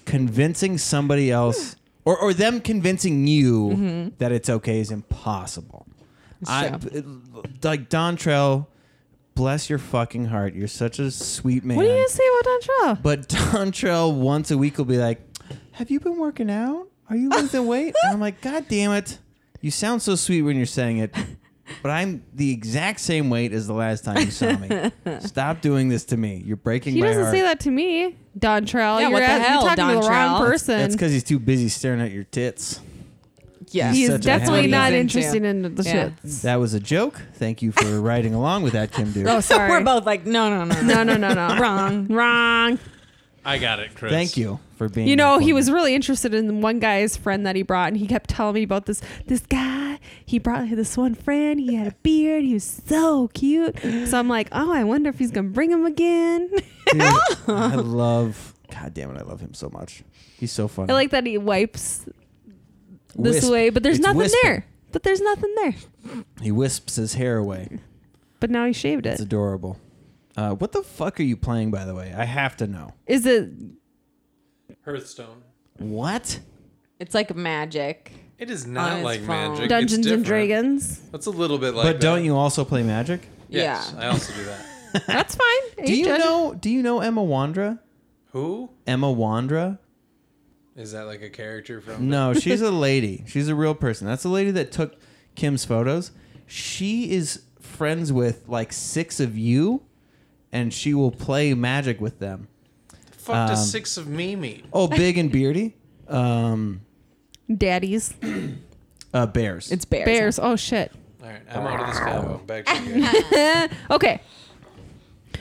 Speaker 1: convincing somebody else or or them convincing you
Speaker 2: Mm-hmm.
Speaker 1: that it's okay is impossible. I b- like Dontrell, bless your fucking heart. You're such a sweet man.
Speaker 2: what do you gonna say about Dontrell?
Speaker 1: But Dontrell once a week will be like, "Have you been working out? Are you losing weight?" And I'm like, "God damn it! You sound so sweet when you're saying it, but I'm the exact same weight as the last time you saw me. Stop doing this to me. You're breaking
Speaker 2: He
Speaker 1: my
Speaker 2: doesn't
Speaker 1: heart."
Speaker 2: say that to me, Dontrell.
Speaker 3: Yeah,
Speaker 2: you're,
Speaker 3: what the
Speaker 2: at-
Speaker 3: hell,
Speaker 2: you're talking to the wrong
Speaker 3: Dontrell?
Speaker 2: person.
Speaker 1: That's because he's too busy staring at your tits.
Speaker 3: Yeah.
Speaker 2: he
Speaker 1: He's
Speaker 2: is
Speaker 1: such a
Speaker 2: definitely
Speaker 1: happy
Speaker 2: not
Speaker 3: man.
Speaker 2: interested in the
Speaker 3: Yeah.
Speaker 2: shit.
Speaker 1: That was a joke. Thank you for riding along with that, Kim Duke.
Speaker 2: Oh,
Speaker 3: So
Speaker 2: sorry.
Speaker 3: we're both like, no, no,
Speaker 2: no,
Speaker 3: no,
Speaker 2: no, no, no.
Speaker 3: wrong.
Speaker 2: Wrong.
Speaker 5: I got it, Chris.
Speaker 1: Thank you for being.
Speaker 2: You know, he
Speaker 1: informative.
Speaker 2: was really interested in one guy's friend that he brought, and he kept telling me about this this guy. He brought this one friend. He had a beard. He was so cute. So I'm like, oh, I wonder if he's gonna bring him again.
Speaker 1: Dude, I love. God damn it! I love him so much. He's so funny.
Speaker 2: I like that he wipes this
Speaker 1: Wisp.
Speaker 2: way, but there's
Speaker 1: It's
Speaker 2: nothing
Speaker 1: wisping.
Speaker 2: there. But there's nothing there.
Speaker 1: He wisps his hair away.
Speaker 2: But now he shaved it.
Speaker 1: It's adorable. Uh, what the fuck are you playing, by the way? I have to know.
Speaker 2: Is it?
Speaker 5: Hearthstone.
Speaker 1: What?
Speaker 3: It's like magic.
Speaker 5: It is
Speaker 3: On
Speaker 5: not
Speaker 3: his
Speaker 5: like
Speaker 3: phone.
Speaker 5: magic. It's
Speaker 2: Dungeons and
Speaker 5: different.
Speaker 2: Dragons.
Speaker 5: That's a little bit like.
Speaker 1: but don't
Speaker 5: that.
Speaker 1: you also play Magic?
Speaker 5: Yes,
Speaker 3: Yeah.
Speaker 5: I also do that.
Speaker 2: That's fine.
Speaker 1: Do
Speaker 2: Ain't
Speaker 1: you
Speaker 2: judging.
Speaker 1: know? Do you know Emma Wandra?
Speaker 5: Who
Speaker 1: Emma Wandra?
Speaker 5: is that? Like a character from?
Speaker 1: No, she's a lady. She's a real person. That's the lady that took Kim's photos. She is friends with like six of you, and she will play Magic with them.
Speaker 5: Fuck does
Speaker 1: Um,
Speaker 5: six of me mean?
Speaker 1: Oh, big and beardy. Um,
Speaker 2: Daddies.
Speaker 1: uh, bears.
Speaker 3: It's bears.
Speaker 2: Bears. Oh shit.
Speaker 5: All right, I'm out of this combo. Back to you. guys.
Speaker 2: Okay.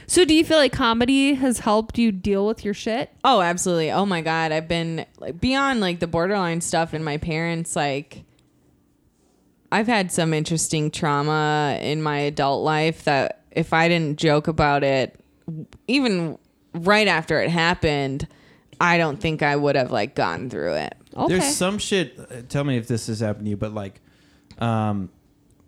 Speaker 2: So do you feel like comedy has helped you deal with your shit?
Speaker 3: Oh, absolutely. Oh my god, I've been like beyond like the borderline stuff and my parents like I've had some interesting trauma in my adult life that if I didn't joke about it even right after it happened, I don't think I would have like gone through it.
Speaker 2: Okay.
Speaker 1: There's some shit. uh, Tell me if this has happened to you, but like, um,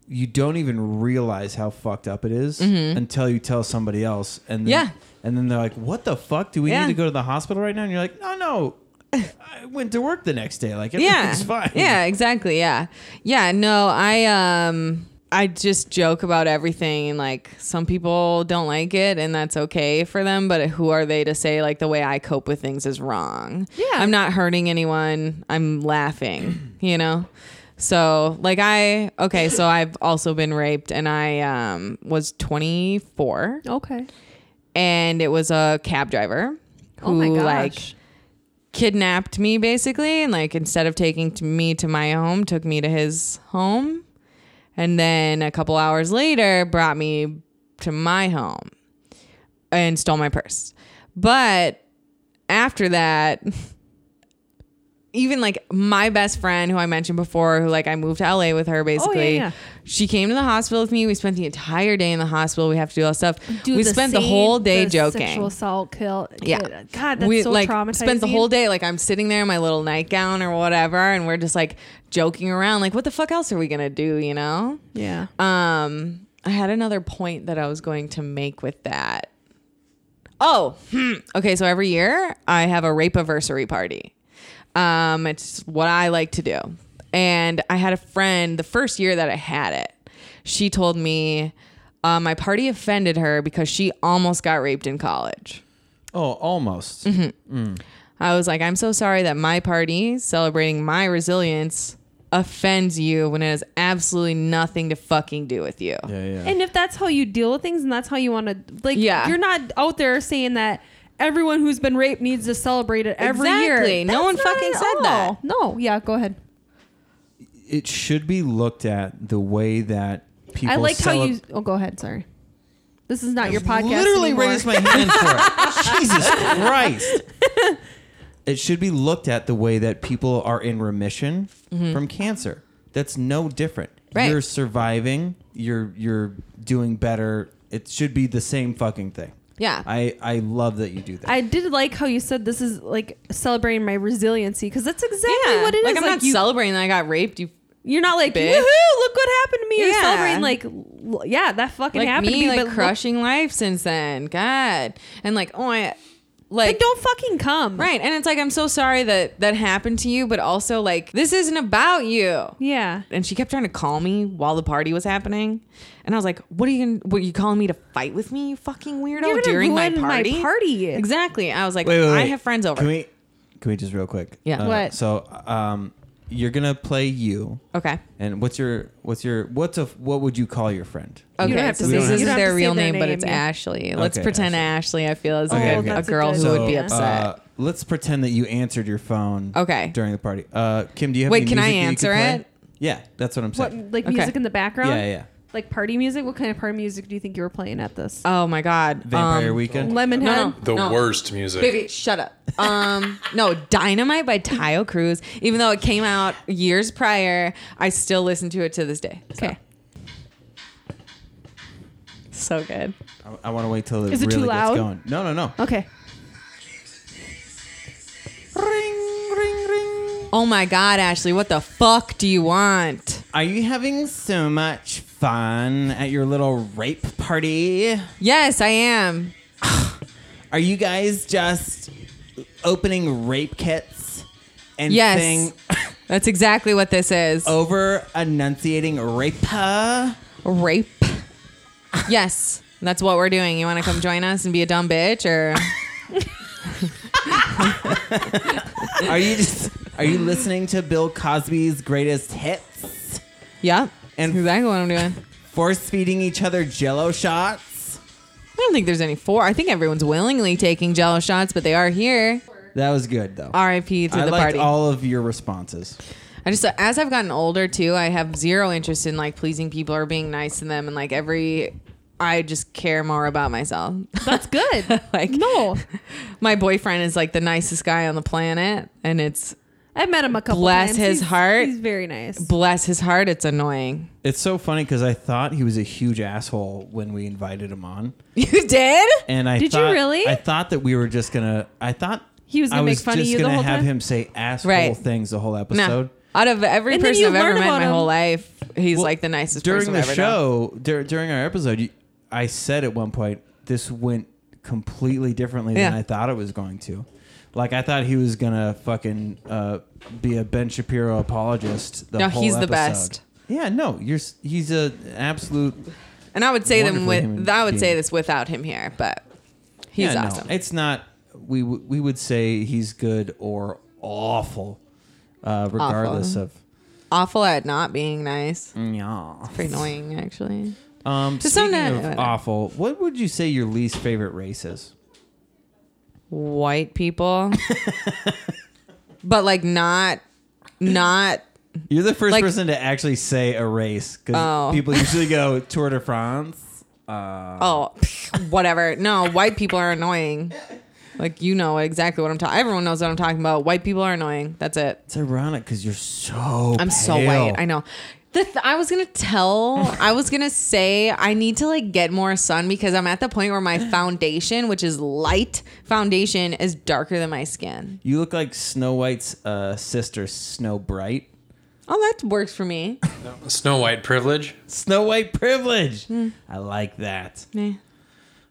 Speaker 1: you don't even realize how fucked up it is
Speaker 2: Mm-hmm.
Speaker 1: until you tell somebody else, and then,
Speaker 3: Yeah.
Speaker 1: and then they're like, "What the fuck? Do we
Speaker 3: Yeah.
Speaker 1: need to go to the hospital right now?" And you're like, "No, no, I went to work the next day. Like
Speaker 3: yeah
Speaker 1: everything's fine."
Speaker 3: yeah exactly yeah yeah no i um i just joke about everything and like some people don't like it and that's okay for them but who are they to say like the way i cope with things is wrong yeah i'm not hurting anyone i'm laughing you know so like i okay so i've also been raped and i um was 24
Speaker 2: Okay.
Speaker 3: and it was a cab driver who
Speaker 2: Oh my gosh.
Speaker 3: like kidnapped me basically and like instead of taking to me to my home took me to his home and then a couple hours later brought me to my home and stole my purse but after that even like my best friend who i mentioned before who like i moved to la with her basically
Speaker 2: Oh, yeah.
Speaker 3: she came to the hospital with me we spent the entire day in the hospital we have to do all this stuff
Speaker 2: Do
Speaker 3: we
Speaker 2: the
Speaker 3: spent the
Speaker 2: same-
Speaker 3: whole day
Speaker 2: the
Speaker 3: joking
Speaker 2: Sexual assault, kill.
Speaker 3: yeah.
Speaker 2: God, that's
Speaker 3: we,
Speaker 2: so
Speaker 3: like,
Speaker 2: traumatizing.
Speaker 3: Spent the whole day like I'm sitting there in my little nightgown or whatever, and we're just like joking around. Like, what the fuck else are we gonna do? You know?
Speaker 2: Yeah.
Speaker 3: Um, I had another point that I was going to make with that. Oh, hmm. okay. So every year I have a rape anniversary party. Um, it's what I like to do. And I had a friend the first year that I had it. She told me uh, my party offended her because she almost got raped in college.
Speaker 1: Oh, almost.
Speaker 2: Mm-hmm.
Speaker 3: I was like, I'm so sorry that my party celebrating my resilience offends you when it has absolutely nothing to fucking do with you.
Speaker 1: Yeah, yeah.
Speaker 2: And if that's how you deal with things and that's how you want to, like,
Speaker 3: Yeah.
Speaker 2: you're not out there saying that everyone who's been raped needs to celebrate it every
Speaker 3: Exactly.
Speaker 2: year.
Speaker 3: No one
Speaker 2: That's not
Speaker 3: fucking
Speaker 2: at
Speaker 3: said that.
Speaker 2: all. No. Yeah. Go ahead.
Speaker 1: it should be looked at the way that people.
Speaker 2: I liked how
Speaker 1: celeb-
Speaker 2: you. Oh, go ahead. Sorry. This is not your podcast.
Speaker 1: Literally
Speaker 2: anymore.
Speaker 1: raised my hand for it. Jesus Christ! It should be looked at the way that people are in remission from cancer. That's no different.
Speaker 3: Mm-hmm. Right.
Speaker 1: You're surviving. You're you're doing better. It should be the same fucking thing.
Speaker 3: Yeah.
Speaker 1: I I love that you do that.
Speaker 2: I did like how you said this is like celebrating my resiliency because that's exactly what it is.
Speaker 3: like I'm not
Speaker 2: you,
Speaker 3: celebrating that I got raped. You
Speaker 2: You're not like,
Speaker 3: Bitch.
Speaker 2: woohoo, look what happened to me. You're
Speaker 3: Yeah.
Speaker 2: celebrating like, l- yeah, that fucking
Speaker 3: like
Speaker 2: happened
Speaker 3: me,
Speaker 2: to me.
Speaker 3: like
Speaker 2: but look-
Speaker 3: crushing life since then. God, and like oh, I, like
Speaker 2: like, don't fucking come.
Speaker 3: right. And it's like I'm so sorry that that happened to you, but also like this isn't about you.
Speaker 2: Yeah.
Speaker 3: And she kept trying to call me while the party was happening, and I was like, "What are you? Gonna, what are you calling me to fight with me? You fucking weirdo!"
Speaker 2: You're gonna
Speaker 3: during
Speaker 2: ruin my
Speaker 3: my party,
Speaker 2: party.
Speaker 3: Exactly. I was like, "I have friends over."
Speaker 1: Can we? Can we just real quick? Uh,
Speaker 3: Yeah.
Speaker 2: What?
Speaker 1: So, um, you're gonna play you.
Speaker 3: okay.
Speaker 1: And what's your what's your what's a what would you call your friend?
Speaker 3: Okay,
Speaker 2: don't have to
Speaker 3: so
Speaker 2: say-
Speaker 3: this
Speaker 2: you
Speaker 3: is
Speaker 2: don't have to
Speaker 3: their
Speaker 2: say
Speaker 3: real
Speaker 2: their
Speaker 3: name, but
Speaker 2: name,
Speaker 3: it's
Speaker 2: yeah.
Speaker 3: Ashley. Let's
Speaker 1: Okay,
Speaker 3: pretend Ashley. I feel is
Speaker 1: Okay,
Speaker 3: a,
Speaker 1: okay.
Speaker 3: a
Speaker 2: Oh, That's a
Speaker 3: girl
Speaker 2: good
Speaker 3: who
Speaker 2: one.
Speaker 3: would be
Speaker 2: So,
Speaker 3: upset.
Speaker 1: Uh, let's pretend that you answered your phone.
Speaker 3: Okay.
Speaker 1: During the party, uh, Kim, do you have?
Speaker 3: Wait,
Speaker 1: any
Speaker 3: can I
Speaker 1: music that you could
Speaker 3: answer
Speaker 1: play? Yeah, that's what I'm
Speaker 2: What,
Speaker 1: saying.
Speaker 2: like
Speaker 3: Okay.
Speaker 2: music in the background?
Speaker 1: Yeah, yeah.
Speaker 2: Like party music? What kind of party music do you think you were playing at this?
Speaker 3: oh my god,
Speaker 1: Vampire
Speaker 3: um,
Speaker 1: Weekend.
Speaker 2: Lemonhead?
Speaker 3: No, no.
Speaker 5: The worst music.
Speaker 3: Baby, shut up. Um, no, Dynamite by Tayo Cruz. Even though it came out years prior, I still listen to it to this day. So-
Speaker 2: Okay.
Speaker 3: so good.
Speaker 1: I, want to wait till it
Speaker 2: Is it too
Speaker 1: really
Speaker 2: loud?
Speaker 1: gets going. No, no, no.
Speaker 2: Okay.
Speaker 1: Ring, ring, ring.
Speaker 3: Oh my god, Ashley, what the fuck do you want?
Speaker 1: Are you having so much fun at your little rape party?
Speaker 3: Yes, I am.
Speaker 1: Are you guys just opening rape kits and
Speaker 3: Yes.
Speaker 1: saying
Speaker 3: That's exactly what this is.
Speaker 1: over enunciating rape?
Speaker 3: Rape. Yes, that's what we're doing. You want to come join us and be a dumb bitch, or
Speaker 1: Are you just are you listening to Bill Cosby's greatest hits?
Speaker 3: yep?
Speaker 1: And-
Speaker 3: And exactly what I'm doing.
Speaker 1: Force feeding each other jello shots?
Speaker 3: I don't think there's any four. I think everyone's willingly taking Jello shots, but they are here.
Speaker 1: That was good though.
Speaker 3: R.I.P. to
Speaker 1: I
Speaker 3: the
Speaker 1: liked
Speaker 3: party.
Speaker 1: all of your responses.
Speaker 3: I just as I've gotten older too, I have zero interest in like pleasing people or being nice to them, and like every, I just care more about myself.
Speaker 2: That's good.
Speaker 3: Like-
Speaker 2: no.
Speaker 3: My boyfriend is like the nicest guy on the planet, and it's
Speaker 2: I've met him a couple
Speaker 3: Bless
Speaker 2: times.
Speaker 3: his
Speaker 2: He's-
Speaker 3: heart.
Speaker 2: He's very nice.
Speaker 3: bless his heart, it's annoying.
Speaker 1: It's so funny because I thought he was a huge asshole when we invited him on,
Speaker 3: You did?
Speaker 1: and I
Speaker 2: Did you
Speaker 1: thought-
Speaker 2: really?
Speaker 1: I thought that we were just gonna. I thought
Speaker 2: He was gonna
Speaker 1: I
Speaker 2: make
Speaker 1: was
Speaker 2: fun of
Speaker 1: just
Speaker 2: you the
Speaker 1: gonna
Speaker 2: whole
Speaker 1: have
Speaker 2: time?
Speaker 1: him say asshole
Speaker 3: Right.
Speaker 1: things the whole episode.
Speaker 3: No. Out of every
Speaker 2: And then
Speaker 3: person
Speaker 2: you
Speaker 3: I've ever
Speaker 2: learn
Speaker 3: met in
Speaker 2: about
Speaker 3: my whole
Speaker 2: him.
Speaker 3: life, he's
Speaker 1: Well,
Speaker 3: like the nicest
Speaker 1: during
Speaker 3: person
Speaker 1: the
Speaker 3: I've ever known.
Speaker 1: show dur- during our episode you, i said at one point this went completely differently than
Speaker 3: Yeah.
Speaker 1: i thought it was going to like i thought he was gonna fucking uh, be a ben shapiro apologist the
Speaker 3: No,
Speaker 1: whole
Speaker 3: he's the
Speaker 1: episode.
Speaker 3: best.
Speaker 1: yeah no you're s- he's a absolute
Speaker 3: And I would say
Speaker 1: Wonderful
Speaker 3: them with
Speaker 1: human
Speaker 3: I would say
Speaker 1: being.
Speaker 3: this without him here, but he's
Speaker 1: yeah, no,
Speaker 3: awesome.
Speaker 1: it's not we w- we would say he's good or awful uh, regardless
Speaker 3: Awful.
Speaker 1: of
Speaker 3: Awful at not being nice.
Speaker 1: yeah
Speaker 3: Pretty annoying actually.
Speaker 1: um
Speaker 3: Just
Speaker 1: speaking
Speaker 3: don't know-
Speaker 1: of awful what would you say your least favorite race is
Speaker 3: White people. but like not not
Speaker 1: You're the first
Speaker 3: Like-
Speaker 1: person to actually say a race because
Speaker 3: Oh.
Speaker 1: people usually go Tour de France.
Speaker 3: oh whatever. No, white people are annoying. Like you know exactly what I'm talking. Everyone knows what I'm talking about. White people are annoying. That's it.
Speaker 1: It's ironic because you're so.
Speaker 3: I'm so white. I know. The th- I was gonna tell. I was gonna say I need to like get more sun because I'm at the point where my foundation, which is light foundation, is darker than my skin.
Speaker 1: You look like Snow White's uh, sister, Snow Bright.
Speaker 3: Oh, that works for me.
Speaker 5: Snow White privilege.
Speaker 1: Snow White privilege.
Speaker 3: Hmm.
Speaker 1: I like that.
Speaker 3: Meh.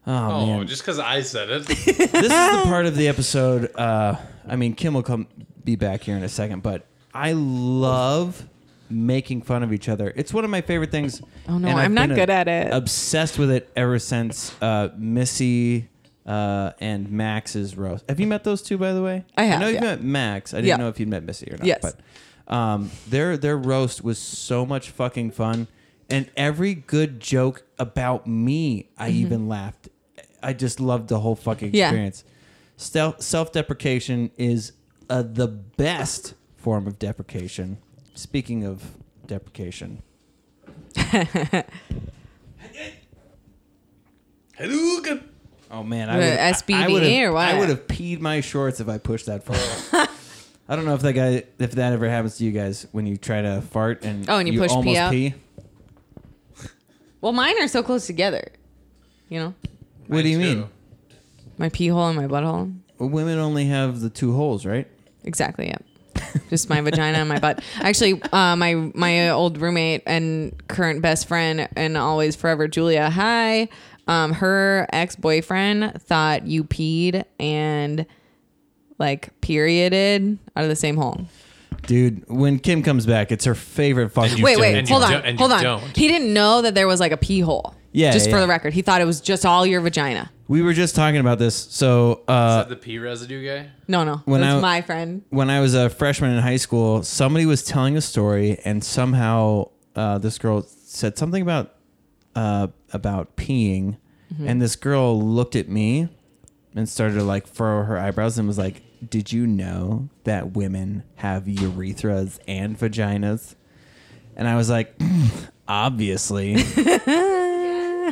Speaker 1: Oh,
Speaker 5: Oh,
Speaker 1: man,
Speaker 5: just because I said it.
Speaker 1: this is the part of the episode. Uh, I mean, Kim will come be back here in a second, but I love making fun of each other. It's one of my favorite things.
Speaker 3: Oh, no,
Speaker 1: and
Speaker 3: I'm
Speaker 1: I've
Speaker 3: not
Speaker 1: been
Speaker 3: good at it.
Speaker 1: Obsessed with it ever since uh, Missy uh, and Max's roast. Have you met those two, by the way?
Speaker 3: I have,
Speaker 1: I know you've
Speaker 3: yeah.
Speaker 1: met Max. I didn't
Speaker 3: Yeah.
Speaker 1: know if you'd met Missy or not.
Speaker 3: Yes.
Speaker 1: But um, their their roast was so much fucking fun, and every good joke about me, I even laughed. I just loved the whole fucking
Speaker 3: Mm-hmm. Yeah.
Speaker 1: experience. Self self deprecation is uh, the best form of deprecation. Speaking of deprecation,
Speaker 5: Hadouken.
Speaker 1: oh man,
Speaker 3: Uh,
Speaker 1: I would I,
Speaker 3: SBD
Speaker 1: would have-
Speaker 3: or what?
Speaker 1: I would have peed my shorts if I pushed that far. I don't know if that guy if that ever happens to you guys when you try to fart and
Speaker 3: Oh, and you push pee
Speaker 1: almost
Speaker 3: out?
Speaker 1: pee.
Speaker 3: Well, mine are so close together. You know,
Speaker 1: What do you
Speaker 5: Mine too.
Speaker 1: mean?
Speaker 3: my pee hole and my butthole.
Speaker 1: Women only have the two holes, right?
Speaker 3: Exactly. Yeah. Just my vagina and my butt. Actually, uh, my my old roommate and current best friend and always forever Julia. Hi. Um, her ex boyfriend thought you peed and like perioded out of the same hole.
Speaker 1: Dude, when Kim comes back, it's her favorite fucking.
Speaker 3: wait,
Speaker 5: don't.
Speaker 3: wait,
Speaker 5: And you
Speaker 3: hold
Speaker 5: don't-
Speaker 3: on,
Speaker 5: and
Speaker 3: hold
Speaker 5: you
Speaker 3: on.
Speaker 5: don't.
Speaker 3: He didn't know that there was like a pee hole.
Speaker 1: Yeah,
Speaker 3: Just for
Speaker 1: yeah.
Speaker 3: the record, he thought it was just all your vagina.
Speaker 1: We were just talking about this. So uh,
Speaker 5: Is that the pea residue guy?
Speaker 3: No, no,
Speaker 1: When
Speaker 3: that's
Speaker 1: I-
Speaker 3: my friend.
Speaker 1: when I was a freshman in high school, somebody was telling a story, and somehow uh, this girl said something about uh, about peeing, and this girl looked at me and started to like furrow her eyebrows and was like, "Did you know that women have urethras and vaginas?" And I was like, "Obviously."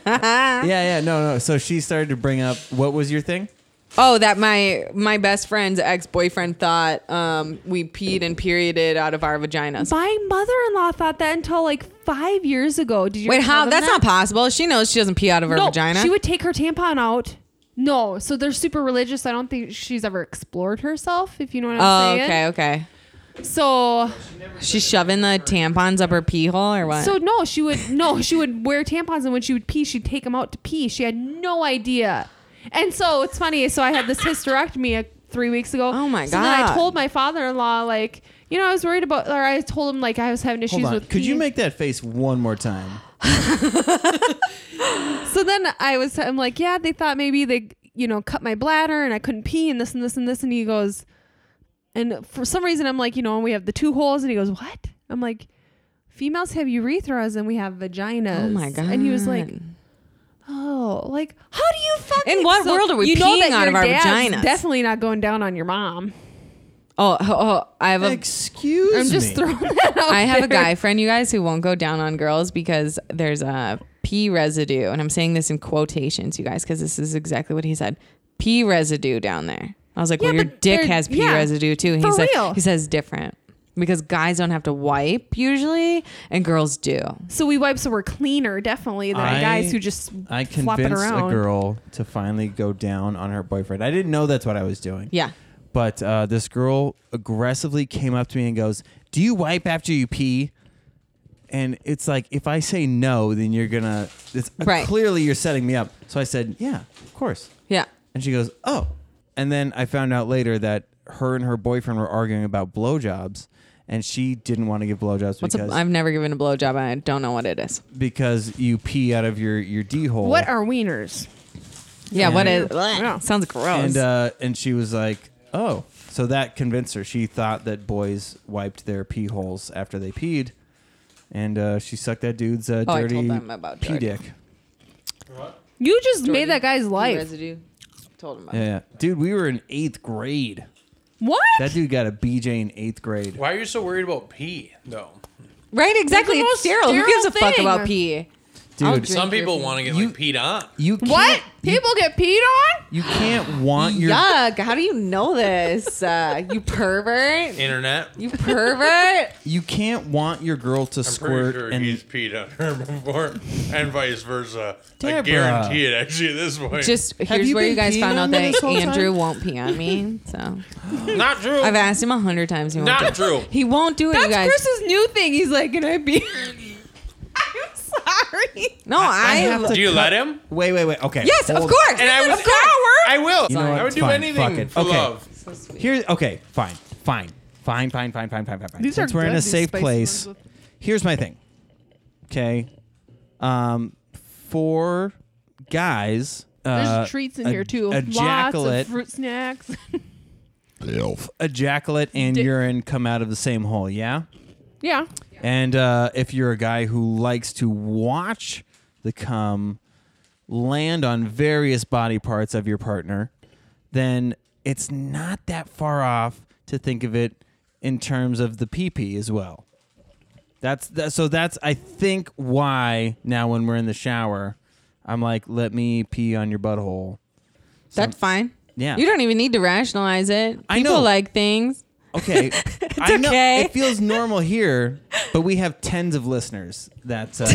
Speaker 1: yeah, yeah, no, no. So she started to bring up what was your thing?
Speaker 3: Oh, that my my best friend's ex boyfriend thought um, we peed and perioded out of our vaginas.
Speaker 2: My mother-in-law thought that until like five years ago. Did you
Speaker 3: Wait,
Speaker 2: tell
Speaker 3: how?
Speaker 2: them
Speaker 3: That's
Speaker 2: that?
Speaker 3: not possible. She knows she doesn't pee out of her
Speaker 2: no,
Speaker 3: vagina.
Speaker 2: She would take her tampon out. No, so they're super religious. I don't think she's ever explored herself, if you know what
Speaker 3: oh,
Speaker 2: I'm
Speaker 3: okay,
Speaker 2: saying.
Speaker 3: okay.
Speaker 2: So,
Speaker 3: She's shoving the tampons up her pee hole or what?
Speaker 2: so no, she would no, she would wear tampons, and when she would pee, she'd take them out to pee. She had no idea, and so it's funny. So I had this hysterectomy uh, three weeks ago.
Speaker 3: Oh my
Speaker 2: so Then
Speaker 3: God.
Speaker 2: I told my father-in-law like, you know, I was worried about, or I told him like I was having issues
Speaker 1: Hold on.
Speaker 2: with.
Speaker 1: Could you
Speaker 2: pee.
Speaker 1: make that face one more time?
Speaker 2: So then I was, I'm like, yeah, they thought maybe they, you know, cut my bladder and I couldn't pee and this and this and this. And he goes, and for some reason, I'm like, you know, we have the two holes. And he goes, what? I'm like, females have urethras and we have vaginas.
Speaker 3: oh my god.
Speaker 2: And he was like, oh, like, how do you fucking.
Speaker 3: In what world are we
Speaker 2: you know that
Speaker 3: peeing out
Speaker 2: your
Speaker 3: of our
Speaker 2: dad's
Speaker 3: vaginas?
Speaker 2: Definitely not going down on your mom.
Speaker 3: oh, oh, oh, I have a
Speaker 1: Excuse
Speaker 2: I'm just
Speaker 1: me.
Speaker 2: throwing that out.
Speaker 3: I have a
Speaker 2: there.
Speaker 3: guy friend, you guys, who won't go down on girls because there's a pee residue, and I'm saying this in quotations, you guys, because this is exactly what he said. Pee residue down there. I was like,
Speaker 2: Yeah,
Speaker 3: well, your
Speaker 2: but
Speaker 3: dick
Speaker 2: they're-
Speaker 3: has pee
Speaker 2: yeah,
Speaker 3: residue too. And he
Speaker 2: for
Speaker 3: said,
Speaker 2: real.
Speaker 3: he says different because guys don't have to wipe usually, and girls do.
Speaker 2: So we wipe so we're cleaner, definitely, than
Speaker 1: I-
Speaker 2: guys who just
Speaker 1: I
Speaker 2: flop it
Speaker 1: convinced a
Speaker 2: around.
Speaker 1: girl to finally go down on her boyfriend. I didn't know that's what I was doing.
Speaker 3: Yeah.
Speaker 1: But uh, this girl aggressively came up to me and goes, "Do you wipe after you pee?" and it's like if I say no, then you're gonna. It's uh,
Speaker 3: Right.
Speaker 1: clearly you're setting me up. So I said, yeah, of course.
Speaker 3: Yeah.
Speaker 1: And she goes, oh. And then I found out later that her and her boyfriend were arguing about blowjobs, and she didn't want to give blowjobs
Speaker 3: What's
Speaker 1: because
Speaker 3: a, I've never given a blowjob. I don't know what it is.
Speaker 1: because you pee out of your your d hole.
Speaker 2: What are wieners?
Speaker 3: Yeah.
Speaker 1: And-
Speaker 3: what is?
Speaker 2: Yeah.
Speaker 3: Sounds gross.
Speaker 1: and uh, and she was like, oh. So that convinced her. She thought that boys wiped their pee holes after they peed, and uh, she sucked that dude's uh,
Speaker 3: Oh, I told
Speaker 1: dirty
Speaker 3: them about
Speaker 1: pee
Speaker 3: Jordan.
Speaker 1: dick.
Speaker 2: You just
Speaker 3: Jordan,
Speaker 2: made that guy's
Speaker 3: the
Speaker 2: life.
Speaker 3: Residue. Told him about.
Speaker 1: Yeah, dude, we were in eighth grade.
Speaker 2: What?
Speaker 1: That dude got a BJ in eighth grade.
Speaker 5: Why are you so worried about pee though?
Speaker 3: Right. Exactly.
Speaker 2: It's the
Speaker 3: It's
Speaker 2: most
Speaker 3: sterile. Who
Speaker 2: sterile
Speaker 3: gives a fuck
Speaker 2: thing.
Speaker 3: about pee? I'll
Speaker 1: Dude,
Speaker 3: drink
Speaker 5: Some
Speaker 3: your
Speaker 5: people
Speaker 3: pee.
Speaker 5: want to get
Speaker 1: You-
Speaker 5: like peed on.
Speaker 1: you can't,
Speaker 2: What? People get peed on?
Speaker 1: You can't want your
Speaker 3: Yuck! How do you know this? Uh, you pervert!
Speaker 5: Internet.
Speaker 3: You pervert!
Speaker 1: you can't want your girl to
Speaker 5: I'm pretty
Speaker 1: squirt
Speaker 5: sure
Speaker 1: and
Speaker 5: he's peed on her before, and vice versa. I
Speaker 1: Deborah.
Speaker 5: guarantee it. Actually, at this point,
Speaker 3: Just
Speaker 1: Have
Speaker 3: here's
Speaker 1: you
Speaker 3: where
Speaker 1: been
Speaker 3: you guys
Speaker 1: peeing on
Speaker 3: found out
Speaker 1: me
Speaker 3: that
Speaker 1: this whole
Speaker 3: Andrew
Speaker 1: time?
Speaker 3: won't pee on me. So
Speaker 5: not true.
Speaker 3: I've asked him a hundred times. He won't. do
Speaker 5: not
Speaker 3: it.
Speaker 5: true.
Speaker 3: He won't do it,
Speaker 2: That's
Speaker 3: you guys.
Speaker 2: Chris's new thing. He's like, can I pee on you? I'm sorry.
Speaker 3: no, I.
Speaker 1: have to-
Speaker 5: Do you let him?
Speaker 1: wait, wait, wait. Okay.
Speaker 3: yes, of
Speaker 1: hold-
Speaker 3: course.
Speaker 5: And I would-
Speaker 3: of course.
Speaker 5: I will.
Speaker 1: You know what?
Speaker 5: I would do
Speaker 1: Fine. Fuck
Speaker 5: anything
Speaker 1: it.
Speaker 5: for
Speaker 1: Okay.
Speaker 5: love.
Speaker 1: Here, okay, fine, fine, fine, fine, fine, fine, fine, fine.
Speaker 2: These
Speaker 1: Since
Speaker 2: are
Speaker 1: we're in
Speaker 2: good,
Speaker 1: a
Speaker 2: these
Speaker 1: safe
Speaker 2: spicy
Speaker 1: place.
Speaker 2: ones
Speaker 1: Here's my thing. Okay, um, for guys,
Speaker 2: There's
Speaker 1: uh,
Speaker 2: treats in
Speaker 1: a-
Speaker 2: here too.
Speaker 1: A
Speaker 2: Lots
Speaker 1: jacklet,
Speaker 2: of fruit snacks.
Speaker 1: a jacklet, and
Speaker 2: Dick.
Speaker 1: urine come out of the same hole. Yeah.
Speaker 2: yeah.
Speaker 1: And uh, if you're a guy who likes to watch the cum land on various body parts of your partner, then it's not that far off to think of it in terms of the pee pee as well. That's that, so. That's I think why now when we're in the shower, I'm like, let me pee on your butthole.
Speaker 3: That's fine.
Speaker 1: Yeah.
Speaker 3: You don't even need to rationalize it. People
Speaker 1: I know.
Speaker 3: like things.
Speaker 1: Okay, I know
Speaker 3: okay.
Speaker 1: it feels normal here, but we have tens of listeners. That uh,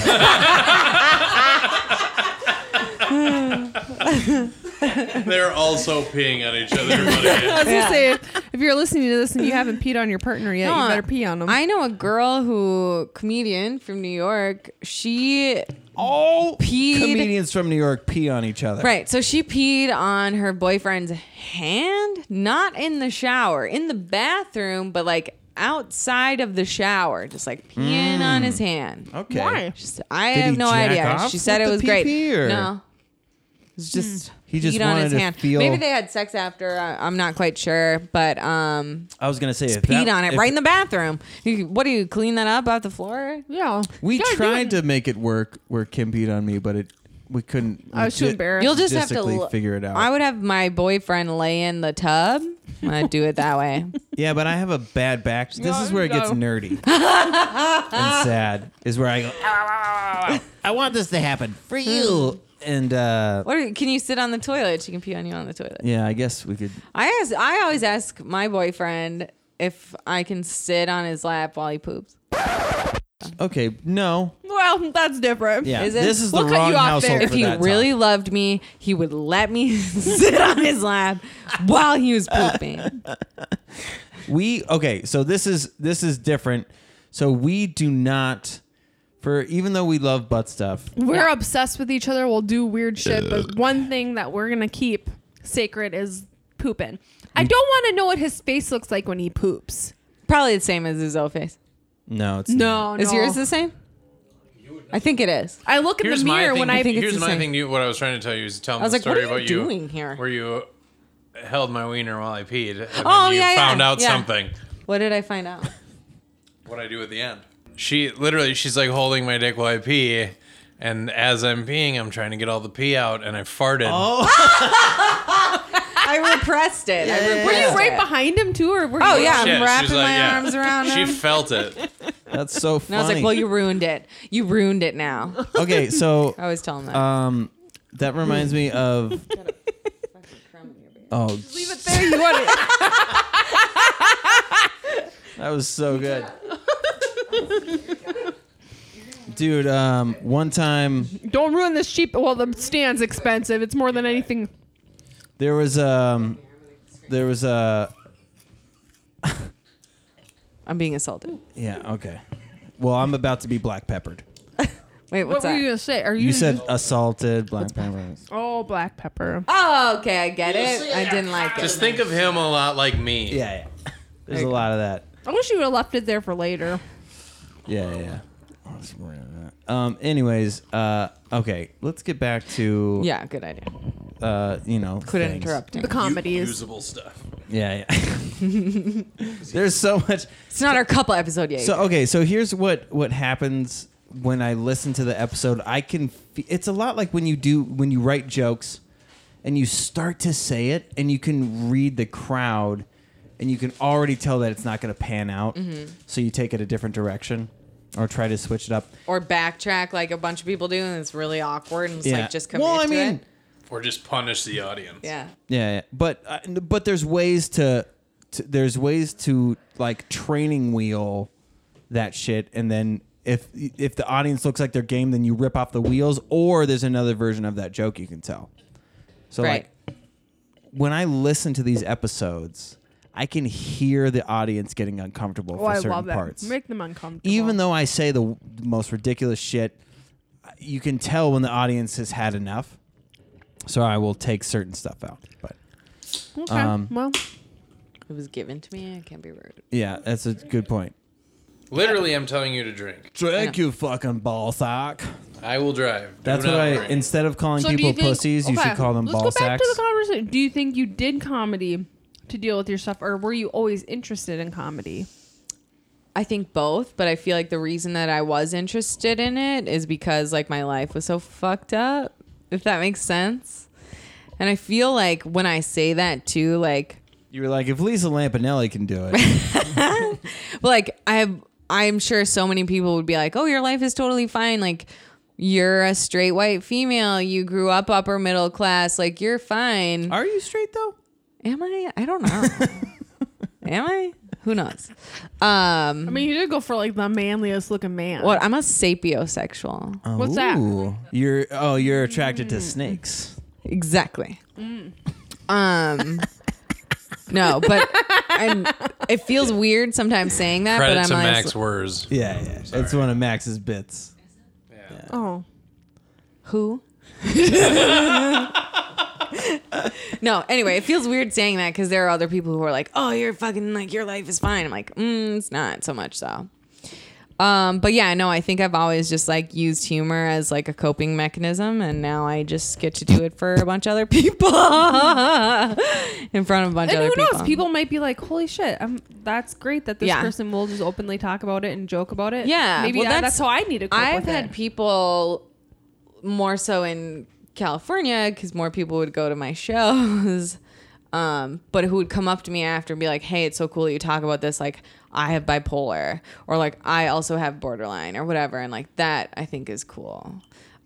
Speaker 5: They're also peeing on each other. buddy.
Speaker 2: I was gonna say, if- if you're listening to this and you haven't peed on your partner yet,
Speaker 3: No,
Speaker 2: you better pee on them.
Speaker 3: Uh, I know a girl who comedian from New York. She
Speaker 1: all
Speaker 3: Peed.
Speaker 1: comedians from New York pee on each other.
Speaker 3: Right. So she peed on her boyfriend's hand, not in the shower, in the bathroom, but like outside of the shower, just like peeing on his hand.
Speaker 1: Okay.
Speaker 2: Why?
Speaker 3: She said-
Speaker 1: Hmm. Oh.
Speaker 3: I
Speaker 1: Did
Speaker 3: have
Speaker 1: he
Speaker 3: no
Speaker 1: jack
Speaker 3: idea.
Speaker 1: off
Speaker 3: She said
Speaker 1: with
Speaker 3: it
Speaker 1: the
Speaker 3: was great.
Speaker 1: pee-pee, or-
Speaker 3: No. It's just
Speaker 1: He just
Speaker 3: Mm. peed on
Speaker 1: wanted
Speaker 3: his
Speaker 1: to
Speaker 3: hand.
Speaker 1: feel-
Speaker 3: Maybe they had sex after. I, I'm not quite sure, but um,
Speaker 1: I was gonna say if
Speaker 3: peed
Speaker 1: that-
Speaker 3: on it
Speaker 1: if-
Speaker 3: right in the bathroom. You- what do you clean that up off the floor?
Speaker 2: yeah.
Speaker 1: We
Speaker 2: You gotta do
Speaker 1: tried to
Speaker 2: it.
Speaker 1: make it work where Kim peed on me, but it we couldn't.
Speaker 2: I was too
Speaker 1: legit-
Speaker 2: embarrassed.
Speaker 3: You'll just have to
Speaker 1: logistically
Speaker 3: l-
Speaker 1: figure it out.
Speaker 3: I would have my boyfriend lay in the tub. I do it that way.
Speaker 1: Yeah, but I have a bad back. This is where it gets
Speaker 2: No.
Speaker 1: nerdy and sad. Is where I go. I want this to happen for you. And uh,
Speaker 3: What are, can you sit on the toilet? She can pee on you on the toilet.
Speaker 1: yeah, I guess we could.
Speaker 3: I ask, I always ask my boyfriend if I can sit on his lap while he poops.
Speaker 1: Okay, no.
Speaker 2: Well, that's different.
Speaker 1: Yeah,
Speaker 3: Is it-
Speaker 1: this is the
Speaker 2: We'll cut
Speaker 1: wrong
Speaker 2: you off
Speaker 1: household.
Speaker 2: there.
Speaker 3: If
Speaker 1: for
Speaker 3: he
Speaker 1: that
Speaker 3: really
Speaker 1: topic.
Speaker 3: loved me, he would let me sit on his lap while he was pooping.
Speaker 1: we okay so this is this is different so we do not for even though we love butt stuff
Speaker 2: We're obsessed with each other. We'll do weird shit, but one thing that we're gonna keep sacred is pooping. I don't want to know what his face looks like when he poops.
Speaker 3: Probably the same as his O face.
Speaker 1: no it's
Speaker 2: No,
Speaker 3: Is
Speaker 2: no.
Speaker 3: yours the same? I think it is.
Speaker 2: I look in
Speaker 5: Here's
Speaker 2: the
Speaker 5: my
Speaker 2: mirror
Speaker 5: thing.
Speaker 2: when
Speaker 3: I
Speaker 2: I
Speaker 3: think it's
Speaker 5: Here's
Speaker 3: the
Speaker 5: my
Speaker 3: same.
Speaker 5: thing. to You, what I was trying to tell you is tell them
Speaker 3: was
Speaker 5: the
Speaker 3: like, what
Speaker 5: story
Speaker 3: are you
Speaker 5: about you
Speaker 3: doing here?
Speaker 5: where you held my wiener while I peed. And
Speaker 3: Oh,
Speaker 5: then you
Speaker 3: yeah, yeah,
Speaker 5: Found out
Speaker 3: yeah.
Speaker 5: something.
Speaker 3: What did I find out?
Speaker 5: What I do at the end? She literally, she's like holding my dick while I pee, and as I'm peeing, I'm trying to get all the pee out, and I farted. Oh,
Speaker 3: I repressed it. I repressed
Speaker 2: Were you right
Speaker 3: it.
Speaker 2: behind him too, or were
Speaker 3: Oh
Speaker 2: you-
Speaker 3: yeah, I'm
Speaker 5: Shit. She's
Speaker 3: wrapping
Speaker 5: like,
Speaker 3: my
Speaker 5: yeah.
Speaker 3: arms around
Speaker 5: she
Speaker 3: him.
Speaker 5: felt it.
Speaker 1: that's so funny
Speaker 3: and I was like, well, you ruined it. You ruined it now.
Speaker 1: okay so
Speaker 3: I always tell him that.
Speaker 1: um that reminds me of oh
Speaker 2: Leave it there. You want it?
Speaker 1: That was so good. Dude, um, one time
Speaker 2: Don't ruin this cheap. Well, the stand's expensive. It's more than anything.
Speaker 1: there was um, there was a
Speaker 3: I'm being assaulted.
Speaker 1: yeah okay, Well, I'm about to be black peppered.
Speaker 3: Wait,
Speaker 2: What
Speaker 3: what's
Speaker 2: were
Speaker 3: that?
Speaker 2: you gonna say? Are you,
Speaker 1: You said assaulted black pepper.
Speaker 2: oh black pepper?
Speaker 3: oh, okay, I get it. I didn't like it.
Speaker 5: Just think of him a lot like me.
Speaker 1: Yeah, yeah. There's a lot of that.
Speaker 2: I wish you would have left it there for later.
Speaker 1: Yeah, yeah. yeah. Oh, it's more than that. Um. Anyways, uh, okay. Let's get back to
Speaker 3: Yeah, good idea.
Speaker 1: Uh, you know,
Speaker 3: Couldn't
Speaker 1: things.
Speaker 3: interrupt me.
Speaker 2: The comedies.
Speaker 5: Usable stuff.
Speaker 1: Yeah, yeah. There's so much.
Speaker 3: It's not our couple episode yet.
Speaker 1: So okay, so here's what what happens when I listen to the episode. I can. Fe- it's a lot like when you do when you write jokes, and you start to say it, and you can read the crowd, and you can already tell that it's not going to pan out.
Speaker 3: Mm-hmm.
Speaker 1: So you take it a different direction, or try to switch it up.
Speaker 3: or backtrack like a bunch of people do, and it's really awkward. And it's like just commit
Speaker 1: well, I
Speaker 3: to
Speaker 1: mean,
Speaker 3: it.
Speaker 5: Or just punish the audience.
Speaker 3: Yeah.
Speaker 1: Yeah, yeah. but uh, but there's ways to, to there's ways to like training wheel that shit, and then if if the audience looks like their game, then you rip off the wheels, or there's another version of that joke you can tell. So
Speaker 3: Right.
Speaker 1: like when I listen to these episodes, I can hear the audience getting uncomfortable
Speaker 2: Oh,
Speaker 1: for
Speaker 2: I
Speaker 1: certain
Speaker 2: love that.
Speaker 1: parts.
Speaker 2: Make them uncomfortable.
Speaker 1: Even though I say the w- most ridiculous shit, you can tell when the audience has had enough. So I will take certain stuff out, but.
Speaker 2: Okay.
Speaker 1: um,
Speaker 2: well,
Speaker 3: It was given to me. I can't be rude.
Speaker 1: Yeah, that's a good point.
Speaker 5: Literally, I'm telling you to drink.
Speaker 1: Drink you fucking ball sack.
Speaker 5: I will drive. Do
Speaker 1: That's
Speaker 5: not
Speaker 1: what I.
Speaker 5: drink.
Speaker 1: Instead of calling people pussies, you
Speaker 2: okay,
Speaker 1: should call them
Speaker 2: let's
Speaker 1: ball
Speaker 2: go back
Speaker 1: sacks.
Speaker 2: to the conversation. Do you think you did comedy to deal with your stuff, or were you always interested in comedy?
Speaker 3: I think both, but I feel like the reason that I was interested in it is because like my life was so fucked up, if that makes sense. And I feel like when I say that too, like
Speaker 1: you were like, if Lisa Lampanelli can do it,
Speaker 3: But like I have, I'm sure so many people would be like, "Oh, your life is totally fine. Like you're a straight white female. You grew up upper middle class. Like you're fine."
Speaker 1: are you straight though?
Speaker 3: Am I? I don't know. Am I? Who knows? Um,
Speaker 2: I mean, you did go for like the manliest looking man.
Speaker 3: what? I'm a sapiosexual.
Speaker 2: What's that? Mm.
Speaker 1: Ooh, Oh. You're oh, you're attracted to snakes.
Speaker 3: Exactly. Um. No, but and it feels weird sometimes saying that.
Speaker 5: Credit
Speaker 3: but I'm
Speaker 5: to
Speaker 3: like,
Speaker 5: Max Wurz.
Speaker 1: Yeah, yeah. That's one of Max's bits.
Speaker 2: Oh,
Speaker 3: Who? no, anyway, it feels weird saying that because there are other people who are like, oh, you're fucking like, your life is fine. I'm like, mm, it's not so much so. Um, but yeah, no, I think I've always just like used humor as like a coping mechanism, and now I just get to do it for a bunch of other people in front of a bunch
Speaker 2: and
Speaker 3: of other
Speaker 2: who
Speaker 3: people.
Speaker 2: knows? People might be like, "Holy shit, I'm, that's great that this
Speaker 3: Yeah.
Speaker 2: person will just openly talk about it and joke about it."
Speaker 3: Yeah,
Speaker 2: maybe
Speaker 3: well,
Speaker 2: that-
Speaker 3: that's-
Speaker 2: that's, how I need to. Cope
Speaker 3: I've
Speaker 2: with
Speaker 3: had
Speaker 2: it.
Speaker 3: people more so in California because more people would go to my shows, um, but who would come up to me after and be like, "Hey, it's so cool that you talk about this. Like, I have bipolar, or like I also have borderline, or whatever." And like that, I think is cool.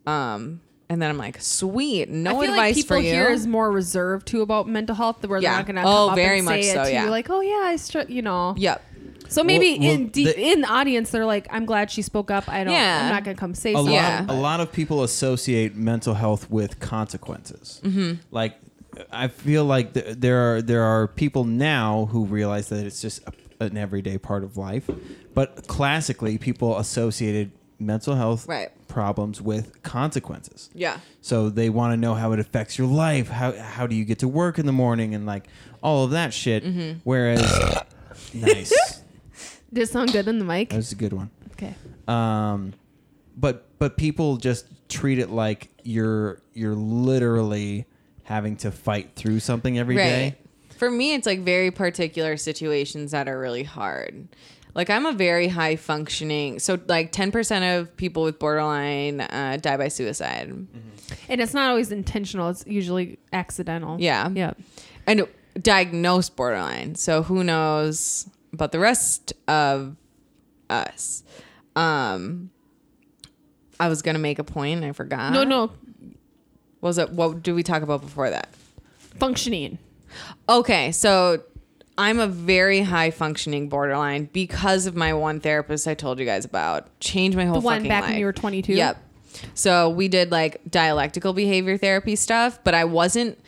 Speaker 3: Um, and then I'm like, "Sweet, no
Speaker 2: I feel
Speaker 3: advice
Speaker 2: like
Speaker 3: for
Speaker 2: people
Speaker 3: you."
Speaker 2: here is more reserved too about mental health, where
Speaker 3: Yeah.
Speaker 2: they're not going to
Speaker 3: Oh,
Speaker 2: come up
Speaker 3: very
Speaker 2: and
Speaker 3: much
Speaker 2: say it
Speaker 3: so,
Speaker 2: to
Speaker 3: yeah.
Speaker 2: you, like, "Oh yeah, I str-, you know."
Speaker 3: yep.
Speaker 2: So maybe
Speaker 1: Well- well,
Speaker 2: in deep,
Speaker 1: the-
Speaker 2: in the audience, they're like, "I'm glad she spoke up. I don't.
Speaker 3: Yeah.
Speaker 2: I'm not going to come say
Speaker 1: A lot,
Speaker 2: something."
Speaker 3: Yeah.
Speaker 1: a lot of people associate mental health with consequences. Mm-hmm. Like, I feel like th- there are there are people now who realize that it's just a, an everyday part of life, but classically, people associated mental health
Speaker 3: Right.
Speaker 1: problems with consequences.
Speaker 3: Yeah.
Speaker 1: So they want to know how it affects your life. How how do you get to work in the morning and like all of that shit.
Speaker 3: Mm-hmm.
Speaker 1: Whereas, nice.
Speaker 2: Did it sound good in the mic?
Speaker 1: That was a good one.
Speaker 2: Okay.
Speaker 1: Um, but but people just treat it like you're you're literally having to fight through something every day.
Speaker 3: For me, it's like very particular situations that are really hard. Like I'm a very high functioning, so like 10% of people with borderline uh, die by suicide.
Speaker 1: Mm-hmm.
Speaker 2: And it's not always intentional. It's usually accidental.
Speaker 3: Yeah. Uh-huh.
Speaker 2: Yeah.
Speaker 3: and diagnosed borderline. So who knows about the rest of us? Um, I was gonna make a point, and I forgot.
Speaker 2: No, no.
Speaker 3: Was it what did we talk about before that?
Speaker 2: Functioning.
Speaker 3: Okay, so I'm a very high functioning borderline because of my one therapist I told you guys about. Changed my whole
Speaker 2: The one
Speaker 3: fucking
Speaker 2: back
Speaker 3: life.
Speaker 2: when you were 22.
Speaker 3: Yep. So we did like dialectical behavior therapy stuff, but I wasn't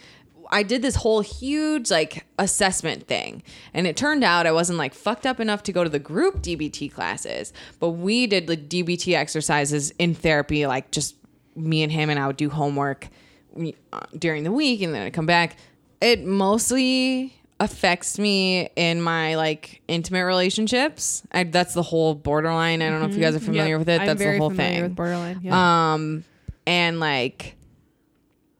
Speaker 3: I did this whole huge like assessment thing, and it turned out I wasn't like fucked up enough to go to the group DBT classes, but we did like DBT exercises in therapy, like just me and him, and I would do homework we- uh, during the week, and then I'd come back. It mostly affects me in my like intimate relationships. I, that's the whole borderline. I don't know if you guys are familiar
Speaker 2: Mm-hmm. Yep.
Speaker 3: with it.
Speaker 2: I'm
Speaker 3: That's
Speaker 2: very
Speaker 3: the whole
Speaker 2: familiar
Speaker 3: thing.
Speaker 2: With borderline. Yeah.
Speaker 3: Um, and like,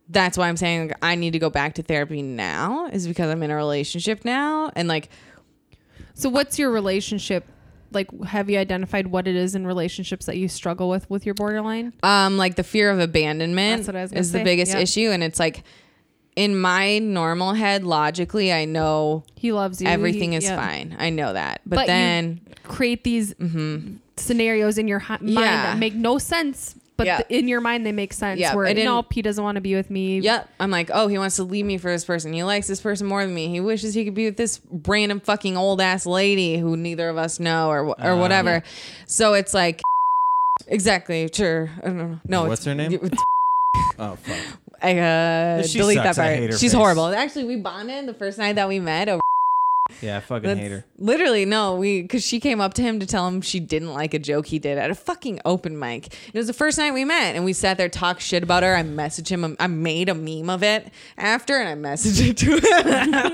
Speaker 3: that's why I'm saying like, I need to go back to therapy now is because I'm in a relationship now. And like,
Speaker 2: so what's your relationship? Like, have you identified what it is in relationships that you struggle with with your borderline?
Speaker 3: um, like the fear of abandonment
Speaker 2: That's what I was gonna
Speaker 3: is
Speaker 2: say.
Speaker 3: the biggest
Speaker 2: Yeah.
Speaker 3: issue. And it's like, in my normal head, logically, I know
Speaker 2: He loves you.
Speaker 3: everything
Speaker 2: he-
Speaker 3: is
Speaker 2: yeah.
Speaker 3: fine. I know that. But,
Speaker 2: But you-
Speaker 3: then
Speaker 2: Create these scenarios in your hi- mind
Speaker 3: Mm-hmm. Yeah.
Speaker 2: that make no sense, but
Speaker 3: Yeah.
Speaker 2: th- in your mind they make sense.
Speaker 3: Yeah,
Speaker 2: Where
Speaker 3: I didn't-
Speaker 2: nope, he doesn't want to be with me.
Speaker 3: Yep. I'm like, oh, he wants to leave me for this person. He likes this person more than me. He wishes he could be with this random fucking old ass lady who neither of us know or wh- or
Speaker 1: Uh,
Speaker 3: whatever. So it's like, exactly, sure. I don't know. No,
Speaker 1: What's
Speaker 3: it's-
Speaker 1: her name?
Speaker 3: it's-
Speaker 1: Oh fuck.
Speaker 3: I, uh,
Speaker 1: She
Speaker 3: delete
Speaker 1: sucks.
Speaker 3: that
Speaker 1: I
Speaker 3: part.
Speaker 1: hate her
Speaker 3: She's
Speaker 1: face.
Speaker 3: horrible. Actually, we bonded the first night that we met. Over
Speaker 1: Yeah, I fucking hate her.
Speaker 3: Literally, no, we because she came up to him to tell him she didn't like a joke he did at a fucking open mic. It was the first night we met, and we sat there talked shit about her. I messaged him, I made a meme of it after, and I messaged it to him.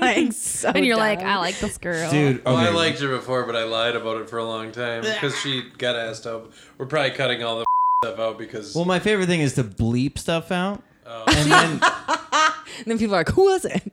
Speaker 3: like, so
Speaker 2: And you're like,
Speaker 3: dumb.
Speaker 2: I like this girl.
Speaker 1: Dude, okay.
Speaker 5: Well, I liked her before, but I lied about it for a long time because she got asked out. We're probably cutting all the stuff out because
Speaker 1: well, my favorite thing is to bleep stuff out. And then
Speaker 3: and then people are like, who was it?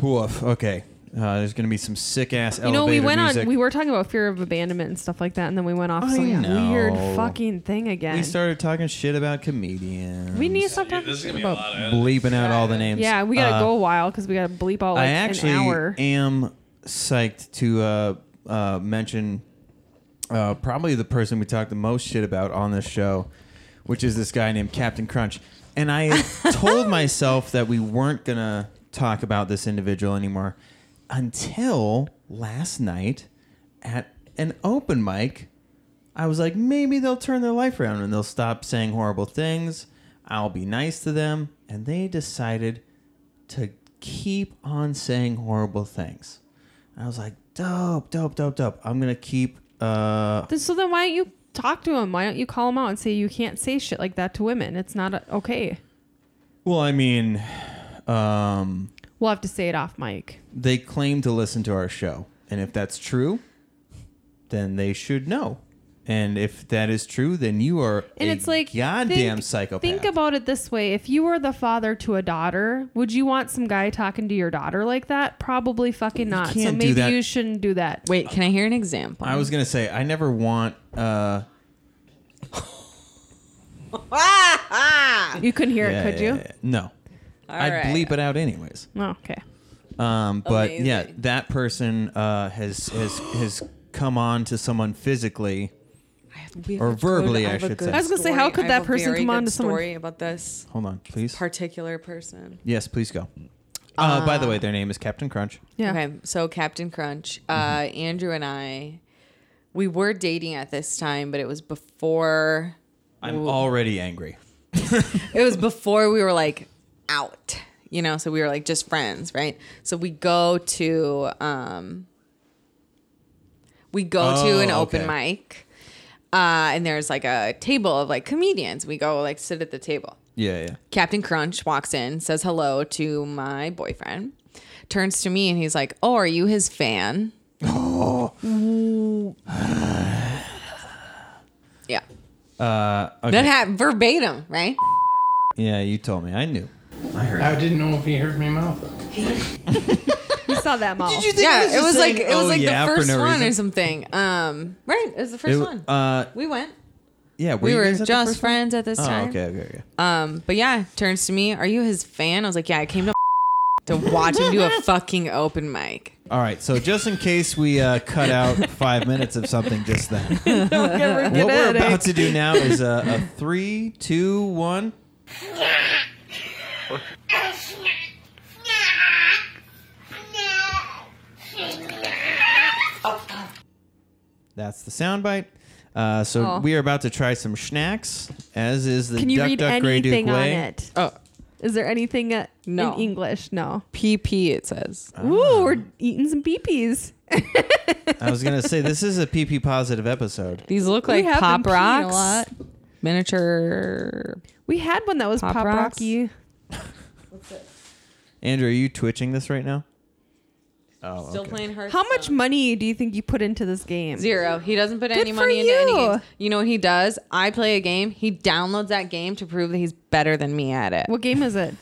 Speaker 1: woof. Okay. Uh, there's gonna be some sick ass
Speaker 2: You know,
Speaker 1: elevator
Speaker 2: we went
Speaker 1: music.
Speaker 2: on. We were talking about fear of abandonment and stuff like that, and then we went off
Speaker 1: I
Speaker 2: some
Speaker 1: know.
Speaker 2: weird fucking thing again.
Speaker 1: We
Speaker 2: We,
Speaker 1: started talking shit about comedians.
Speaker 2: need to stop
Speaker 5: Dude,
Speaker 2: talking
Speaker 5: this is gonna be a
Speaker 2: about.
Speaker 5: lot of
Speaker 1: bleeping out all the names.
Speaker 2: yeah, we gotta
Speaker 1: Uh,
Speaker 2: go a while because we gotta bleep out like
Speaker 1: I actually
Speaker 2: an hour.
Speaker 1: am psyched to uh, uh, mention uh, probably the person we talked the most shit about on this show, which is this guy named Captain Crunch. And I had told myself that we weren't gonna talk about this individual anymore until last night at an open mic. I was like, maybe they'll turn their life around and they'll stop saying horrible things. I'll be nice to them. And they decided to keep on saying horrible things. I was like, dope, dope, dope, dope. I'm gonna keep. Uh,
Speaker 2: Then- so then, why don't you talk to him? Why don't you call him out and say you can't say shit like that to women? It's not a, okay.
Speaker 1: well, I mean, um,
Speaker 2: We'll have to say it off mic.
Speaker 1: they claim to listen to our show, and if that's true, then they should know. And if that is true, then you are
Speaker 2: And
Speaker 1: a
Speaker 2: it's like
Speaker 1: goddamn
Speaker 2: think,
Speaker 1: psychopath.
Speaker 2: Think about it this way: if you were the father to a daughter, would you want some guy talking to your daughter like that? Probably fucking not. so
Speaker 1: can't do
Speaker 2: maybe
Speaker 1: that.
Speaker 2: you shouldn't do that.
Speaker 3: Wait, can I hear an example?
Speaker 1: I was gonna say I never want. Uh,
Speaker 2: You couldn't hear
Speaker 1: yeah,
Speaker 2: it, could
Speaker 1: yeah,
Speaker 2: you?
Speaker 1: yeah, yeah. No, I'd
Speaker 3: right.
Speaker 1: bleep it out anyways.
Speaker 2: Oh, okay.
Speaker 1: Um, but yeah,
Speaker 3: Amazing.
Speaker 1: that person uh, has has has come on to someone physically.
Speaker 3: We have
Speaker 1: Or
Speaker 3: a good-
Speaker 1: verbally,
Speaker 3: I
Speaker 1: I
Speaker 3: have a
Speaker 1: should
Speaker 3: good
Speaker 1: say. I was
Speaker 2: gonna say,
Speaker 3: story.
Speaker 2: how could
Speaker 3: I
Speaker 2: that
Speaker 3: have a
Speaker 2: person
Speaker 3: very
Speaker 2: come on
Speaker 3: good
Speaker 2: to someone-
Speaker 3: story about this
Speaker 1: Hold on, please.
Speaker 3: particular person?
Speaker 1: yes, please go. Uh, by the way, their name is Captain Crunch.
Speaker 2: Yeah.
Speaker 3: Okay, so Captain Crunch, uh,
Speaker 1: Mm-hmm.
Speaker 3: Andrew and I, we were dating at this time, but it was before
Speaker 1: I'm already angry.
Speaker 3: it was before we were like out, you know, so we were like just friends, right? So we go to um we go
Speaker 1: Oh,
Speaker 3: to an open
Speaker 1: okay.
Speaker 3: mic. Uh, and there's like a table of like comedians. We go like sit at the table.
Speaker 1: Yeah, yeah.
Speaker 3: Captain Crunch walks in, says hello to my boyfriend, turns to me and he's like, "Oh, are you his fan?" yeah,
Speaker 1: Uh, okay.
Speaker 3: that happened verbatim, right?
Speaker 1: yeah, you told me. I knew.
Speaker 7: I didn't know if he heard me mouth.
Speaker 2: You saw that mouth.
Speaker 3: yeah, it was like
Speaker 1: saying,
Speaker 3: it was
Speaker 1: "Oh,
Speaker 3: like
Speaker 1: yeah,"
Speaker 3: the
Speaker 1: for
Speaker 3: first
Speaker 1: no
Speaker 3: one or
Speaker 1: reason?
Speaker 3: something. Um, right, it was the
Speaker 1: It-
Speaker 3: first one.
Speaker 1: uh,
Speaker 3: we went.
Speaker 1: yeah,
Speaker 3: We
Speaker 1: you
Speaker 3: were
Speaker 1: guys at the
Speaker 3: just
Speaker 1: first one?
Speaker 3: friends at this
Speaker 1: Oh,
Speaker 3: time.
Speaker 1: okay, okay, okay.
Speaker 3: Um, but yeah, turns to me, "Are you his fan?" I was like, "Yeah, I came to to watch him do a fucking open mic."
Speaker 1: All right. So just in case we uh, cut out five minutes of something just then, what we're about to do now is a, a three, two, one. That's the soundbite. Uh, so
Speaker 2: Oh.
Speaker 1: we are about to try some snacks, as is the
Speaker 2: Can you
Speaker 1: Duck
Speaker 2: read
Speaker 1: Duck Grey Duke
Speaker 2: anything on
Speaker 1: way.
Speaker 2: it?
Speaker 3: Oh,
Speaker 2: Is there anything uh,
Speaker 3: No.
Speaker 2: in English? No.
Speaker 3: PP it says.
Speaker 1: Ah.
Speaker 2: Ooh, we're eating some peepees.
Speaker 1: I was gonna say this is a PP positive episode.
Speaker 3: These look like
Speaker 2: we have
Speaker 3: pop
Speaker 2: been peeing
Speaker 3: rocks.
Speaker 2: A lot.
Speaker 3: Miniature.
Speaker 2: We had one that was pop,
Speaker 3: Pop rocks?
Speaker 2: rocky.
Speaker 1: Andrew, are you twitching this right now? Oh,
Speaker 3: Still playing her.
Speaker 2: How much money do you think you put into this game?
Speaker 3: Zero. He doesn't put any
Speaker 2: for
Speaker 3: money into any
Speaker 2: you.
Speaker 3: games. You know what he does? I play a game. He downloads that game to prove that he's better than me at it.
Speaker 2: What game is it?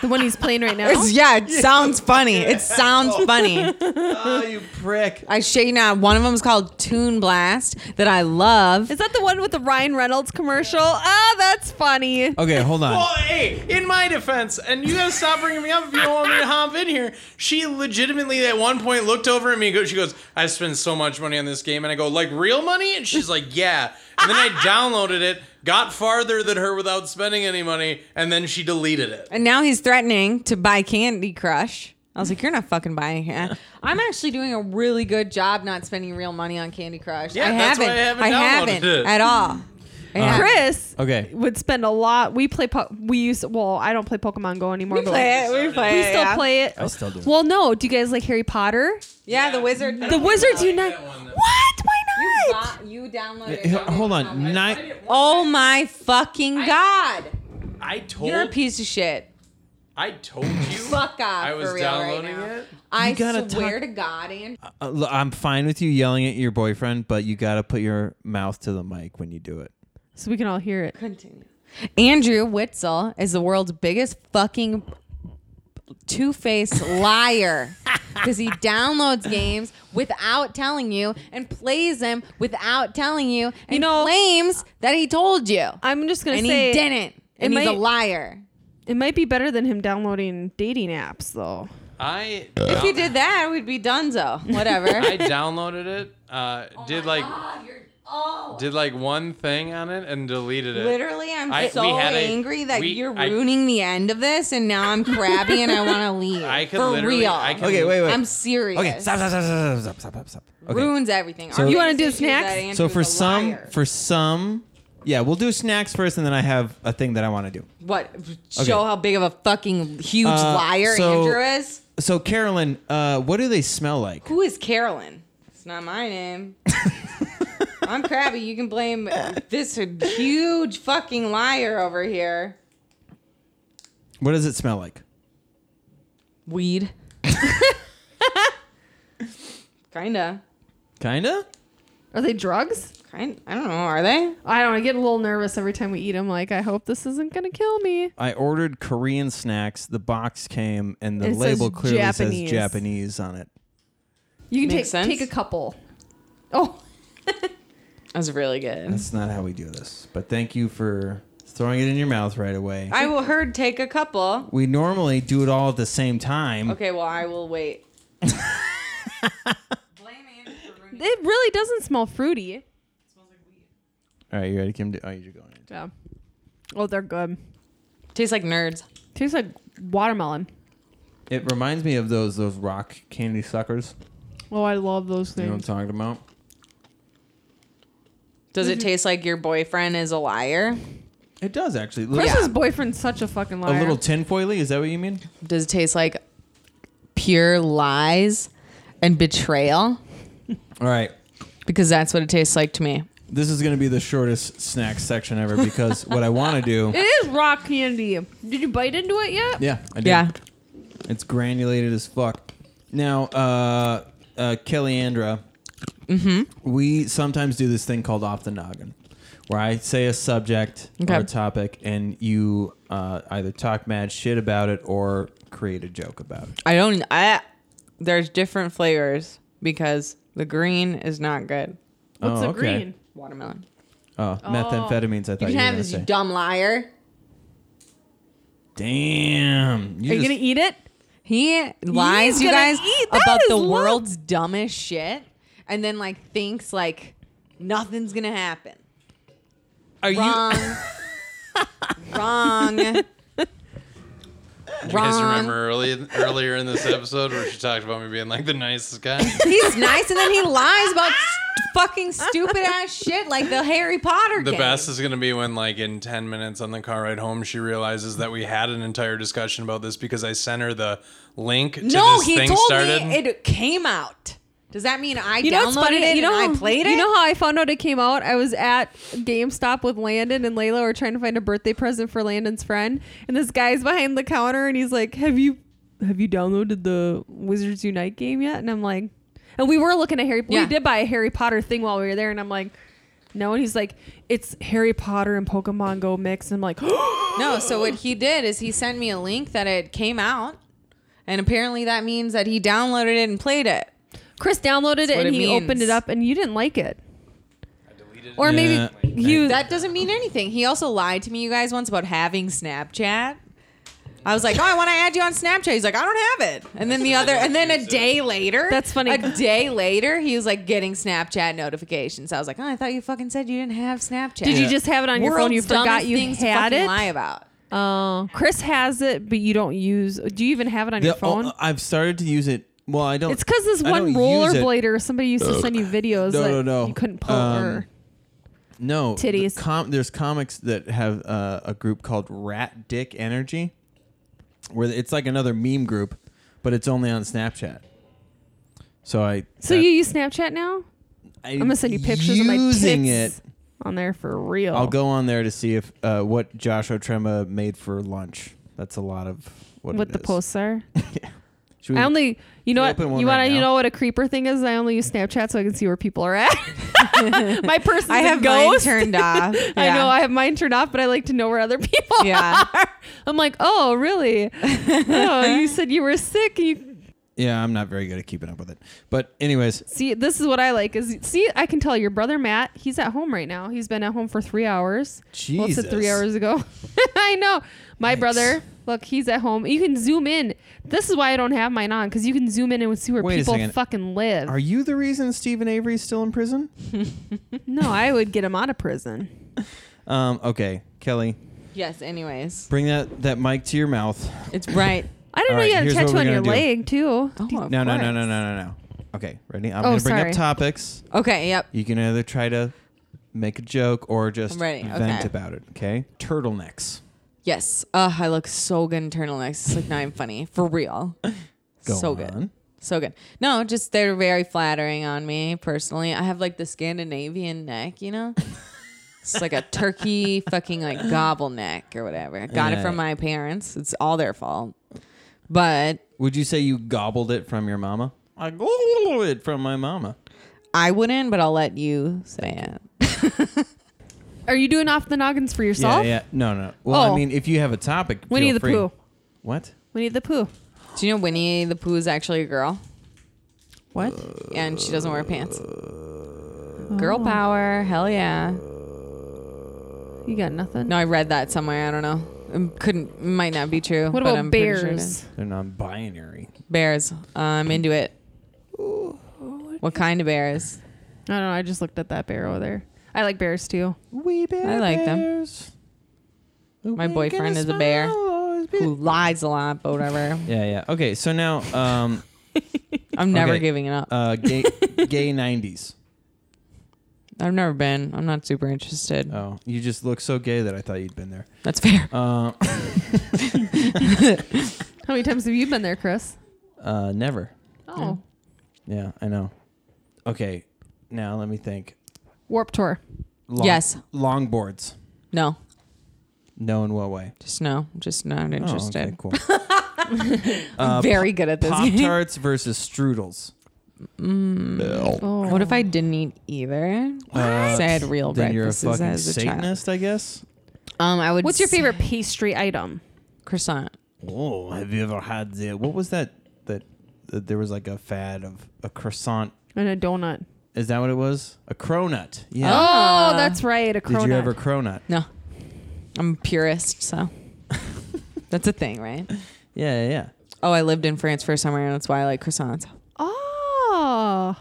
Speaker 2: the one he's playing right now.
Speaker 3: It's- yeah, it sounds funny. It sounds funny.
Speaker 1: oh, you prick!
Speaker 3: I shade not. One of them is called Tune Blast that I love.
Speaker 2: Is that the one with the Ryan Reynolds commercial? Ah, that's funny.
Speaker 1: Okay, hold on.
Speaker 5: Well, hey, in my defense, and you gotta stop bringing me up if you don't want me to hop in here. She legitimately at one point looked over at me. go- She goes, "I spend so much money on this game," and I go, "Like real money?" And she's like, "Yeah." And then I downloaded it, got farther than her without spending any money, and then she deleted it.
Speaker 3: And now he's threatening to buy Candy Crush. I was like, you're not fucking buying it. I'm actually doing a really good job not spending real money on Candy Crush.
Speaker 5: Yeah,
Speaker 3: I
Speaker 5: that's why
Speaker 3: haven't.
Speaker 5: I haven't downloaded
Speaker 3: haven't
Speaker 5: it.
Speaker 3: at all. I haven't.
Speaker 2: Chris
Speaker 1: Okay,
Speaker 2: would spend a lot. We play. Po- we use. Well, I don't play Pokemon Go anymore.
Speaker 3: we
Speaker 2: but
Speaker 3: play it. We play
Speaker 2: We
Speaker 3: it.
Speaker 2: still
Speaker 3: yeah.
Speaker 2: play it.
Speaker 1: I still do.
Speaker 2: Well, no. Do you guys like Harry Potter?
Speaker 3: Yeah, the wizard.
Speaker 2: The Wizards
Speaker 5: like
Speaker 2: Unite.
Speaker 5: that one, though.
Speaker 2: What? Why
Speaker 3: You
Speaker 2: not?
Speaker 3: bought- You downloaded.
Speaker 1: H-
Speaker 3: it.
Speaker 1: hold on. Nine.
Speaker 3: Oh my fucking god!
Speaker 5: I
Speaker 3: You're a
Speaker 5: told.
Speaker 3: piece of shit.
Speaker 5: I told you.
Speaker 3: Fuck off.
Speaker 5: I was
Speaker 3: for real
Speaker 5: downloading
Speaker 3: right now.
Speaker 5: it.
Speaker 3: I
Speaker 1: gotta
Speaker 3: swear to God, and
Speaker 1: Uh, look, I'm fine with you yelling at your boyfriend, but you gotta put your mouth to the mic when you do it.
Speaker 2: So we can all hear it.
Speaker 3: continue. Andrew Witzel is the world's biggest fucking two-faced liar because he downloads games without telling you and plays them without telling you and
Speaker 2: know-
Speaker 3: claims that he told you
Speaker 2: I'm just gonna
Speaker 3: and
Speaker 2: say
Speaker 3: he didn't. And he's
Speaker 2: might-
Speaker 3: a liar.
Speaker 2: It might be better than him downloading dating apps, though.
Speaker 5: I.
Speaker 3: If he did that, we'd be donezo. Whatever.
Speaker 5: I downloaded it. Uh, did like
Speaker 3: oh.
Speaker 5: did like one thing on it and deleted it.
Speaker 3: Literally, I'm
Speaker 5: I-
Speaker 3: so
Speaker 5: we had a-
Speaker 3: angry that
Speaker 5: we-
Speaker 3: you're
Speaker 5: I-
Speaker 3: ruining the end of this, and now I'm crabby and I want to leave.
Speaker 5: I could
Speaker 3: For
Speaker 5: literally-
Speaker 3: real.
Speaker 5: I could-
Speaker 1: Okay, wait, wait.
Speaker 3: I'm serious.
Speaker 1: okay, stop, stop, stop, stop, stop, stop, stop, stop. Okay.
Speaker 3: Ruins everything.
Speaker 1: So-
Speaker 3: Our
Speaker 1: You
Speaker 2: wanna
Speaker 3: biggest
Speaker 2: do
Speaker 3: issue is
Speaker 2: snacks?
Speaker 3: that Andrew's
Speaker 1: So
Speaker 3: a
Speaker 1: for some,
Speaker 3: liar.
Speaker 1: for some, yeah, we'll do snacks first, and then I have a thing that I want to do.
Speaker 3: what? Show how big of a fucking huge
Speaker 1: Uh,
Speaker 3: liar
Speaker 1: so-
Speaker 3: Andrew is.
Speaker 1: So Carolyn, uh, what do they smell like?
Speaker 3: Who is Carolyn? It's not my name. I'm crabby. You can blame this huge fucking liar over here.
Speaker 1: What does it smell like?
Speaker 3: Weed. Kinda.
Speaker 1: Kinda.
Speaker 2: Are they drugs?
Speaker 3: Kind. I don't know. Are they?
Speaker 2: I don't. know, I get a little nervous every time we eat them. Like, I hope this isn't gonna kill me.
Speaker 1: I ordered Korean snacks. The box came, and the
Speaker 2: It says
Speaker 1: label clearly says
Speaker 2: Japanese.
Speaker 1: Japanese on it.
Speaker 2: You can
Speaker 3: Makes
Speaker 2: take
Speaker 3: sense.
Speaker 2: take a couple. Oh,
Speaker 3: That was really good.
Speaker 1: That's not how we do this. But thank you for throwing it in your mouth right away.
Speaker 3: I will heard take a couple.
Speaker 1: we normally do it all at the same time.
Speaker 3: Okay, well I will wait. Blame Andrew for ruining.
Speaker 2: it really doesn't smell fruity.
Speaker 1: All right, you ready, Kim? Oh, you're going.
Speaker 2: Yeah. Oh, they're good.
Speaker 3: Tastes like nerds.
Speaker 2: Tastes like watermelon.
Speaker 1: It reminds me of those those rock candy suckers.
Speaker 2: Oh, I love those
Speaker 1: You know what I'm
Speaker 2: things.
Speaker 1: talking about?
Speaker 3: Does
Speaker 2: Mm-hmm.
Speaker 3: it taste like your boyfriend is a liar?
Speaker 1: It does actually.
Speaker 2: Chris's boyfriend's such a fucking
Speaker 1: A
Speaker 2: liar.
Speaker 1: little tinfoily, is that what you mean?
Speaker 3: Does it taste like pure lies and betrayal?
Speaker 1: All right.
Speaker 3: Because that's what it tastes like to me.
Speaker 1: This is going to be the shortest snack section ever because what I want to do.
Speaker 2: it is rock candy. Did you bite into it yet?
Speaker 1: Yeah, I did.
Speaker 3: Yeah.
Speaker 1: It's granulated as fuck. Now, uh, uh, Kellyandra,
Speaker 2: Mm-hmm.
Speaker 1: we sometimes do this thing called off the noggin, where I say a subject or
Speaker 3: Okay.
Speaker 1: a topic, and you uh, either talk mad shit about it or create a joke about it.
Speaker 3: I don't. I there's different flavors because the green is not good.
Speaker 2: What's
Speaker 1: oh,
Speaker 2: the
Speaker 1: okay.
Speaker 2: green?
Speaker 3: Watermelon.
Speaker 1: Oh, methamphetamines. I thought you, were gonna say.
Speaker 3: dumb liar.
Speaker 1: Damn, you
Speaker 2: Are you
Speaker 1: just-
Speaker 2: gonna eat it?
Speaker 3: He lies, you
Speaker 2: gonna
Speaker 3: guys,
Speaker 2: eat. That
Speaker 3: about
Speaker 2: is
Speaker 3: the
Speaker 2: love.
Speaker 3: world's dumbest shit, and then like thinks like nothing's gonna happen.
Speaker 1: are you?
Speaker 3: Wrong. Wrong.
Speaker 5: You guys
Speaker 3: Wrong.
Speaker 5: remember early, earlier in this episode where she talked about me being like the nicest guy?
Speaker 3: He's nice, and then he lies about st- fucking stupid ass shit like the Harry Potter.
Speaker 5: The
Speaker 3: game.
Speaker 5: best is going to be when, like, in 10 minutes on the car ride home, she realizes that we had an entire discussion about this because I sent her the link to
Speaker 3: No,
Speaker 5: this
Speaker 3: he
Speaker 5: thing
Speaker 3: told
Speaker 5: started.
Speaker 3: me it came out. Does that mean I
Speaker 2: You know what's
Speaker 3: downloaded
Speaker 2: funny?
Speaker 3: it
Speaker 2: you know
Speaker 3: and
Speaker 2: how-
Speaker 3: I played it?
Speaker 2: You know how I found out it came out? I was at GameStop with Landon and Layla. We're trying to find a birthday present for Landon's friend, and this guy's behind the counter, and he's like, "Have you, have you downloaded the Wizards Unite game yet?" And I'm like, "And we were looking at Harry.
Speaker 3: Yeah.
Speaker 2: We did buy a Harry Potter thing while we were there, and I'm like." No, and he's like, it's Harry Potter and Pokemon Go mix. And I'm like,
Speaker 3: No, so what he did is he sent me a link that it came out, and apparently that means that he downloaded it and played it.
Speaker 2: Chris downloaded it
Speaker 3: what
Speaker 2: and
Speaker 3: it
Speaker 2: he
Speaker 3: means.
Speaker 2: opened it up, and you didn't like it. Or maybe you.
Speaker 3: That doesn't mean anything. He also lied to me, you guys, once about having Snapchat. I was like, "Oh, I want to add you on Snapchat." He's like, "I don't have it." And then the other, and then a day later,
Speaker 2: That's funny.
Speaker 3: A day later, he was like getting Snapchat notifications. I was like, "Oh, I thought you fucking said you didn't have Snapchat."
Speaker 2: did you just have it on your phone? You
Speaker 3: World's dumbest
Speaker 2: forgot you
Speaker 3: things to
Speaker 2: had
Speaker 3: fucking
Speaker 2: it.
Speaker 3: Lie about.
Speaker 2: Oh, Chris has it, but you don't use. Do you even have it on your
Speaker 1: The-
Speaker 2: phone?
Speaker 1: oh, I've started to use it. Well, I don't.
Speaker 2: it's because this
Speaker 1: I
Speaker 2: one
Speaker 1: don't use it.
Speaker 2: rollerblader somebody used to send you videos
Speaker 1: No,
Speaker 2: that
Speaker 1: no, no.
Speaker 2: you couldn't pull.
Speaker 1: Um,
Speaker 2: or,
Speaker 1: No the
Speaker 2: Titties.
Speaker 1: com- there's comics that have uh, a group called Rat Dick Energy, where it's like another meme group, but it's only on Snapchat. So I.
Speaker 2: so you use Snapchat now?
Speaker 1: I,
Speaker 2: I'm gonna send you pictures of my
Speaker 1: using
Speaker 2: tits
Speaker 1: it.
Speaker 2: on there for real.
Speaker 1: I'll go on there to see if uh, what Josh Otrema made for lunch. That's a lot of what.
Speaker 2: what
Speaker 1: it
Speaker 2: the
Speaker 1: is.
Speaker 2: posts are.
Speaker 1: Should we-
Speaker 2: I only, you know
Speaker 1: we
Speaker 2: what,
Speaker 1: open one
Speaker 2: you
Speaker 1: right
Speaker 2: want to, you
Speaker 1: now?
Speaker 2: know what a creeper thing is? I only use Snapchat so I can see where people are at. my person,
Speaker 3: I have mine
Speaker 2: ghost.
Speaker 3: turned off.
Speaker 2: I
Speaker 3: Yeah.
Speaker 2: know I have mine turned off, but I like to know where other people
Speaker 3: Yeah.
Speaker 2: are. I'm like, oh, really? oh, you said you were sick. You
Speaker 1: Yeah, I'm not very good at keeping up with it. But anyways,
Speaker 2: See, this is what I like is see, I can tell your brother Matt, he's at home right now. He's been at home for three hours. Well, it said three
Speaker 1: Jesus.
Speaker 2: hours ago. I know. My brother, look, he's at home. You can zoom in. This is why I don't have mine on, because you can zoom in and see where
Speaker 1: Wait a
Speaker 2: people
Speaker 1: second.
Speaker 2: fucking live.
Speaker 1: are you the reason Stephen Avery's still in prison?
Speaker 2: no, I would get him out of prison.
Speaker 1: Um, okay, Kelly,
Speaker 3: Yes. Anyways,
Speaker 1: bring that that mic to your mouth.
Speaker 3: it's right.
Speaker 2: I didn't
Speaker 1: All
Speaker 2: know
Speaker 1: right,
Speaker 2: you had a
Speaker 1: here's what
Speaker 2: tattoo
Speaker 1: we're
Speaker 2: on
Speaker 1: gonna
Speaker 2: your
Speaker 1: do.
Speaker 2: leg too.
Speaker 3: Oh, of
Speaker 1: No, no, no,
Speaker 3: course.
Speaker 1: no, no, no, no. Okay, ready? I'm
Speaker 2: Oh,
Speaker 1: gonna bring
Speaker 2: sorry.
Speaker 1: up topics.
Speaker 3: Okay. Yep.
Speaker 1: You can either try to make a joke or just
Speaker 3: I'm ready,
Speaker 1: vent
Speaker 3: okay.
Speaker 1: about it. Okay, turtlenecks.
Speaker 3: Yes. Ugh, I look so good in turtlenecks. It's like not even funny. For real.
Speaker 1: Go
Speaker 3: so good.
Speaker 1: on.
Speaker 3: So good. No, just they're very flattering on me personally. I have like the Scandinavian neck, you know? it's like a turkey fucking like gobble neck or whatever. Got it
Speaker 1: Yeah.
Speaker 3: from my parents. It's all their fault. But
Speaker 1: Would you say you gobbled it from your mama? I gobbled it from my mama.
Speaker 3: I wouldn't, but I'll let you say it.
Speaker 2: Are you doing off the noggins for yourself?
Speaker 1: Yeah, yeah. No, no. Well,
Speaker 2: Oh.
Speaker 1: I mean, if you have a topic,
Speaker 2: Winnie
Speaker 1: feel
Speaker 2: the
Speaker 1: free.
Speaker 2: Pooh.
Speaker 1: What?
Speaker 2: Winnie the Pooh.
Speaker 3: Do you know Winnie the Pooh is actually a girl
Speaker 2: What?
Speaker 3: and she doesn't wear pants?
Speaker 2: Uh,
Speaker 3: Girl power. Hell yeah.
Speaker 2: You got
Speaker 1: Uh.
Speaker 2: nothing.
Speaker 3: No, I read that somewhere. I don't know. Um, Couldn't might not be true.
Speaker 2: What
Speaker 3: but
Speaker 2: about
Speaker 3: I'm pretty sure it
Speaker 2: bears?
Speaker 3: is.
Speaker 1: They're non-binary.
Speaker 3: bears. I'm into it. What kind of bears?
Speaker 2: I don't know. I just looked at that bear over there. I like bears too.
Speaker 1: We bear
Speaker 3: I like them.
Speaker 1: them.
Speaker 3: My boyfriend is a bear who lies a lot, but whatever.
Speaker 1: Yeah, yeah. Okay, so now, um,
Speaker 3: I'm never
Speaker 1: Okay.
Speaker 3: giving it up.
Speaker 1: uh, gay, gay '90s.
Speaker 3: I've never been. I'm not super interested.
Speaker 1: Oh, you just look so gay that I thought you'd been there.
Speaker 3: That's fair.
Speaker 1: Uh,
Speaker 2: How many times have you been there, Chris?
Speaker 1: uh, never.
Speaker 2: Oh,
Speaker 1: Yeah, I know. Okay, now let me think.
Speaker 2: Warp Tour.
Speaker 1: Long,
Speaker 3: Yes.
Speaker 1: Longboards.
Speaker 3: No,
Speaker 1: No, in what way?
Speaker 3: just no. Just not
Speaker 1: Oh,
Speaker 3: interested.
Speaker 1: okay, cool.
Speaker 3: I'm very good at this.
Speaker 1: Pop
Speaker 3: game.
Speaker 1: tarts versus strudels.
Speaker 2: Oh,
Speaker 3: What if I didn't eat either?
Speaker 1: Uh,
Speaker 3: Say I had real
Speaker 1: then you're a
Speaker 3: breakfasts
Speaker 1: fucking
Speaker 3: as a child.
Speaker 1: Satanist, I guess.
Speaker 3: Um, I would.
Speaker 2: What's your
Speaker 3: say
Speaker 2: favorite pastry item?
Speaker 3: croissant?
Speaker 1: Oh, have you ever had the what was that that, that there was like a fad of a croissant?
Speaker 2: And a donut.
Speaker 1: Is that what it was? A cronut.
Speaker 2: Oh,
Speaker 1: Yeah.
Speaker 2: that's right. A cronut.
Speaker 1: Did you ever cronut?
Speaker 3: No, I'm a purist, so that's a thing, right?
Speaker 1: Yeah, yeah, yeah.
Speaker 3: Oh, I lived in France for a summer, and that's why I like croissants.
Speaker 2: oh,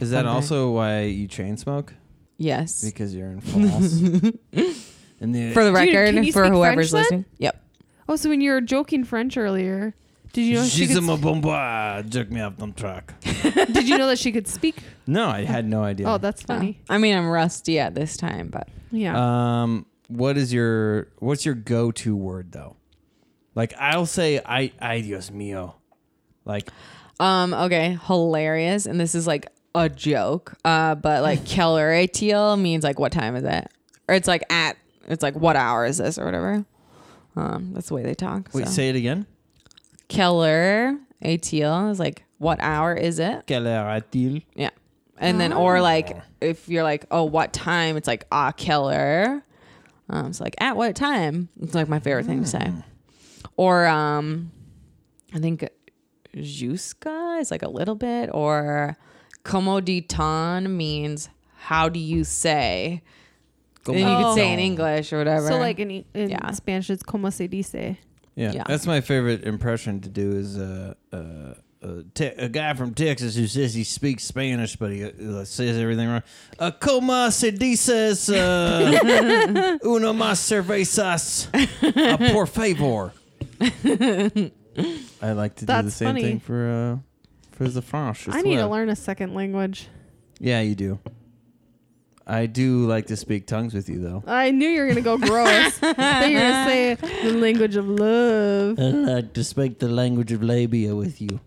Speaker 1: Is that
Speaker 3: Okay.
Speaker 1: also why you chain smoke?
Speaker 3: Yes.
Speaker 1: Because you're in falls. and the,
Speaker 3: for the
Speaker 2: Dude,
Speaker 3: record,
Speaker 2: can you
Speaker 3: for
Speaker 2: speak French
Speaker 3: whoever's
Speaker 2: then?
Speaker 3: listening. Yep.
Speaker 2: Oh, so when you were joking French earlier, did you know she
Speaker 1: She's
Speaker 2: could,
Speaker 1: a ma bomba. Jerk me up on track.
Speaker 2: did you know that she could speak?
Speaker 1: No, I had no idea.
Speaker 2: Oh, that's funny.
Speaker 3: I mean, I'm rusty at this time, but
Speaker 2: Yeah.
Speaker 1: Um, what is your what's your go to word though? Like I'll say I ay Dios mío. Like
Speaker 3: um, okay, hilarious. And this is like a joke, uh, but like teal means like what time is it? Or it's like at it's like what hour is this or whatever. Um, that's the way they talk.
Speaker 1: wait,
Speaker 3: so.
Speaker 1: say it again.
Speaker 3: Keller ATL is like what hour is it?
Speaker 1: Caleratil.
Speaker 3: Yeah. And then or like if you're like, oh what time? It's like ah Keller. Um it's like at what time? It's like my favorite thing to say. Or um I think Juska is like a little bit or como diton means how do you say? And you could say in English or whatever.
Speaker 2: so like in, E- in
Speaker 3: Yeah.
Speaker 2: Spanish, it's como se dice.
Speaker 1: Yeah.
Speaker 3: Yeah.
Speaker 1: That's my favorite impression to do is uh, uh, uh, te- a guy from Texas who says he speaks Spanish, but he uh, says everything wrong. Uh, como se dices uh, una más cervezas, uh, por favor. I like to do the
Speaker 2: That's
Speaker 1: same
Speaker 2: funny.
Speaker 1: thing for uh, for the French. as
Speaker 2: I need to
Speaker 1: well.
Speaker 2: learn a second language.
Speaker 1: Yeah, you do. I do like to speak tongues with you, though.
Speaker 2: I knew you were gonna go gross. I thought you were gonna say the language of love.
Speaker 1: Uh,
Speaker 4: I like to speak the language of labia with you.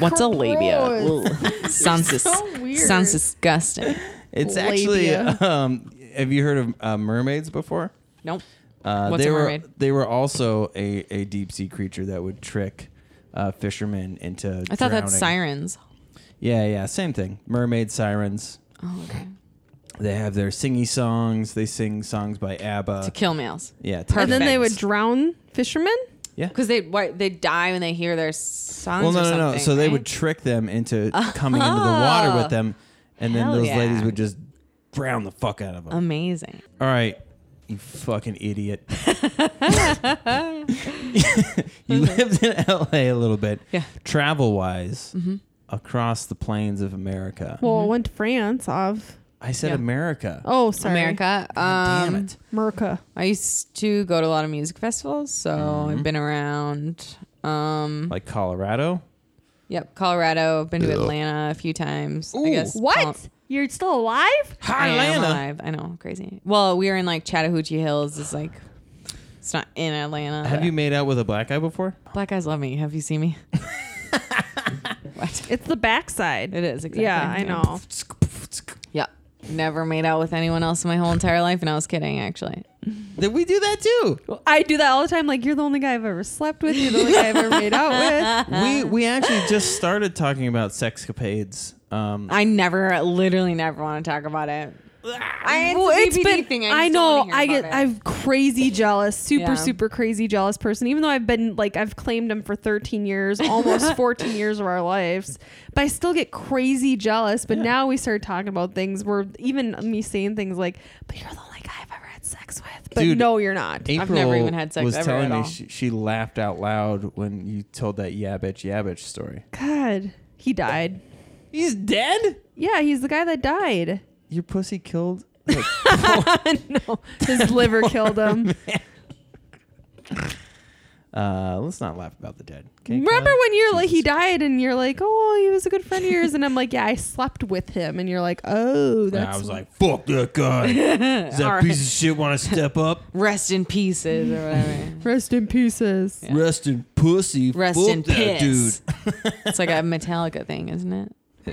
Speaker 3: what's a labia?
Speaker 2: Gross.
Speaker 3: Ooh. sounds dis-
Speaker 2: so weird.
Speaker 3: sounds disgusting.
Speaker 1: It's
Speaker 2: Labia.
Speaker 1: actually. Um, have you heard of uh, mermaids before?
Speaker 3: Nope.
Speaker 1: Uh,
Speaker 3: What's
Speaker 1: they
Speaker 3: a
Speaker 1: were
Speaker 3: mermaid?
Speaker 1: they were also a, a deep sea creature that would trick uh, fishermen into.
Speaker 3: I thought that's
Speaker 1: drowning.
Speaker 3: sirens.
Speaker 1: Yeah, yeah, same thing. Mermaid sirens.
Speaker 3: Oh, okay.
Speaker 1: They have their singy songs. They sing songs by ABBA.
Speaker 3: to kill males
Speaker 1: yeah,
Speaker 2: And then they would
Speaker 3: Perfect.
Speaker 2: drown fishermen.
Speaker 3: because they why, they die when they hear their songs.
Speaker 1: Well, no,
Speaker 3: or
Speaker 1: no, no.
Speaker 3: something,
Speaker 1: So they
Speaker 3: right?
Speaker 1: would trick them into coming into the water with them, and then
Speaker 3: Hell
Speaker 1: those
Speaker 3: yeah.
Speaker 1: ladies would just drown the fuck out of them.
Speaker 3: Amazing.
Speaker 1: All right, you fucking idiot. you lived in LA a little bit.
Speaker 3: Yeah. Mm-hmm.
Speaker 1: Travel wise, across the plains of America.
Speaker 2: Well, I went to France. Of
Speaker 1: I said
Speaker 3: yeah.
Speaker 1: America.
Speaker 2: oh, sorry,
Speaker 3: America. Um,
Speaker 1: Damn it.
Speaker 2: America.
Speaker 3: I used to go to a lot of music festivals, so
Speaker 1: Mm-hmm.
Speaker 3: I've been around. Um,
Speaker 1: Like Colorado?
Speaker 3: yep, Colorado. I've been to Atlanta a few times. I guess Col-
Speaker 2: Uh, You're still alive?
Speaker 3: I am alive. I know, crazy. Well, we were in like Chattahoochee Hills. It's like it's not in Atlanta.
Speaker 1: Have
Speaker 3: but-
Speaker 1: you made out with a black guy before?
Speaker 3: Black guys love me. Have you seen me?
Speaker 2: It's the backside.
Speaker 3: It is exactly.
Speaker 2: yeah, I know.
Speaker 3: Yep. Never made out with anyone else in my whole entire life, and I was kidding actually.
Speaker 1: Did we do that too?
Speaker 2: I do that all the time. Like you're the only guy I've ever slept with. You're the only guy I've ever made out
Speaker 3: Uh-huh.
Speaker 1: we
Speaker 2: with.
Speaker 1: we actually just started talking about sexcapades. Um,
Speaker 3: I never, literally never want to talk about it. I,
Speaker 2: Well, it's
Speaker 3: it's a BBD
Speaker 2: been.
Speaker 3: thing.
Speaker 2: I,
Speaker 3: just don't
Speaker 2: know.
Speaker 3: wanna hear
Speaker 2: I
Speaker 3: about
Speaker 2: get.
Speaker 3: it.
Speaker 2: I'm crazy jealous. Super,
Speaker 3: Yeah.
Speaker 2: super crazy jealous person. Even though I've been like I've claimed him for 13 years, almost 14 years of our lives, but I still get crazy jealous. But now we started talking about things where even me saying things like, "But you're the only guy I've ever had sex with," but
Speaker 1: Dude.
Speaker 2: no, you're not.
Speaker 1: April
Speaker 3: I've never even had sex
Speaker 1: was
Speaker 3: ever
Speaker 1: telling
Speaker 3: at
Speaker 1: me
Speaker 3: all.
Speaker 1: She, she laughed out loud when you told that yeah bitch yeah bitch story.
Speaker 2: God, he died.
Speaker 1: He's dead.
Speaker 2: Yeah, he's the guy that died.
Speaker 1: Your pussy killed.
Speaker 2: no, his liver killed him.
Speaker 1: Uh, let's not laugh about the dead. okay?
Speaker 2: Remember
Speaker 1: Come on.
Speaker 2: when you're like he
Speaker 1: Jesus.
Speaker 2: died and you're like, oh, he was a good friend of yours, and I'm like, yeah, I slept with him, and you're like, oh,
Speaker 1: And
Speaker 2: that's
Speaker 1: I was like, fuck that guy. Does that
Speaker 3: All
Speaker 1: piece of shit want to step up?
Speaker 3: Rest in pieces or whatever.
Speaker 2: rest in pieces.
Speaker 1: Rest in pussy.
Speaker 3: Rest
Speaker 1: fuck
Speaker 3: in
Speaker 1: that
Speaker 3: piss.
Speaker 1: uh, dude.
Speaker 3: it's like a Metallica thing, isn't it?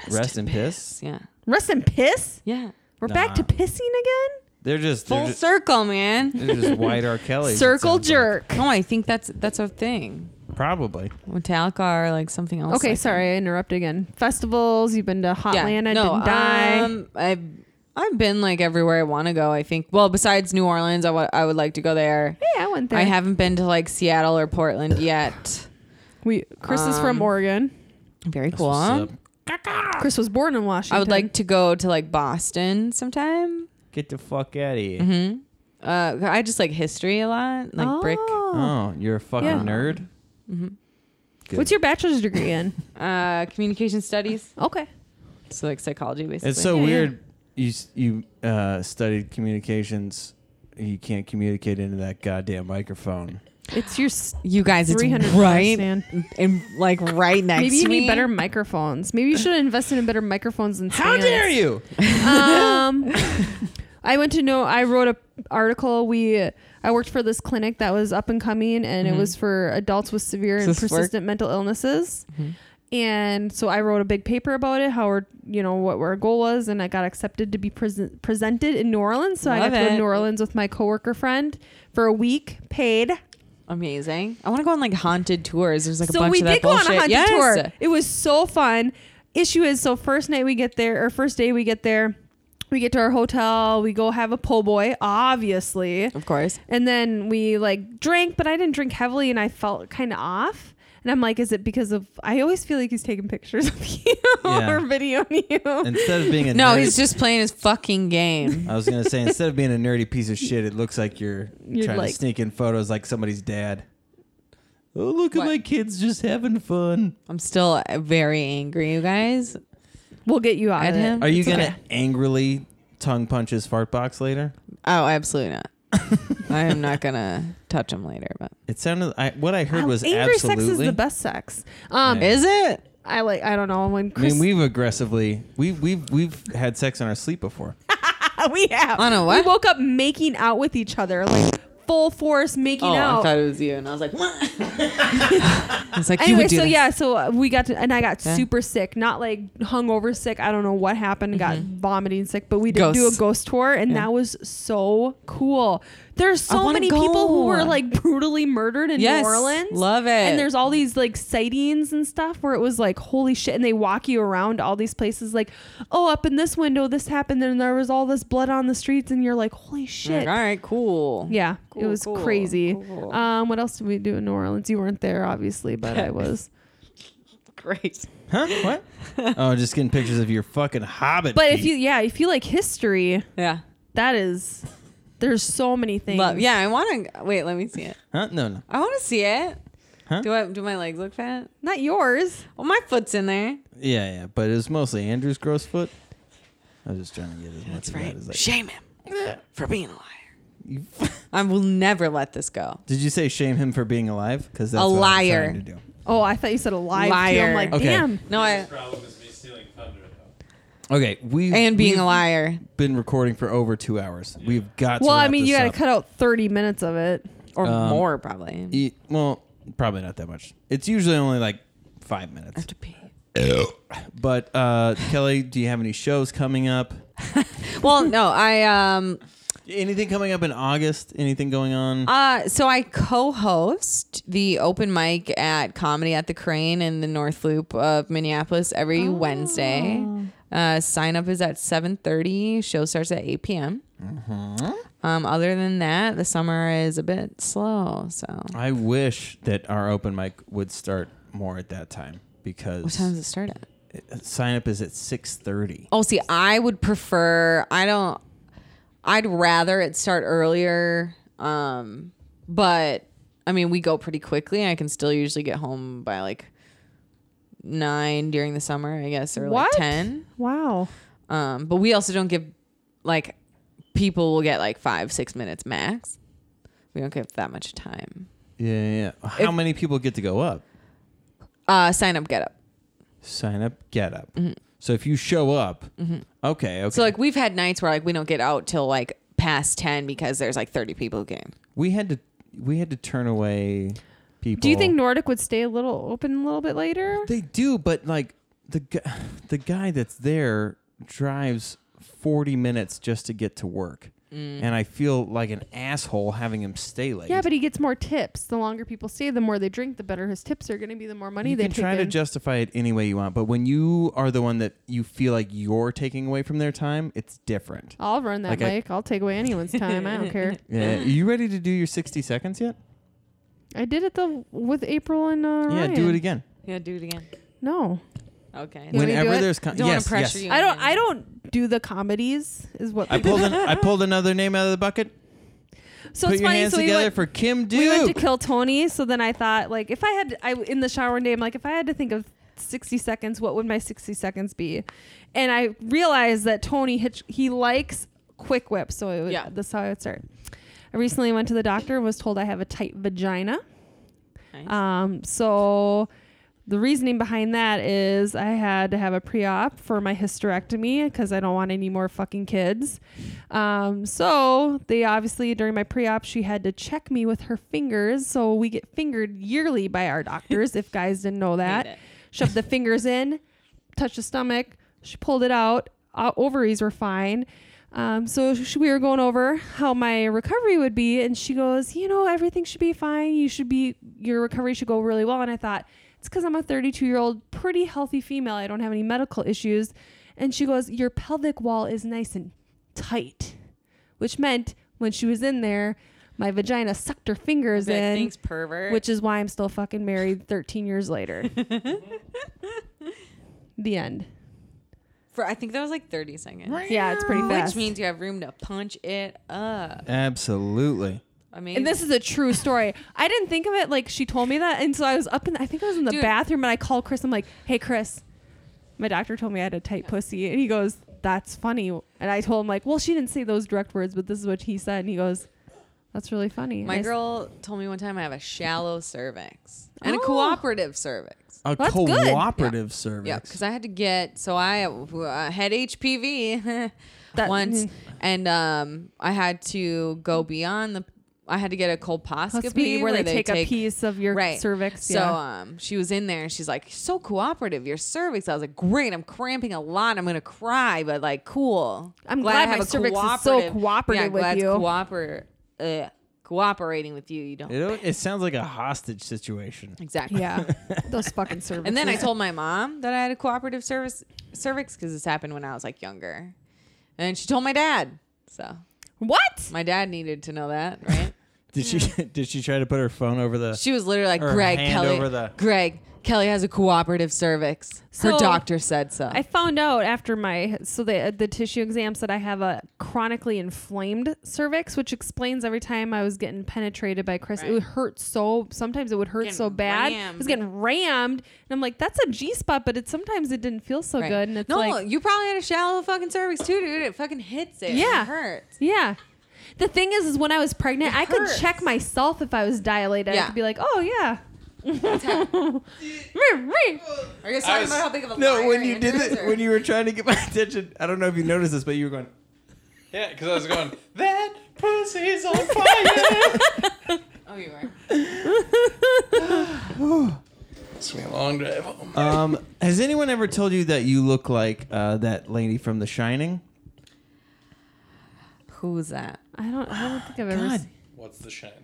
Speaker 1: Rest, in piss.
Speaker 3: Yeah.
Speaker 2: Rest in piss.
Speaker 3: Yeah.
Speaker 2: We're back to
Speaker 1: Nah.
Speaker 2: pissing again.
Speaker 1: They're just
Speaker 3: Full
Speaker 1: they're just,
Speaker 3: circle, man.
Speaker 1: they're just white R. Kelly.
Speaker 2: Circle jerk.
Speaker 3: No, I think that's that's a thing.
Speaker 1: Probably.
Speaker 3: Metallica or like something else.
Speaker 2: Okay,
Speaker 3: like
Speaker 2: sorry, I interrupted again. Festivals. You've been to
Speaker 3: that. Yeah.
Speaker 2: Hotlanta.
Speaker 3: no,
Speaker 2: didn't die.
Speaker 3: Um, I've I've been like everywhere I want to go. I think. Well, besides New Orleans, I wa- I would like to go there.
Speaker 2: hey, I went there.
Speaker 3: I haven't been to like Seattle or Portland yet.
Speaker 2: We Chris is
Speaker 3: um,
Speaker 2: from Oregon.
Speaker 3: Very cool.
Speaker 2: Chris was born in Washington.
Speaker 3: I would like to go to like Boston sometime.
Speaker 1: Get the fuck out of here.
Speaker 3: Uh, I just like history a lot, like brick.
Speaker 2: Oh.
Speaker 1: Oh, you're a fucking
Speaker 2: Yeah.
Speaker 1: nerd.
Speaker 2: What's your bachelor's degree in?
Speaker 3: Uh, communication studies,
Speaker 2: okay.
Speaker 3: so like psychology basically.
Speaker 1: It's so
Speaker 2: Yeah, yeah.
Speaker 1: weird. You s- you uh, studied communications. You can't communicate into that goddamn microphone.
Speaker 2: It's your s-
Speaker 3: You guys, it's
Speaker 2: 300
Speaker 3: right
Speaker 2: percent.
Speaker 3: and like right next.
Speaker 2: Maybe
Speaker 3: to
Speaker 2: you
Speaker 3: me.
Speaker 2: need better microphones. Maybe you should have invested in better microphones than
Speaker 1: How
Speaker 2: stands.
Speaker 1: dare you?
Speaker 2: Um, I went to know. I wrote a article. We I worked for this clinic that was up and coming, and it was for adults with severe and
Speaker 3: Mm-hmm. Does this work? Mm-hmm.
Speaker 2: persistent mental illnesses. And so I wrote a big paper about it, how we're, you know, what our goal was, and I got accepted to be present, presented in New Orleans. So I
Speaker 3: Love
Speaker 2: got to go
Speaker 3: it.
Speaker 2: to New Orleans with my coworker friend for a week, paid.
Speaker 3: Amazing. I want to go on like haunted tours. There's like a
Speaker 2: so
Speaker 3: bunch
Speaker 2: we
Speaker 3: of that
Speaker 2: did go on a
Speaker 3: bullshit.
Speaker 2: haunted
Speaker 3: Yes.
Speaker 2: tour. It was so fun. Issue is, so first night we get there, or first day we get there, we get to our hotel, we go have a po' boy, obviously.
Speaker 3: Of course.
Speaker 2: And then we like drank, but I didn't drink heavily and I felt kind of off. And I'm like, is it because of, I always feel like he's taking pictures of you
Speaker 1: Yeah.
Speaker 2: or videoing you.
Speaker 1: Instead of being a
Speaker 3: No,
Speaker 1: nerdy,
Speaker 3: he's just playing his fucking game.
Speaker 1: I was gonna say instead of being a nerdy piece of shit, it looks like you're,
Speaker 2: You're
Speaker 1: trying
Speaker 2: like-
Speaker 1: to sneak in photos like somebody's dad. Oh look
Speaker 3: What?
Speaker 1: at my kids just having fun.
Speaker 3: I'm still uh, very angry, you guys.
Speaker 2: we'll get you out
Speaker 3: At
Speaker 2: of it.
Speaker 3: him.
Speaker 1: Are you
Speaker 3: It's
Speaker 1: gonna
Speaker 3: okay.
Speaker 1: angrily tongue punch his fart box later?
Speaker 3: Oh, absolutely not. I am not gonna touch him later. But
Speaker 1: It sounded. I, what I heard
Speaker 2: Wow,
Speaker 1: was
Speaker 2: angry
Speaker 1: absolutely.
Speaker 2: sex is the best sex. Um,
Speaker 1: Yeah.
Speaker 3: is it?
Speaker 2: I like, I don't know when
Speaker 1: I
Speaker 2: Chris,
Speaker 1: mean, we've aggressively we we've we've had sex in our sleep before.
Speaker 2: we have.
Speaker 3: On a
Speaker 2: We
Speaker 3: what?
Speaker 2: woke up making out with each other, like full force making out.
Speaker 3: it was you, and Oh, I was like, what? it's like you
Speaker 2: Anyway,
Speaker 3: would do.
Speaker 2: so
Speaker 3: that.
Speaker 2: yeah, so uh, we got to, and I got
Speaker 3: Yeah.
Speaker 2: super sick, not like hungover sick. I don't know what happened, got vomiting sick, but we did do a
Speaker 3: Mm-hmm. Ghosts.
Speaker 2: ghost tour, and
Speaker 3: Yeah.
Speaker 2: that was so cool. There's
Speaker 3: I
Speaker 2: so
Speaker 3: wanna
Speaker 2: many people who were
Speaker 3: go.
Speaker 2: like brutally murdered in
Speaker 3: Yes,
Speaker 2: New Orleans.
Speaker 3: love it.
Speaker 2: And there's all these like sightings and stuff where it was like, holy shit. And they walk you around all these places, like, oh, up in this window, this happened, and there was all this blood on the streets, and you're like, holy
Speaker 3: Like,
Speaker 2: shit.
Speaker 3: all right, cool.
Speaker 2: Yeah, it
Speaker 3: Cool,
Speaker 2: was
Speaker 3: cool,
Speaker 2: crazy.
Speaker 3: cool.
Speaker 2: Um, what else did we do in New Orleans? You weren't there, obviously, but I was.
Speaker 3: great.
Speaker 1: Huh? What? oh, just getting pictures of your fucking hobbit.
Speaker 2: But if
Speaker 1: feet.
Speaker 2: you, yeah, if you like history,
Speaker 3: Yeah,
Speaker 2: that is, there's so many things.
Speaker 3: love. Yeah, I want to. Wait, let me see it.
Speaker 1: huh? No, no.
Speaker 3: I want to see it.
Speaker 1: Huh?
Speaker 3: Do I? Do my legs look fat?
Speaker 2: not yours.
Speaker 3: Well, my foot's in there.
Speaker 1: Yeah, yeah. But it was mostly Andrew's gross foot. I was just trying to get as much of that as I
Speaker 3: Shame him for being a liar. I will never let this go.
Speaker 1: Did you say shame him for being alive? Because that's
Speaker 3: A
Speaker 1: what
Speaker 3: liar.
Speaker 1: I'm trying to do.
Speaker 2: Oh, I thought you said alive. Liar. I'm
Speaker 3: Liar.
Speaker 2: like,
Speaker 1: Okay.
Speaker 2: damn.
Speaker 3: No, I
Speaker 5: problem is me stealing thunder, though.
Speaker 1: Okay, we
Speaker 3: and being
Speaker 1: we've
Speaker 3: a liar
Speaker 1: Been recording for over two hours. We've got. To
Speaker 2: Well, I
Speaker 1: wrap
Speaker 2: mean,
Speaker 1: this
Speaker 2: you got to
Speaker 1: up.
Speaker 2: cut out 30 minutes of it.
Speaker 3: or more probably. I
Speaker 1: E- well, probably not that much. It's usually only like five minutes.
Speaker 3: have to pee.
Speaker 1: But uh, Kelly, do you have any shows coming up?
Speaker 3: Well, no, I um
Speaker 1: Anything coming up in August? Anything going on?
Speaker 3: Uh, so I co-host the open mic at Comedy at the Crane in the North Loop of Minneapolis every Wednesday. Uh, sign up is at 7:30. Show starts at 8 p.m. Um, other than that, the summer is a bit slow. So what
Speaker 1: I wish that our open mic would start more at that time because
Speaker 3: time does it start at?
Speaker 1: sign up is at six thirty.
Speaker 3: Oh, see, I would prefer. I don't. I'd rather it start earlier. Um, but I mean, we go pretty quickly. I can still usually get home by like nine during the summer, I guess, or
Speaker 2: What?
Speaker 3: like ten.
Speaker 2: Wow.
Speaker 3: Um, but we also don't give like people will get like five, six minutes max. We don't give that much time.
Speaker 1: Yeah, yeah. yeah. How
Speaker 3: If-
Speaker 1: many people get to go up?
Speaker 3: Uh, sign up, get up.
Speaker 1: Sign up, get up.
Speaker 2: Mm-hmm.
Speaker 1: So if you show up, okay, okay.
Speaker 3: So like we've had nights where like we don't get out till like past ten because there's like thirty people who came.
Speaker 1: we had to we had to turn away people.
Speaker 2: Do you think Nordic would stay a little open a little bit later?
Speaker 1: They do, but like the guy, the guy that's there drives 40 minutes just to get to work. And I feel like an asshole having him stay late.
Speaker 2: Mm. Yeah, but he gets more tips. The longer people stay, the more they drink, the better his tips are going to be, the more money
Speaker 1: you
Speaker 2: they
Speaker 1: can
Speaker 2: take
Speaker 1: try to
Speaker 2: in.
Speaker 1: justify it any way you want, but when you are the one that you feel like you're taking away from their time, it's different.
Speaker 2: I'll run that
Speaker 1: Like I-
Speaker 2: mic. I'll take away anyone's time. I don't care.
Speaker 1: Yeah. Are you ready to do your 60 seconds yet?
Speaker 2: I did it the with April and uh,
Speaker 1: Yeah,
Speaker 2: Ryan.
Speaker 1: do it again.
Speaker 3: Yeah, do it again.
Speaker 2: No,
Speaker 3: Okay.
Speaker 2: You want me to do
Speaker 1: Whenever
Speaker 2: it?
Speaker 1: there's con-
Speaker 3: Don't wanna
Speaker 1: yes,
Speaker 3: pressure
Speaker 1: yes.
Speaker 3: you.
Speaker 2: I don't. I don't do the comedies. Is what
Speaker 1: I pulled an, I pulled another name out of the bucket.
Speaker 2: So
Speaker 1: Put
Speaker 2: it's
Speaker 1: your
Speaker 2: funny.
Speaker 1: hands
Speaker 2: So we
Speaker 1: together
Speaker 2: went,
Speaker 1: for Kim Duke.
Speaker 2: we went to kill Tony. So then I thought, like, if I had, I in the shower one day, I'm like, if I had to think of 60 seconds, what would my 60 seconds be? And I realized that Tony Hitch, he likes quick whip. So it would,
Speaker 3: Yeah.
Speaker 2: that's how I would start. I recently went to the doctor and was told I have a tight vagina.
Speaker 3: Nice.
Speaker 2: Um, so the reasoning behind that is I had to have a pre-op for my hysterectomy because I don't want any more fucking kids. Um, so they obviously during my pre-op she had to check me with her fingers. So we get fingered yearly by our doctors. if guys didn't know
Speaker 3: it.
Speaker 2: that, shoved the fingers in, touched the stomach. She pulled it out. Uh, ovaries were fine. Um, so sh- we were going over how my recovery would be, and she goes, "You know, everything should be fine. You should be your recovery should go really well." And I thought it's because I'm a 32 year old, pretty healthy female. I don't have any medical issues. And she goes, "Your pelvic wall is nice and tight," which meant when she was in there, my vagina sucked her fingers
Speaker 3: Be like,
Speaker 2: in,
Speaker 3: Thanks, pervert.
Speaker 2: which is why I'm still fucking married 13 years later. the end.
Speaker 3: for I think that was like 30 seconds.
Speaker 2: Yeah, it's pretty fast.
Speaker 3: Which means you have room to punch it up.
Speaker 1: Absolutely.
Speaker 3: I mean,
Speaker 2: And this is a true story. I didn't think of it like she told me that, and so I was up in. I think I was in the
Speaker 3: Dude.
Speaker 2: bathroom, and I called Chris. I'm like, "Hey, Chris, my doctor told me I had a tight pussy," and he goes, "That's funny." And I told him like, "Well, she didn't say those direct words, but this is what he said." And he goes, "That's really funny."
Speaker 3: my
Speaker 2: And I s-
Speaker 3: girl told me one time I have a shallow cervix and
Speaker 2: Oh.
Speaker 3: a cooperative cervix.
Speaker 1: A
Speaker 2: That's good.
Speaker 1: cooperative
Speaker 3: Yeah,
Speaker 1: service.
Speaker 3: because I had to get so I uh, had HPV
Speaker 2: That-
Speaker 3: once, and um, I had to go beyond the. I had to get a colposcopy
Speaker 2: Must be where they, take, a piece of your
Speaker 3: right.
Speaker 2: cervix.
Speaker 3: So
Speaker 2: yeah.
Speaker 3: um, she was in there and she's like, so cooperative, your cervix. I was like, great, I'm cramping a lot. I'm going to cry, but like, cool.
Speaker 2: I'm glad my
Speaker 3: a
Speaker 2: cervix is so cooperative
Speaker 3: yeah,
Speaker 2: with
Speaker 3: glad
Speaker 2: you.
Speaker 3: Cooper- uh, cooperating with you. You don't.
Speaker 1: It, it sounds like a hostage situation.
Speaker 3: Exactly.
Speaker 2: yeah, those fucking cervix.
Speaker 3: And then I told my mom that I had a cooperative service cervix because this happened when I was like younger. And she told my dad. So
Speaker 2: "What?
Speaker 3: my dad needed to know that, right?
Speaker 1: Did she did she try to put her phone over the
Speaker 3: She was literally like,
Speaker 1: Her
Speaker 3: Greg,
Speaker 1: hand
Speaker 3: Kelly.
Speaker 1: over the-
Speaker 3: Greg, Kelly has a cooperative cervix.
Speaker 2: So-
Speaker 3: Her doctor said so.
Speaker 2: I found out after my so the the tissue exam said I have a chronically inflamed cervix, which explains every time I was getting penetrated by Chris, it
Speaker 3: Right.
Speaker 2: would hurt so. Sometimes it would hurt so
Speaker 3: Getting
Speaker 2: bad, I was
Speaker 3: rammed.
Speaker 2: getting rammed, and I'm like, that's a G spot, but it sometimes it didn't feel so
Speaker 3: Right.
Speaker 2: good, and it's
Speaker 3: no,
Speaker 2: like,
Speaker 3: you probably had a shallow fucking cervix too, dude. It fucking hits it.
Speaker 2: Yeah.
Speaker 3: it hurts.
Speaker 2: yeah. The thing is, is when I was pregnant, I could
Speaker 3: hurts.
Speaker 2: check myself if I was dilated. I
Speaker 3: Yeah.
Speaker 2: could be like, oh yeah.
Speaker 3: Are you guys talking about how big of a liar Andrew is, or-
Speaker 1: you were trying to get my attention. I don't know if you noticed this, but you were going.
Speaker 5: Yeah, because I was going, that pussy's on fire.
Speaker 3: oh you were
Speaker 7: It's gonna be a long drive home.
Speaker 1: Um, has anyone ever told you that you look like uh, that lady from The Shining?
Speaker 3: who's that?
Speaker 2: I don't. I don't think I've ever.
Speaker 1: God,
Speaker 2: seen-
Speaker 5: What's the shining?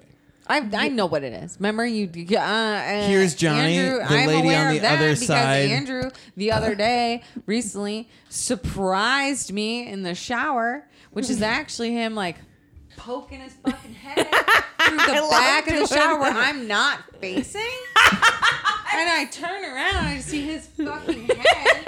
Speaker 3: I I know what it is. Remember you? Uh, uh,
Speaker 1: Here's Johnny,
Speaker 3: Andrew,
Speaker 1: the
Speaker 3: I'm
Speaker 1: lady
Speaker 3: aware
Speaker 1: on
Speaker 3: of
Speaker 1: the
Speaker 3: that
Speaker 1: other
Speaker 3: because
Speaker 1: side.
Speaker 3: Andrew the other day recently surprised me in the shower, which is actually him like poking his fucking head through the back of the shower where I'm not facing. and I turn around and I just see his fucking head.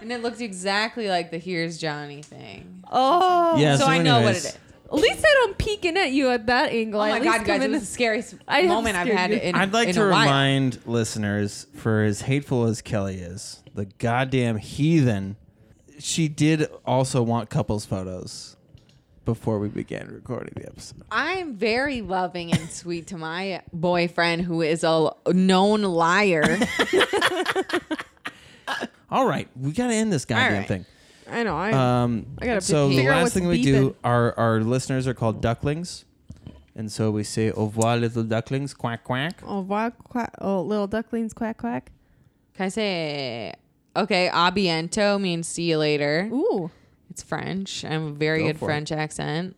Speaker 3: And it looked exactly like the here's Johnny thing.
Speaker 2: Oh,
Speaker 1: Yeah,
Speaker 3: so I know what
Speaker 1: anyways,
Speaker 3: it is.
Speaker 2: at least I don't peek in at you at that angle.
Speaker 3: Oh
Speaker 2: I
Speaker 3: my
Speaker 2: at least
Speaker 3: god,
Speaker 2: come
Speaker 3: guys, it
Speaker 2: in
Speaker 3: was the scariest
Speaker 2: I am
Speaker 3: moment I've
Speaker 2: scared
Speaker 3: had
Speaker 2: you.
Speaker 3: in
Speaker 1: I'd like
Speaker 3: in
Speaker 1: to
Speaker 3: a while.
Speaker 1: remind listeners, for as hateful as Kelly is, the goddamn heathen, she did also want couples photos before we began recording the episode.
Speaker 3: I'm very loving and sweet to my boyfriend who is a known liar.
Speaker 1: All right, we got to end this goddamn
Speaker 3: right.
Speaker 1: thing.
Speaker 2: I know. I,
Speaker 1: Um,
Speaker 2: I gotta
Speaker 1: so the
Speaker 2: figure out
Speaker 1: last
Speaker 2: what's
Speaker 1: thing we
Speaker 2: beeping.
Speaker 1: do, our our listeners are called ducklings, and so we say "au revoir, little ducklings, quack quack."
Speaker 2: Oh, quack, quack. Oh, little ducklings, quack, quack.
Speaker 3: Can I say okay, abiento means see you later.
Speaker 2: Ooh.
Speaker 3: It's French. I have a very
Speaker 1: Go
Speaker 3: good
Speaker 1: for it.
Speaker 3: French accent.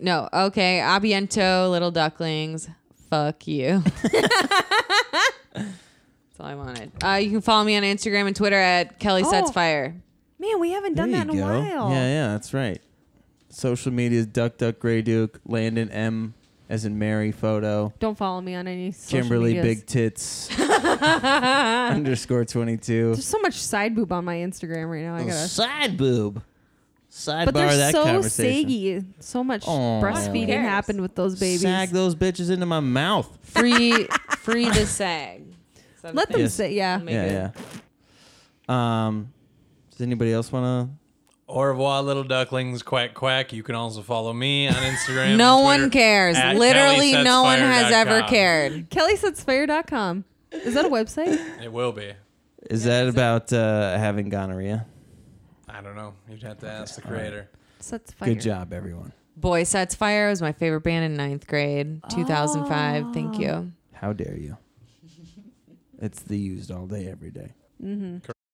Speaker 3: No, okay, abiento, little ducklings. Fuck you. That's all I wanted. Uh, you can follow me on Instagram and Twitter at Kelly Sets
Speaker 2: Oh.
Speaker 3: Fire.
Speaker 2: Man, we haven't done
Speaker 1: There
Speaker 2: that in
Speaker 1: you
Speaker 2: a
Speaker 1: go.
Speaker 2: while.
Speaker 1: Yeah, yeah, that's right. Social media is Duck Duck Gray Duke, Landon M, as in Mary photo,
Speaker 2: Don't follow me on any social
Speaker 1: Kimberly
Speaker 2: medias.
Speaker 1: Big Tits underscore twenty two.
Speaker 2: There's so much side boob on my Instagram right now. I gotta.
Speaker 1: Side boob,
Speaker 2: But
Speaker 1: Oh, sidebar
Speaker 2: they're
Speaker 1: that
Speaker 2: so
Speaker 1: conversation.
Speaker 2: saggy. So much
Speaker 1: Aw. Who
Speaker 2: breastfeeding
Speaker 3: cares?
Speaker 2: happened with those babies.
Speaker 1: Sag those bitches into my mouth.
Speaker 3: Free free the sag.
Speaker 2: Let them
Speaker 1: Yes.
Speaker 2: sit. Yeah.
Speaker 3: Make
Speaker 1: Yeah, yeah. Um, does anybody else want to?
Speaker 5: Au revoir, little ducklings. Quack quack. You can also follow me on Instagram.
Speaker 3: No
Speaker 5: and Twitter
Speaker 3: one cares.
Speaker 5: at
Speaker 3: Literally, no one has ever
Speaker 5: kellysetsfire.com.
Speaker 3: cared.
Speaker 2: KellySetsFire.com. Is that a website?
Speaker 5: It will be.
Speaker 1: Is that about uh, having gonorrhea?
Speaker 5: I don't know. You'd have to ask the creator.
Speaker 2: Sets fire.
Speaker 1: Good job, everyone.
Speaker 3: Boy Sets Fire was my favorite band in ninth grade, 2005. Thank you.
Speaker 1: How dare you? It's the used all day, every day.